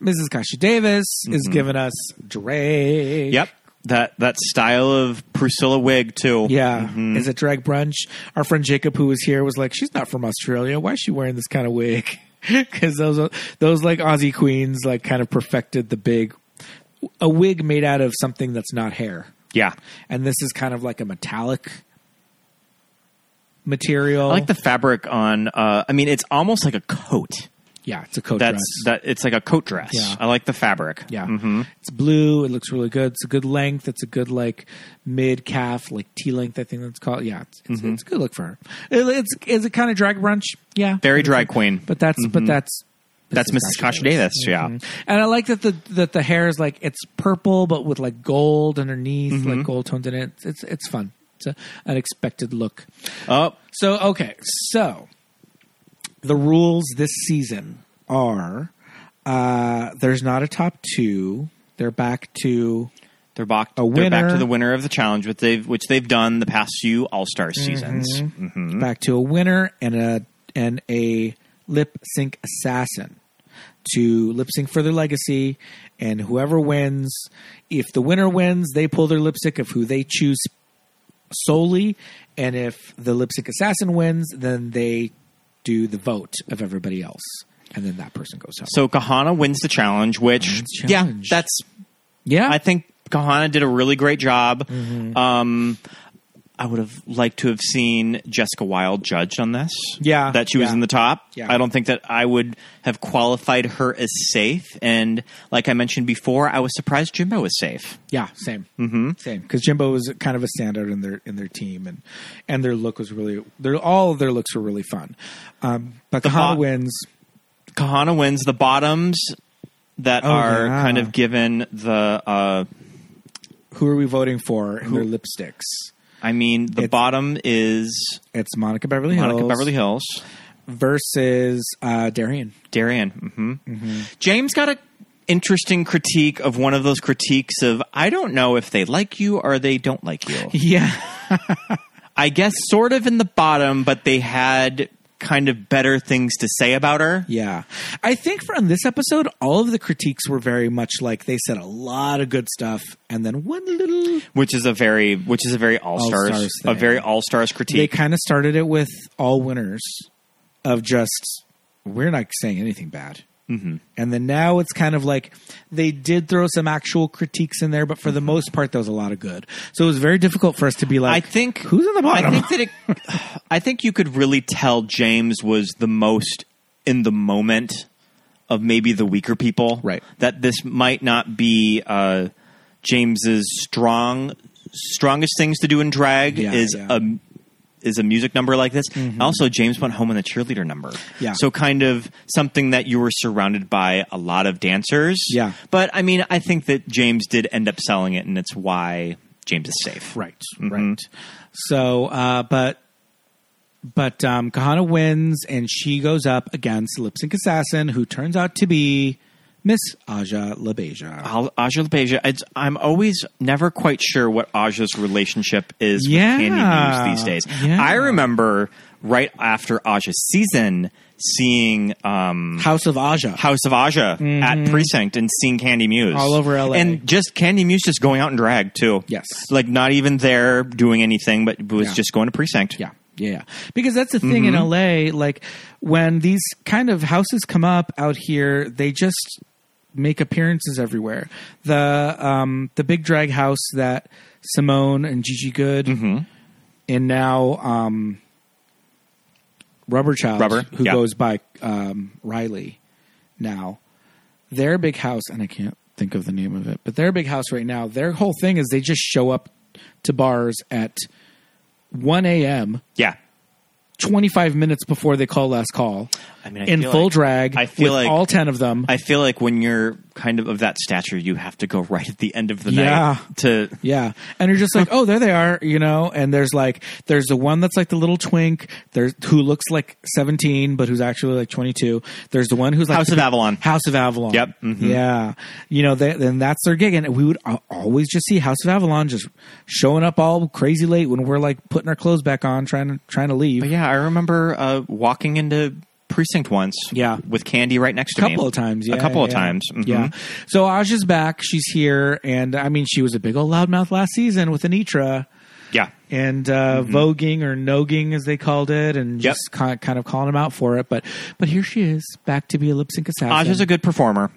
Speaker 1: Mrs. Kashi Davis
Speaker 2: Mm-hmm.
Speaker 1: is giving us Drake.
Speaker 2: Yep. That that style of Priscilla wig too. Mm-hmm.
Speaker 1: Yeah. Is it drag brunch? Our friend Jacob, who was here, was like, she's not from Australia. Why is she wearing this kind of wig? Because those those like Aussie queens like kind of perfected the big a wig made out of something that's not hair,
Speaker 2: Yeah.
Speaker 1: and this is kind of like a metallic material.
Speaker 2: I like the fabric on. Uh, I mean, it's almost like a coat.
Speaker 1: yeah, it's a coat
Speaker 2: That's
Speaker 1: dress.
Speaker 2: that. It's like a coat dress.
Speaker 1: Yeah.
Speaker 2: I like the fabric.
Speaker 1: yeah,
Speaker 2: hmm
Speaker 1: it's blue. It looks really good. It's a good length. It's a good like mid calf, like T length. I think that's called. Yeah, it's, it's, it's a good look for her. It, it's is it kind of drag brunch? Yeah,
Speaker 2: Very drag queen.
Speaker 1: But that's but that's
Speaker 2: Mm-hmm. That's Mrs. Kasha Davis. Yeah.
Speaker 1: Mm-hmm. And I like that the that the hair is like it's purple but with like gold underneath,
Speaker 2: Mm-hmm.
Speaker 1: like gold tones in it. It's it's, it's fun. It's an unexpected look.
Speaker 2: Oh,
Speaker 1: So okay, so the rules this season are uh there's not a top 2. They're back to
Speaker 2: they're back.
Speaker 1: A
Speaker 2: They're back
Speaker 1: winner.
Speaker 2: to the winner of the challenge, which they've which they've done the past few All Star seasons.
Speaker 1: Mm-hmm.
Speaker 2: hmm
Speaker 1: back to a winner and a and a lip sync assassin to lip sync for their legacy and whoever wins if the winner wins they pull their lipstick of who they choose solely and if the lipstick assassin wins then they do the vote of everybody else and then that person goes home
Speaker 2: So Kahana wins the challenge, which
Speaker 1: the challenge.
Speaker 2: yeah, that's
Speaker 1: yeah
Speaker 2: I think Kahana did a really great job.
Speaker 1: Mm-hmm.
Speaker 2: Um, I would have liked to have seen Jessica Wilde judged on this.
Speaker 1: Yeah,
Speaker 2: That she was
Speaker 1: yeah.
Speaker 2: in the top.
Speaker 1: Yeah.
Speaker 2: I don't think that I would have qualified her as safe. And like I mentioned before, I was surprised Jimbo was safe.
Speaker 1: Yeah, same, mm-hmm. same. Because Jimbo was kind of a standout in their in their team, and and their look was really their all of their looks were really fun. Um, but Kahana
Speaker 2: hot-
Speaker 1: wins.
Speaker 2: Kahana wins the bottoms that are
Speaker 1: Oh, yeah.
Speaker 2: kind of given the, uh,
Speaker 1: Who are we voting for in their lipsticks?
Speaker 2: I mean, the
Speaker 1: It's-
Speaker 2: bottom is
Speaker 1: It's Monica Beverly Hills.
Speaker 2: Monica Beverly Hills.
Speaker 1: versus uh, Darian.
Speaker 2: Darian. hmm
Speaker 1: Mm-hmm.
Speaker 2: James got a interesting critique of one of those critiques of I don't know if they like you or they don't like you.
Speaker 1: Yeah,
Speaker 2: I guess sort of in the bottom, but they had kind of better things to say about her.
Speaker 1: yeah. I think from this episode, all of the critiques were very much like they said a lot of good stuff, and then one little.
Speaker 2: Which is a very which is a very all stars
Speaker 1: All-Stars
Speaker 2: a
Speaker 1: thing.
Speaker 2: very all stars
Speaker 1: They
Speaker 2: critique.
Speaker 1: kind of started it with all winners of just we're not saying anything bad. Mm-hmm. And then now it's kind of like they did throw some actual critiques in there, but for the most part, there was a lot of good. So it was very difficult for us to be
Speaker 2: Mm-hmm. I
Speaker 1: like,
Speaker 2: think
Speaker 1: who's in the bottom?
Speaker 2: I think that it, I think you could really tell James was the most in the moment of maybe the weaker people.
Speaker 1: Right.
Speaker 2: That this might not be uh, James's strong strongest things to do in drag
Speaker 1: Yeah,
Speaker 2: is
Speaker 1: yeah. Mm-hmm.
Speaker 2: a is a music number like this. Also, James went home in the cheerleader number.
Speaker 1: Yeah.
Speaker 2: So kind of something that you were surrounded by a lot of dancers.
Speaker 1: Yeah.
Speaker 2: But I mean, I think that James did end up selling it, and it's why James is safe.
Speaker 1: Right, right. So, uh, but but um, Kahana wins, and she goes up against Lip Sync Assassin, who turns out to be Miss Aja Labeja.
Speaker 2: Al- Aja Labeja, it's, I'm always never quite sure what Aja's relationship is
Speaker 1: Yeah.
Speaker 2: with Candy Muse these days.
Speaker 1: Yeah.
Speaker 2: I remember right after Aja's season seeing um,
Speaker 1: House of Aja.
Speaker 2: House of Aja at Precinct and seeing Candy Muse.
Speaker 1: Mm-hmm. All over LA.
Speaker 2: And just Candy Muse just going out in drag too.
Speaker 1: Yes.
Speaker 2: Like not even there doing anything, but was
Speaker 1: Yeah.
Speaker 2: just going to Precinct.
Speaker 1: Yeah. Yeah, yeah. because that's the thing
Speaker 2: Mm-hmm.
Speaker 1: in LA. Like when these kind of houses come up out here, they just make appearances everywhere. The um, the big drag house that Simone and Gigi Good
Speaker 2: Mm-hmm.
Speaker 1: and now um, Rubber Child,
Speaker 2: Rubber,
Speaker 1: who
Speaker 2: yeah.
Speaker 1: goes by um, Riley now. Their big house, and I can't think of the name of it, but their big house right now. Their whole thing is they just show up to bars at 1 a.m.
Speaker 2: Yeah.
Speaker 1: 25 minutes before they call last call
Speaker 2: I mean, I
Speaker 1: in
Speaker 2: feel
Speaker 1: full
Speaker 2: like-
Speaker 1: drag
Speaker 2: I feel
Speaker 1: with
Speaker 2: like-
Speaker 1: all 10 of them
Speaker 2: I feel like when you're kind of of that stature, you have to go right at the end of the
Speaker 1: Yeah.
Speaker 2: night to
Speaker 1: Yeah. And you're just like, oh, there they are, you know, and there's like there's the one that's like the little twink, there's who looks like 17 but who's actually like 22. There's the one who's like
Speaker 2: House of Avalon.
Speaker 1: House of Avalon.
Speaker 2: Yep. Mhm.
Speaker 1: Yeah. You know, they, then that's their gig and we would al- always just see House of Avalon just showing up all crazy late when we're like putting our clothes back on trying to trying to leave.
Speaker 2: But yeah, I remember uh, walking into precinct once.
Speaker 1: Yeah.
Speaker 2: with candy right next to me.
Speaker 1: couple of times. Yeah,
Speaker 2: a couple of
Speaker 1: yeah.
Speaker 2: times. mhm.
Speaker 1: Yeah. So Aja's back. She's here, and I mean, she was a big old loudmouth last season with Anitra
Speaker 2: yeah.
Speaker 1: and uh, voguing or noging as they called it, and
Speaker 2: Mm-hmm. Yep.
Speaker 1: just ki- kind of calling him out for it. But but here she is, back to be a lip sync assassin.
Speaker 2: Aja's a good performer.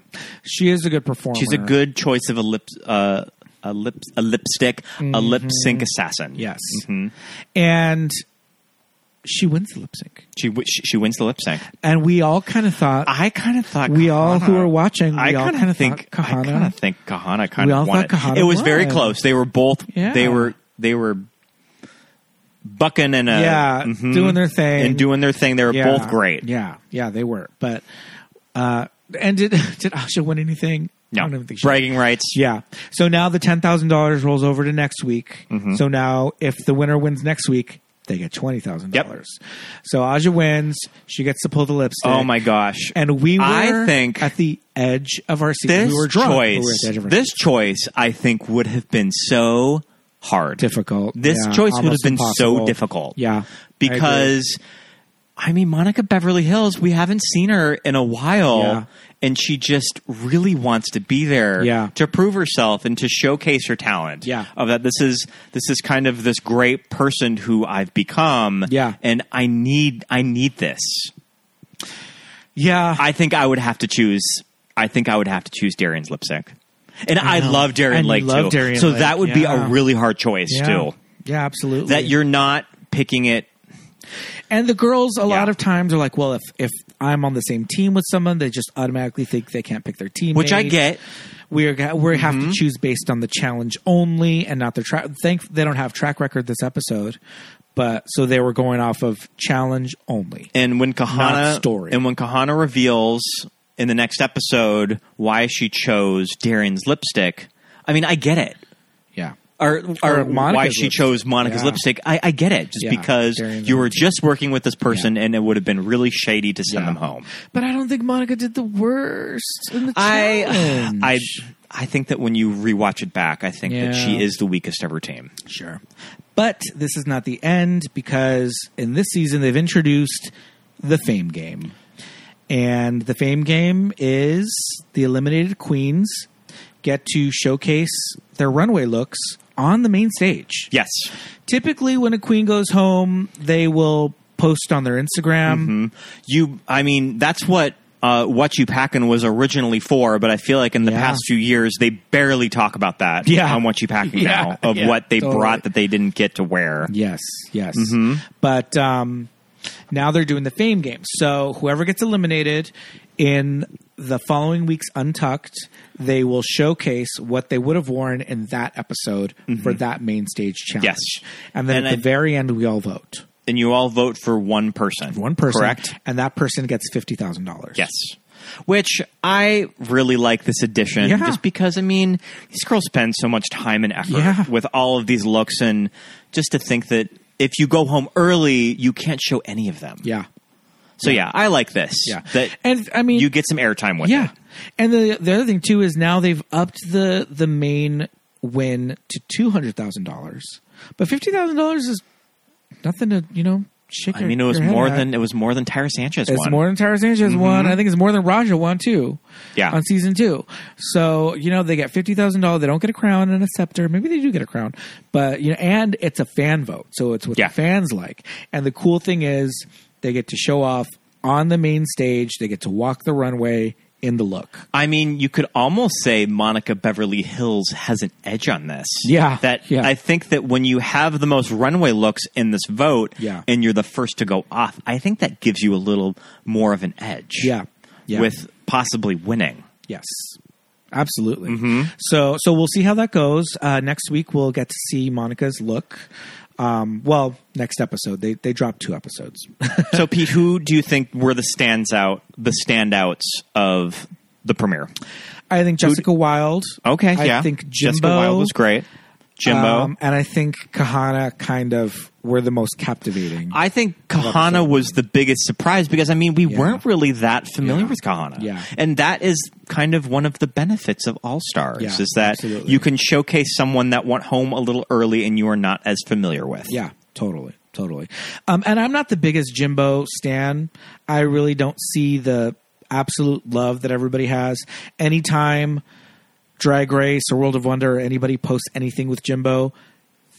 Speaker 1: she is a good performer.
Speaker 2: She's a good choice of a lip, uh, a lip, a lipstick, a lip sync assassin.
Speaker 1: Mm-hmm. yes,
Speaker 2: Mhm.
Speaker 1: and she wins the lip sync,
Speaker 2: she w- she she wins the lip sync.
Speaker 1: and we all kind of thought.
Speaker 2: I kind of thought
Speaker 1: We all
Speaker 2: Kahana-
Speaker 1: who were watching, we
Speaker 2: I
Speaker 1: all
Speaker 2: kind
Speaker 1: kinda
Speaker 2: of think
Speaker 1: thought
Speaker 2: I
Speaker 1: Kahana-
Speaker 2: kind of think Kahana kind
Speaker 1: We all
Speaker 2: of won.
Speaker 1: thought Kahana
Speaker 2: it. it was very
Speaker 1: won.
Speaker 2: close. They were both.
Speaker 1: Yeah.
Speaker 2: They were they were bucking and a,
Speaker 1: yeah,
Speaker 2: mhm,
Speaker 1: doing their thing
Speaker 2: and doing their thing. They were
Speaker 1: Yeah.
Speaker 2: both great.
Speaker 1: Yeah, yeah, they were. But uh, and did did Asha win anything? I
Speaker 2: No,
Speaker 1: don't even think she.
Speaker 2: bragging rights.
Speaker 1: Yeah. So now the ten thousand dollars rolls over to next week.
Speaker 2: Mm-hmm.
Speaker 1: So now if the winner wins next week, they get twenty thousand dollars. So Aja wins. She gets to pull the lipstick.
Speaker 2: Oh my gosh!
Speaker 1: And we were
Speaker 2: I think-
Speaker 1: at the edge of our seat.
Speaker 2: this
Speaker 1: we were drunk.
Speaker 2: choice,
Speaker 1: We were at the edge of our
Speaker 2: this
Speaker 1: seat.
Speaker 2: choice, I think would have been so hard,
Speaker 1: difficult.
Speaker 2: This
Speaker 1: Yeah,
Speaker 2: choice would have
Speaker 1: almost
Speaker 2: been so
Speaker 1: impossible.
Speaker 2: difficult.
Speaker 1: Yeah. I agree.
Speaker 2: because I, mean Monica Beverly Hills, we haven't seen her in a while
Speaker 1: Yeah.
Speaker 2: and she just really wants to be there
Speaker 1: Yeah.
Speaker 2: to prove herself and to showcase her talent.
Speaker 1: Yeah.
Speaker 2: Of that this is this is kind of this great person who I've become.
Speaker 1: Yeah.
Speaker 2: And I need I need this.
Speaker 1: Yeah.
Speaker 2: I think I would have to choose I think I would have to choose Darian's lip sync. And I, love Darian
Speaker 1: And you
Speaker 2: Lake
Speaker 1: love
Speaker 2: too.
Speaker 1: Darian
Speaker 2: so
Speaker 1: Lake,
Speaker 2: that would be a
Speaker 1: yeah.
Speaker 2: really hard choice
Speaker 1: yeah.
Speaker 2: too.
Speaker 1: Yeah, absolutely.
Speaker 2: That you're not picking it
Speaker 1: And the girls, a lot
Speaker 2: Yeah.
Speaker 1: of times, are like, "Well, if if I'm on the same team with someone, they just automatically think they can't pick their team."
Speaker 2: Which I get. Mm-hmm.
Speaker 1: We're ga- we have to choose based on the challenge only, and not the track. Thank they don't have track record this episode, but so they were going off of challenge only.
Speaker 2: And when Kahana
Speaker 1: Not story.
Speaker 2: and when Kahana reveals in the next episode why she chose Darian's lipstick, I mean, I get it.
Speaker 1: Yeah,
Speaker 2: Or, or,
Speaker 1: Or
Speaker 2: why
Speaker 1: Monica's
Speaker 2: she
Speaker 1: lipstick.
Speaker 2: chose Monica's
Speaker 1: Yeah.
Speaker 2: lipstick, I, I get it. Just
Speaker 1: Yeah,
Speaker 2: because
Speaker 1: Darian's
Speaker 2: you were just working with this person, and it would have been really shady to
Speaker 1: Yeah.
Speaker 2: send them home.
Speaker 1: but I don't think Monica did the worst in the
Speaker 2: I,
Speaker 1: challenge.
Speaker 2: I, I think that when you rewatch it back, I think that she
Speaker 1: Yeah.
Speaker 2: is the weakest of her team.
Speaker 1: Sure. But this is not the end because in this season they've introduced the fame game. And the fame game is the eliminated queens get to showcase their runway looks on the main stage.
Speaker 2: Yes,
Speaker 1: Typically when a queen goes home, they will post on their Instagram.
Speaker 2: you. I mean, that's what. Uh, what you packing was originally for, but I feel like in the
Speaker 1: Yeah.
Speaker 2: past few years they barely talk about that
Speaker 1: Yeah.
Speaker 2: on what you packing
Speaker 1: Yeah,
Speaker 2: now of
Speaker 1: yeah,
Speaker 2: what they
Speaker 1: totally.
Speaker 2: brought that they didn't get to wear.
Speaker 1: Yes, yes.
Speaker 2: Mm-hmm.
Speaker 1: But um, now they're doing the fame game. So whoever gets eliminated in the following week's Untucked, they will showcase what they would have worn in that episode for that main stage challenge.
Speaker 2: Mm-hmm. Yes.
Speaker 1: And then
Speaker 2: And
Speaker 1: at
Speaker 2: I-
Speaker 1: the very end, we all vote.
Speaker 2: And you all vote for one person.
Speaker 1: One person.
Speaker 2: correct?
Speaker 1: And that person gets $50,000.
Speaker 2: Yes. Which I really like this edition
Speaker 1: Yeah.
Speaker 2: just because I mean these girls spend so much time and effort
Speaker 1: Yeah.
Speaker 2: with all of these looks and just to think that if you go home early you can't show any of them.
Speaker 1: Yeah.
Speaker 2: So yeah, I like this.
Speaker 1: Yeah.
Speaker 2: That
Speaker 1: and I mean,
Speaker 2: you get some airtime with
Speaker 1: Yeah,
Speaker 2: it.
Speaker 1: and the the other thing too is now they've upped the the main win to two hundred thousand dollars, but fifty thousand dollars is nothing to you know shake.
Speaker 2: I
Speaker 1: your-
Speaker 2: mean it was
Speaker 1: your head
Speaker 2: more
Speaker 1: at.
Speaker 2: than it was more than Tyra Sanchez
Speaker 1: It's
Speaker 2: won.
Speaker 1: more than Tara Sanchez won. I think it's more than Raja won too.
Speaker 2: Yeah.
Speaker 1: on season two. So you know they get fifty thousand dollars. They don't get a crown and a scepter. Maybe they do get a crown, but you know, and it's a fan vote, so it's what
Speaker 2: Yeah.
Speaker 1: the fans like. And the cool thing is they get to show off on the main stage. They get to walk the runway in the look.
Speaker 2: I mean, you could almost say Monica Beverly Hills has an edge on this.
Speaker 1: Yeah,
Speaker 2: That
Speaker 1: yeah.
Speaker 2: I think that when you have the most runway looks in this vote
Speaker 1: Yeah.
Speaker 2: and you're the first to go off, I think that gives you a little more of an edge.
Speaker 1: Yeah. Yeah.
Speaker 2: With possibly winning.
Speaker 1: Yes. Absolutely.
Speaker 2: Mm-hmm.
Speaker 1: So so we'll see how that goes. Uh, next week we'll get to see Monica's look. Um, well, next episode they they dropped two episodes.
Speaker 2: so Pete, who do you think were the stands out the standouts of the premiere.
Speaker 1: I think Jessica Wilde.
Speaker 2: Okay,
Speaker 1: I
Speaker 2: yeah.
Speaker 1: think
Speaker 2: Jessica
Speaker 1: Jimbo-
Speaker 2: Wilde was great. Jimbo.
Speaker 1: Um, and I think Kahana kind of were the most captivating.
Speaker 2: I think Kahana was the biggest surprise because I mean we weren't really that familiar
Speaker 1: Yeah.
Speaker 2: with Kahana,
Speaker 1: Yeah.
Speaker 2: and that is kind of one of the benefits of All Stars
Speaker 1: Yeah,
Speaker 2: is that
Speaker 1: absolutely.
Speaker 2: you can showcase someone that went home a little early and you are not as familiar with.
Speaker 1: yeah, totally, totally. Um, and I'm not the biggest Jimbo stan. I really don't see the absolute love that everybody has. Anytime Drag Race or World of Wonder or anybody posts anything with Jimbo,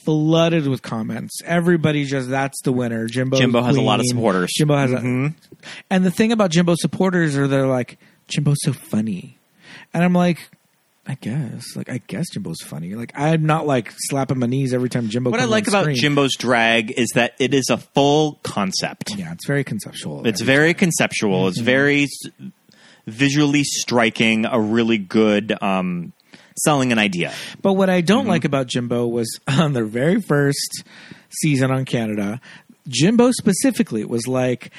Speaker 1: flooded with comments. Everybody just that's the winner. Jimbo.
Speaker 2: Jimbo has a lot of supporters. Mm-hmm.
Speaker 1: Jimbo has. A, and the thing about Jimbo supporters are they're like Jimbo's so funny, and I'm like. I guess, like, I guess Jimbo's funny. Like, I'm not like slapping my knees every time Jimbo.
Speaker 2: What I
Speaker 1: comes
Speaker 2: like
Speaker 1: on
Speaker 2: about
Speaker 1: screen.
Speaker 2: Jimbo's drag is that it is a full concept.
Speaker 1: Yeah, Mm-hmm. it's very conceptual.
Speaker 2: It's very conceptual. It's very s- visually striking. A really good um, selling an idea.
Speaker 1: But what I don't like about Jimbo was on their very first season on Canada, Jimbo specifically was like,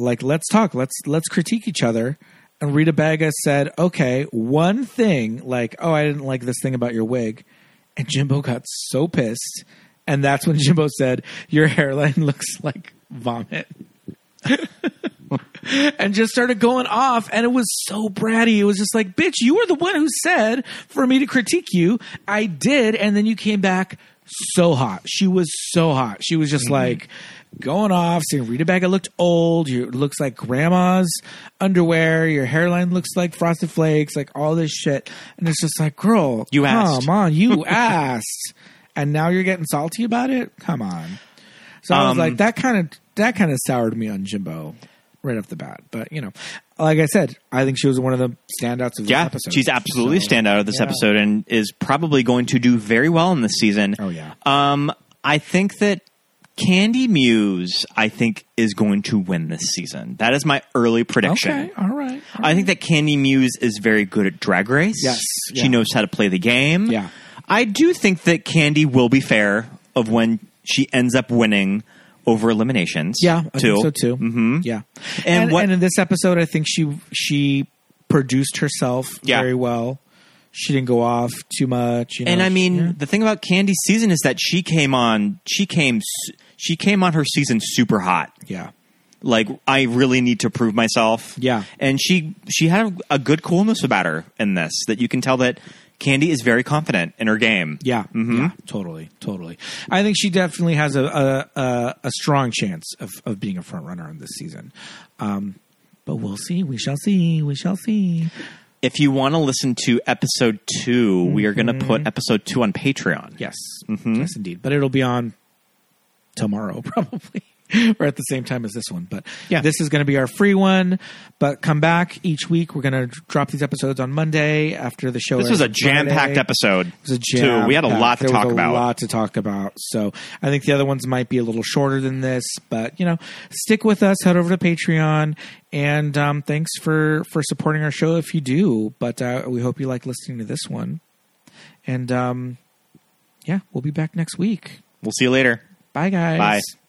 Speaker 1: like let's talk, let's let's critique each other. And Rita Baga said, "Okay, one thing, like, oh, I didn't like this thing about your wig," and Jimbo got so pissed. And that's when Jimbo said, "Your hairline looks like vomit." and just started going off and it was so bratty it was just like bitch you were the one who said for me to critique you i did and then you came back so hot she was so hot she was
Speaker 2: Mm-hmm.
Speaker 1: just like going off saying rita baga looked old you it looks like grandma's underwear your hairline looks like frosted flakes like all this shit and it's just like girl
Speaker 2: You asked.
Speaker 1: come on you asked and now you're getting salty about it come on so I was
Speaker 2: Um,
Speaker 1: like, that kind of that kind of soured me on Jimbo right off the bat. But you know, like I said, I think she was one of the standouts of this
Speaker 2: Yeah,
Speaker 1: episode.
Speaker 2: she's absolutely a
Speaker 1: So-
Speaker 2: standout of this
Speaker 1: yeah.
Speaker 2: episode and is probably going to do very well in this season.
Speaker 1: Oh, yeah.
Speaker 2: Um, I think that Candy Muse, I think, is going to win this season. That is my early prediction.
Speaker 1: Okay, all right. all
Speaker 2: I think that Candy Muse is very good at Drag Race.
Speaker 1: Yes, yeah.
Speaker 2: She knows how to play the game.
Speaker 1: Yeah.
Speaker 2: I do think that Candy will be fair of when she ends up winning over eliminations.
Speaker 1: Yeah, I
Speaker 2: too.
Speaker 1: think so too. Mm-hmm. Yeah, and and,
Speaker 2: what-
Speaker 1: in this episode, I think she she produced herself
Speaker 2: Yeah.
Speaker 1: very well. She didn't go off too much. You know,
Speaker 2: And I mean,
Speaker 1: yeah.
Speaker 2: the thing about Candy's season is that she came on, she came, s- she came on her season super hot.
Speaker 1: yeah,
Speaker 2: Like I really need to prove myself.
Speaker 1: Yeah.
Speaker 2: And she she had a, a good coolness about her in this that you can tell that Candy is very confident in her game. Mm,
Speaker 1: Yeah,
Speaker 2: Mm-hmm.
Speaker 1: yeah, totally, totally. I think she definitely has a a, a, a strong chance of, of being a front runner on this season. Um, but we'll see. We shall see. We shall see.
Speaker 2: If you want to listen to episode 2 we are going to
Speaker 1: Mm-hmm.
Speaker 2: put episode two on Patreon.
Speaker 1: Yes,
Speaker 2: Mm-hmm.
Speaker 1: yes, indeed. But it'll be on tomorrow, probably, or at the same time as this one. But
Speaker 2: Yeah.
Speaker 1: this is going to be our free one. But come back each week. We're going to drop these episodes on Monday after the show.
Speaker 2: This was a
Speaker 1: airs on
Speaker 2: jam packed
Speaker 1: Friday.
Speaker 2: episode.
Speaker 1: It was a
Speaker 2: too.
Speaker 1: jam.
Speaker 2: We had a lot to
Speaker 1: there
Speaker 2: talk
Speaker 1: was a
Speaker 2: about.
Speaker 1: lot to talk about. So I think the other ones might be a little shorter than this, but you know, stick with us. Head over to Patreon, and um, thanks for for supporting our show if you do. But uh, we hope you like listening to this one, and um, yeah, we'll be back next week.
Speaker 2: We'll see you later.
Speaker 1: Bye, guys.
Speaker 2: Bye.